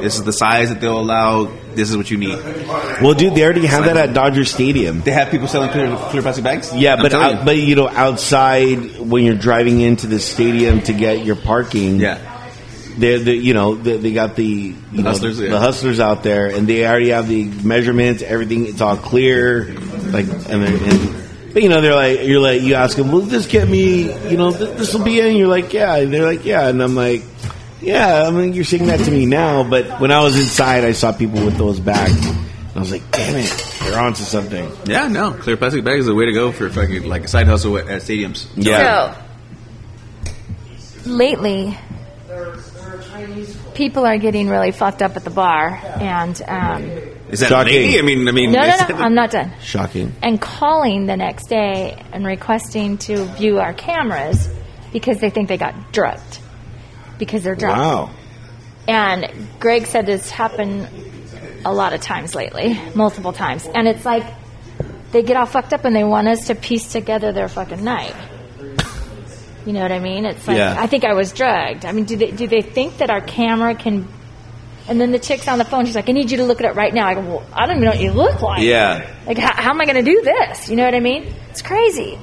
[SPEAKER 6] This is the size that they'll allow. This is what you need.
[SPEAKER 3] Well, dude, they already have that at Dodger Stadium.
[SPEAKER 6] They have people selling clear clear plastic bags.
[SPEAKER 3] Yeah,
[SPEAKER 6] I'm
[SPEAKER 3] but
[SPEAKER 6] telling
[SPEAKER 3] out,
[SPEAKER 6] you.
[SPEAKER 3] but you know, outside when you're driving into the stadium to get your parking,
[SPEAKER 6] yeah,
[SPEAKER 3] they're the you know they, they got the you know,
[SPEAKER 6] hustlers, yeah.
[SPEAKER 3] the hustlers out there, and they already have the measurements, everything. It's all clear, like and, they're- and but you know they're like you're like you ask them, will this get me? You know th- this will be in. You're like yeah, and they're like yeah, and I'm like yeah. I mean you're saying that to me now, but when I was inside, I saw people with those bags. And I was like, damn it, they're onto something.
[SPEAKER 6] yeah. No, clear plastic bags is the way to go for fucking like a side hustle at, at stadiums.
[SPEAKER 2] So, lately, people are getting really fucked up at the bar, and um,
[SPEAKER 6] Is that
[SPEAKER 3] Shocking.
[SPEAKER 6] lady? I mean, I mean,
[SPEAKER 2] no,
[SPEAKER 6] is
[SPEAKER 2] no,
[SPEAKER 6] that
[SPEAKER 2] no,
[SPEAKER 6] the-
[SPEAKER 2] I'm not done.
[SPEAKER 3] Shocking.
[SPEAKER 2] And calling the next day and requesting to view our cameras because they think they got drugged because they're drunk.
[SPEAKER 3] Wow.
[SPEAKER 2] And Greg said it's happened a lot of times lately, multiple times. And it's like they get all fucked up and they want us to piece together their fucking night. You know what I mean? It's like
[SPEAKER 3] Yeah.
[SPEAKER 2] I think I was drugged. I mean, do they do they think that our camera can? And then the chick's on the phone. She's like, "I need you to look it up right now." I go, well, "I don't even know what you look like."
[SPEAKER 3] Yeah.
[SPEAKER 2] Like, how, how am I going to do this? You know what I mean? It's crazy.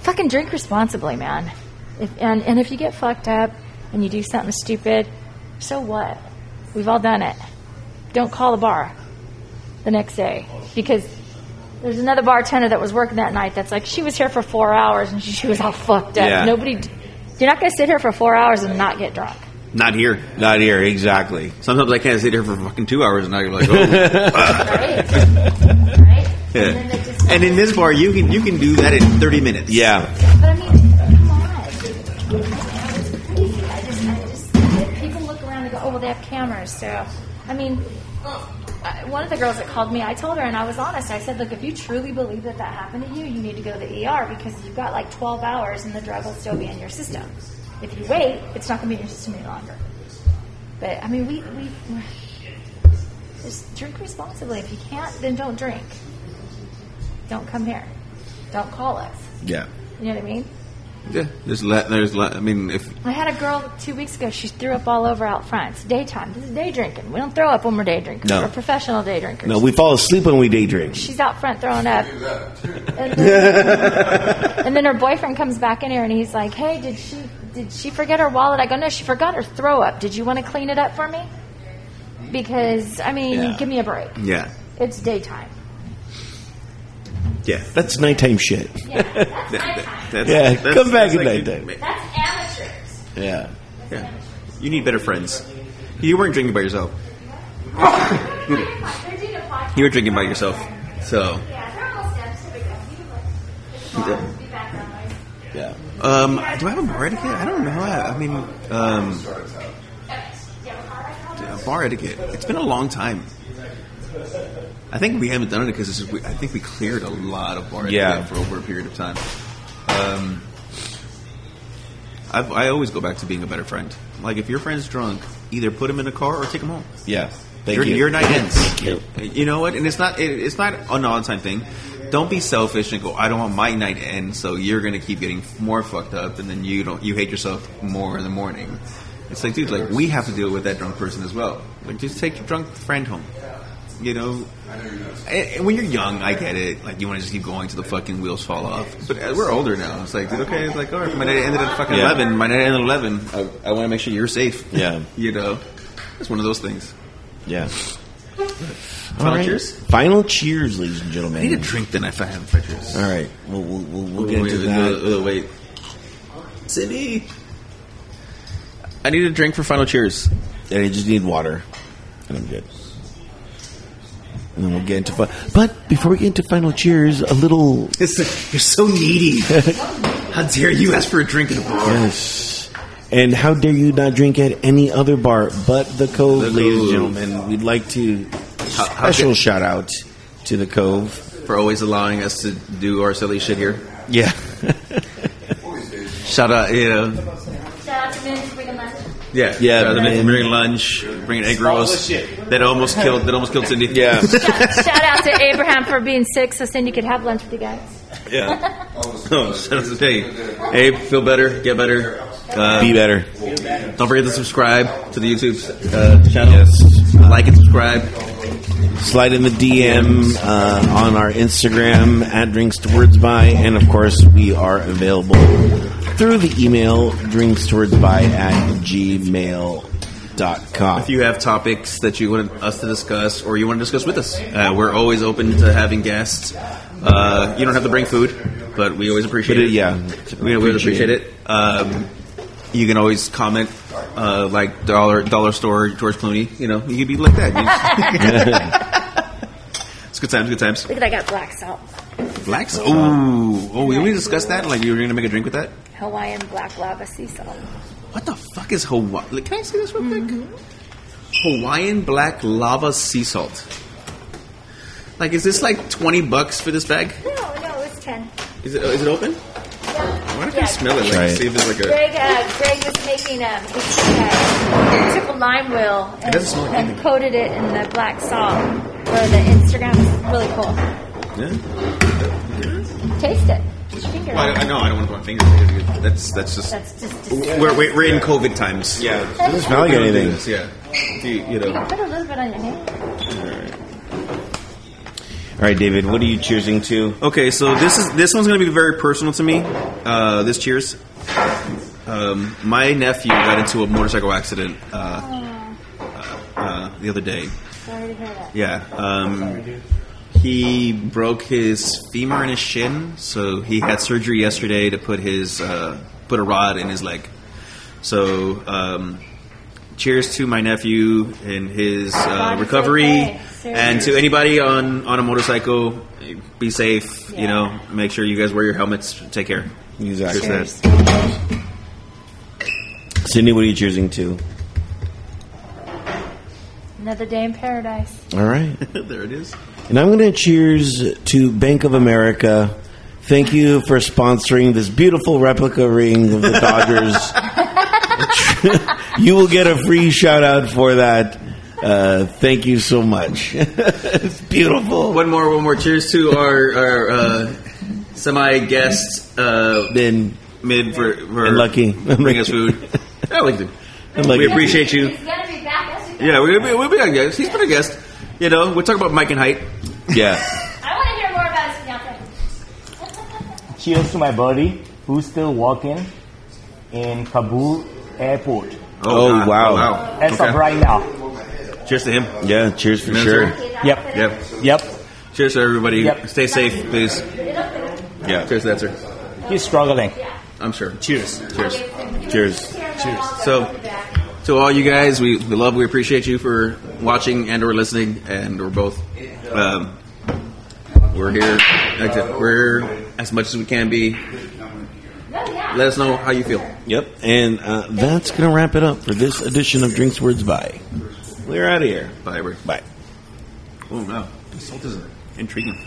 [SPEAKER 2] Fucking drink responsibly, man. If, and, and if you get fucked up and you do something stupid, so what? We've all done it. Don't call the bar the next day because there's another bartender that was working that night that's like, she was here for four hours and she, she was all fucked up.
[SPEAKER 3] Yeah.
[SPEAKER 2] Nobody, you're not going to sit here for four hours and not get drunk.
[SPEAKER 6] not here.
[SPEAKER 3] Not here, exactly.
[SPEAKER 6] Sometimes I can't sit here for fucking two hours, and now you're like, oh.
[SPEAKER 2] Right? right?
[SPEAKER 6] Yeah. And in this bar, you can you can do that in 30 minutes.
[SPEAKER 3] Yeah.
[SPEAKER 1] But I mean, come on. I was crazy. I just, I just, people look around and go, oh, well, they have cameras. So, I mean, I- one of the girls that called me, I told her, and I was honest. I said, look, if you truly believe that that happened to you, you need to go to the ER because you've got like 12 hours and the drug will still be in your system. If you wait, it's not going to be in your system any longer. But, I mean, we, we, just drink responsibly. If you can't, then don't drink. Don't come here. Don't call us.
[SPEAKER 3] Yeah.
[SPEAKER 1] You know what I mean?
[SPEAKER 6] Yeah. There's la- there's la- I mean, if
[SPEAKER 1] I had a girl two weeks ago. She threw up all over out front. It's daytime. This is day drinking. We don't throw up when we're day drinkers.
[SPEAKER 3] No.
[SPEAKER 1] We're professional day drinkers.
[SPEAKER 3] No, we fall asleep when we day drink.
[SPEAKER 1] She's out front throwing up. And then, and then her boyfriend comes back in here and he's like, "Hey, did she did she forget her wallet?" I go, "No, she forgot her throw up. Did you want to clean it up for me?" Because I mean,
[SPEAKER 3] Yeah.
[SPEAKER 1] give me a break.
[SPEAKER 6] yeah.
[SPEAKER 1] It's daytime.
[SPEAKER 6] Yeah.
[SPEAKER 3] That's nighttime shit.
[SPEAKER 1] Yeah, that's
[SPEAKER 6] That- that-
[SPEAKER 1] nighttime.
[SPEAKER 6] that's-
[SPEAKER 3] Yeah,
[SPEAKER 6] that's-
[SPEAKER 3] come back
[SPEAKER 6] that's
[SPEAKER 3] at
[SPEAKER 6] like-
[SPEAKER 3] nighttime.
[SPEAKER 1] That's amateurs.
[SPEAKER 3] Yeah.
[SPEAKER 6] Yeah. You need better friends. You weren't drinking by yourself.
[SPEAKER 1] They're doing a podcast.
[SPEAKER 6] You were drinking by yourself. So,
[SPEAKER 1] Yeah, they're almost done. So we go. It's fine. Be background noise.
[SPEAKER 3] Yeah.
[SPEAKER 6] um, do I have a bar etiquette? I don't know. I, I mean, um, yeah, bar etiquette. It's been a long time. I think we haven't done it because I think we cleared a lot of bar
[SPEAKER 3] Yeah.
[SPEAKER 6] etiquette for over a period of time. Um, I've, I always go back to being a better friend. Like if your friend's drunk, either put him in a car or take him home.
[SPEAKER 3] Yeah. Thank
[SPEAKER 6] your,
[SPEAKER 3] you.
[SPEAKER 6] your night ends.
[SPEAKER 3] you.
[SPEAKER 6] know what? And it's not it, it's not an all-time thing. Don't be selfish and go. I don't want my night to end, so you're gonna keep getting more fucked up, and then you don't. You hate yourself more in the morning. It's like, dude, like we have to deal with that drunk person as well. Like, just take your drunk friend home. You know, and, and when you're young, I get it. Like, you want to just keep going till the fucking wheels fall off. But uh, we're older now. It's like, dude, okay, it's like, all right, my night ended at fucking
[SPEAKER 3] Yeah.
[SPEAKER 6] eleven. My night ended at eleven. I, I want to make sure you're safe.
[SPEAKER 3] Yeah.
[SPEAKER 6] you know, it's one of those things.
[SPEAKER 3] Yeah.
[SPEAKER 6] Final cheers?
[SPEAKER 3] Final cheers, ladies and gentlemen.
[SPEAKER 6] I need a drink then if I have pictures.
[SPEAKER 3] All right. We'll, we'll, we'll, we'll
[SPEAKER 6] Wait,
[SPEAKER 3] get into
[SPEAKER 6] wait,
[SPEAKER 3] that.
[SPEAKER 6] wait, wait. Cindy! I need a drink for final cheers.
[SPEAKER 3] And I just need water, and I'm good. And then we'll get into fun. But before we get into final cheers, a little
[SPEAKER 6] It's, you're so needy. How dare you ask for a drink at a bar?
[SPEAKER 3] Yes. And how dare you not drink at any other bar but the Cove,
[SPEAKER 6] The
[SPEAKER 3] ladies and
[SPEAKER 6] Cove.
[SPEAKER 3] gentlemen? We'd like to
[SPEAKER 6] How- how
[SPEAKER 3] special
[SPEAKER 6] dare-
[SPEAKER 3] shout out to the Cove.
[SPEAKER 6] For always allowing us to do our silly shit here.
[SPEAKER 3] Yeah.
[SPEAKER 6] Shout out, you know.
[SPEAKER 2] Shout out to men for bringing lunch.
[SPEAKER 6] Yeah,
[SPEAKER 3] Yeah,
[SPEAKER 6] Shout out to
[SPEAKER 3] man.
[SPEAKER 6] Bringing lunch, bringing egg rolls. That almost killed. That almost killed Cindy.
[SPEAKER 3] Yeah.
[SPEAKER 8] Shout, shout out to Abraham for being sick, so Cindy could have lunch with you guys.
[SPEAKER 6] yeah. Oh, shout out to Hey, Abe, feel better, get better. Uh,
[SPEAKER 3] Be better.
[SPEAKER 6] Don't forget to subscribe to the YouTube uh, channel. Like and subscribe.
[SPEAKER 3] Slide in the DM uh, on our Instagram at drinks towards by, and of course we are available through the email drinks towards by at gmail.com.
[SPEAKER 6] If you have topics that you want us to discuss or you want to discuss with us, uh, we're always open to having guests. Uh, you don't have to bring food, but we always appreciate
[SPEAKER 3] But,
[SPEAKER 6] it.
[SPEAKER 3] yeah.
[SPEAKER 6] we, we always appreciate it. Um, you can always comment, uh, like dollar dollar store George Clooney. You know, you could be like that. it's good times, good times.
[SPEAKER 8] Look at I got black salt,
[SPEAKER 6] Black. Ooh, oh, we already discussed that. Like, you were going to make a drink with that.
[SPEAKER 8] Hawaiian black lava sea salt.
[SPEAKER 6] What the fuck is Hawaii? Like, can I see this real quick? Hawaiian black lava sea salt. Like, is this like twenty bucks for this bag?
[SPEAKER 2] No, no, it was 10.
[SPEAKER 6] Is it? Is it open?
[SPEAKER 2] Yeah.
[SPEAKER 6] Why don't
[SPEAKER 2] Yeah.
[SPEAKER 6] you smell it? Like,
[SPEAKER 3] Try it.
[SPEAKER 6] see if it's like a.
[SPEAKER 2] Greg, uh, Greg was making um, he took, uh, he took a lime wheel and,
[SPEAKER 6] doesn't smell like
[SPEAKER 2] and
[SPEAKER 6] anything.
[SPEAKER 2] coated it in the black salt for the Instagram. It's really cool.
[SPEAKER 6] Yeah.
[SPEAKER 2] Taste it. Put your finger
[SPEAKER 6] Well, I,
[SPEAKER 2] on
[SPEAKER 6] I
[SPEAKER 2] it.
[SPEAKER 6] know. I don't want to put my finger. in it. That's that's just.
[SPEAKER 2] That's just disgusting.
[SPEAKER 6] We're we're, we're in COVID times. Yeah.
[SPEAKER 3] doesn't smell like anything.
[SPEAKER 6] Yeah. Do you, you know.
[SPEAKER 2] Put a little bit on your hand.
[SPEAKER 3] All right, David, what are you cheersing to?
[SPEAKER 6] Okay, so this is this one's going to be very personal to me. Uh, this cheers. Um, my nephew got into a motorcycle accident uh, uh, uh, the other day.
[SPEAKER 2] Sorry to hear that.
[SPEAKER 6] Yeah, um, he broke his femur and his shin, so he had surgery yesterday to put his uh, put a rod in his leg. So, um, cheers to my nephew and his uh,
[SPEAKER 2] Glad it's
[SPEAKER 6] recovery,
[SPEAKER 2] okay. Seriously.
[SPEAKER 6] and to anybody on on a motorcycle. Be safe, you
[SPEAKER 2] Yeah.
[SPEAKER 6] know. Make sure you guys wear your helmets. Take care.
[SPEAKER 3] Exactly.
[SPEAKER 6] Cheers to
[SPEAKER 3] Sydney, what are you choosing to?
[SPEAKER 2] Another day in paradise.
[SPEAKER 3] All right.
[SPEAKER 6] that. there it is.
[SPEAKER 3] And I'm going to cheers to Bank of America. Thank you for sponsoring this beautiful replica ring of the Dodgers. you will get a free shout out for that. Uh, thank you so much. it's beautiful.
[SPEAKER 6] One more, one more. Cheers to our our uh, semi guest. Uh,
[SPEAKER 3] Then
[SPEAKER 6] mid for, for
[SPEAKER 3] And lucky.
[SPEAKER 6] bring us food. I like to.
[SPEAKER 3] And lucky.
[SPEAKER 6] We appreciate you.
[SPEAKER 2] He's gonna be back. Yes, he's
[SPEAKER 6] Yeah,
[SPEAKER 2] back.
[SPEAKER 6] we'll be, we'll be a guest. He's been a guest. You know, we'll talk about Mike and height.
[SPEAKER 3] yeah.
[SPEAKER 2] I want to hear more about his fiance.
[SPEAKER 5] Cheers to my buddy who's still working in Kabul airport
[SPEAKER 3] Oh,
[SPEAKER 6] God.
[SPEAKER 3] wow.
[SPEAKER 6] Oh, wow.
[SPEAKER 5] as
[SPEAKER 6] Okay.
[SPEAKER 5] of right now.
[SPEAKER 6] Cheers to him.
[SPEAKER 3] Yeah. Cheers for
[SPEAKER 6] Mine's
[SPEAKER 3] sure.
[SPEAKER 6] right.
[SPEAKER 5] Yep.
[SPEAKER 6] Yep.
[SPEAKER 5] Yep.
[SPEAKER 6] Cheers to everybody.
[SPEAKER 5] Yep.
[SPEAKER 6] Stay safe, please.
[SPEAKER 3] Yeah.
[SPEAKER 6] Cheers to that, sir.
[SPEAKER 5] He's struggling.
[SPEAKER 6] I'm sure.
[SPEAKER 5] Cheers.
[SPEAKER 6] Cheers.
[SPEAKER 3] Cheers.
[SPEAKER 6] So, to all you guys, we, we love, we appreciate you for watching and or listening, and we're both. Um, we're here. Like I said, We're as much as we can be. Let us know how you feel.
[SPEAKER 3] Yep. And uh, that's going to wrap it up for this edition of Drinks Words by. We're out of here.
[SPEAKER 6] Bye, everybody.
[SPEAKER 3] Bye.
[SPEAKER 6] Oh no, the salt is intriguing.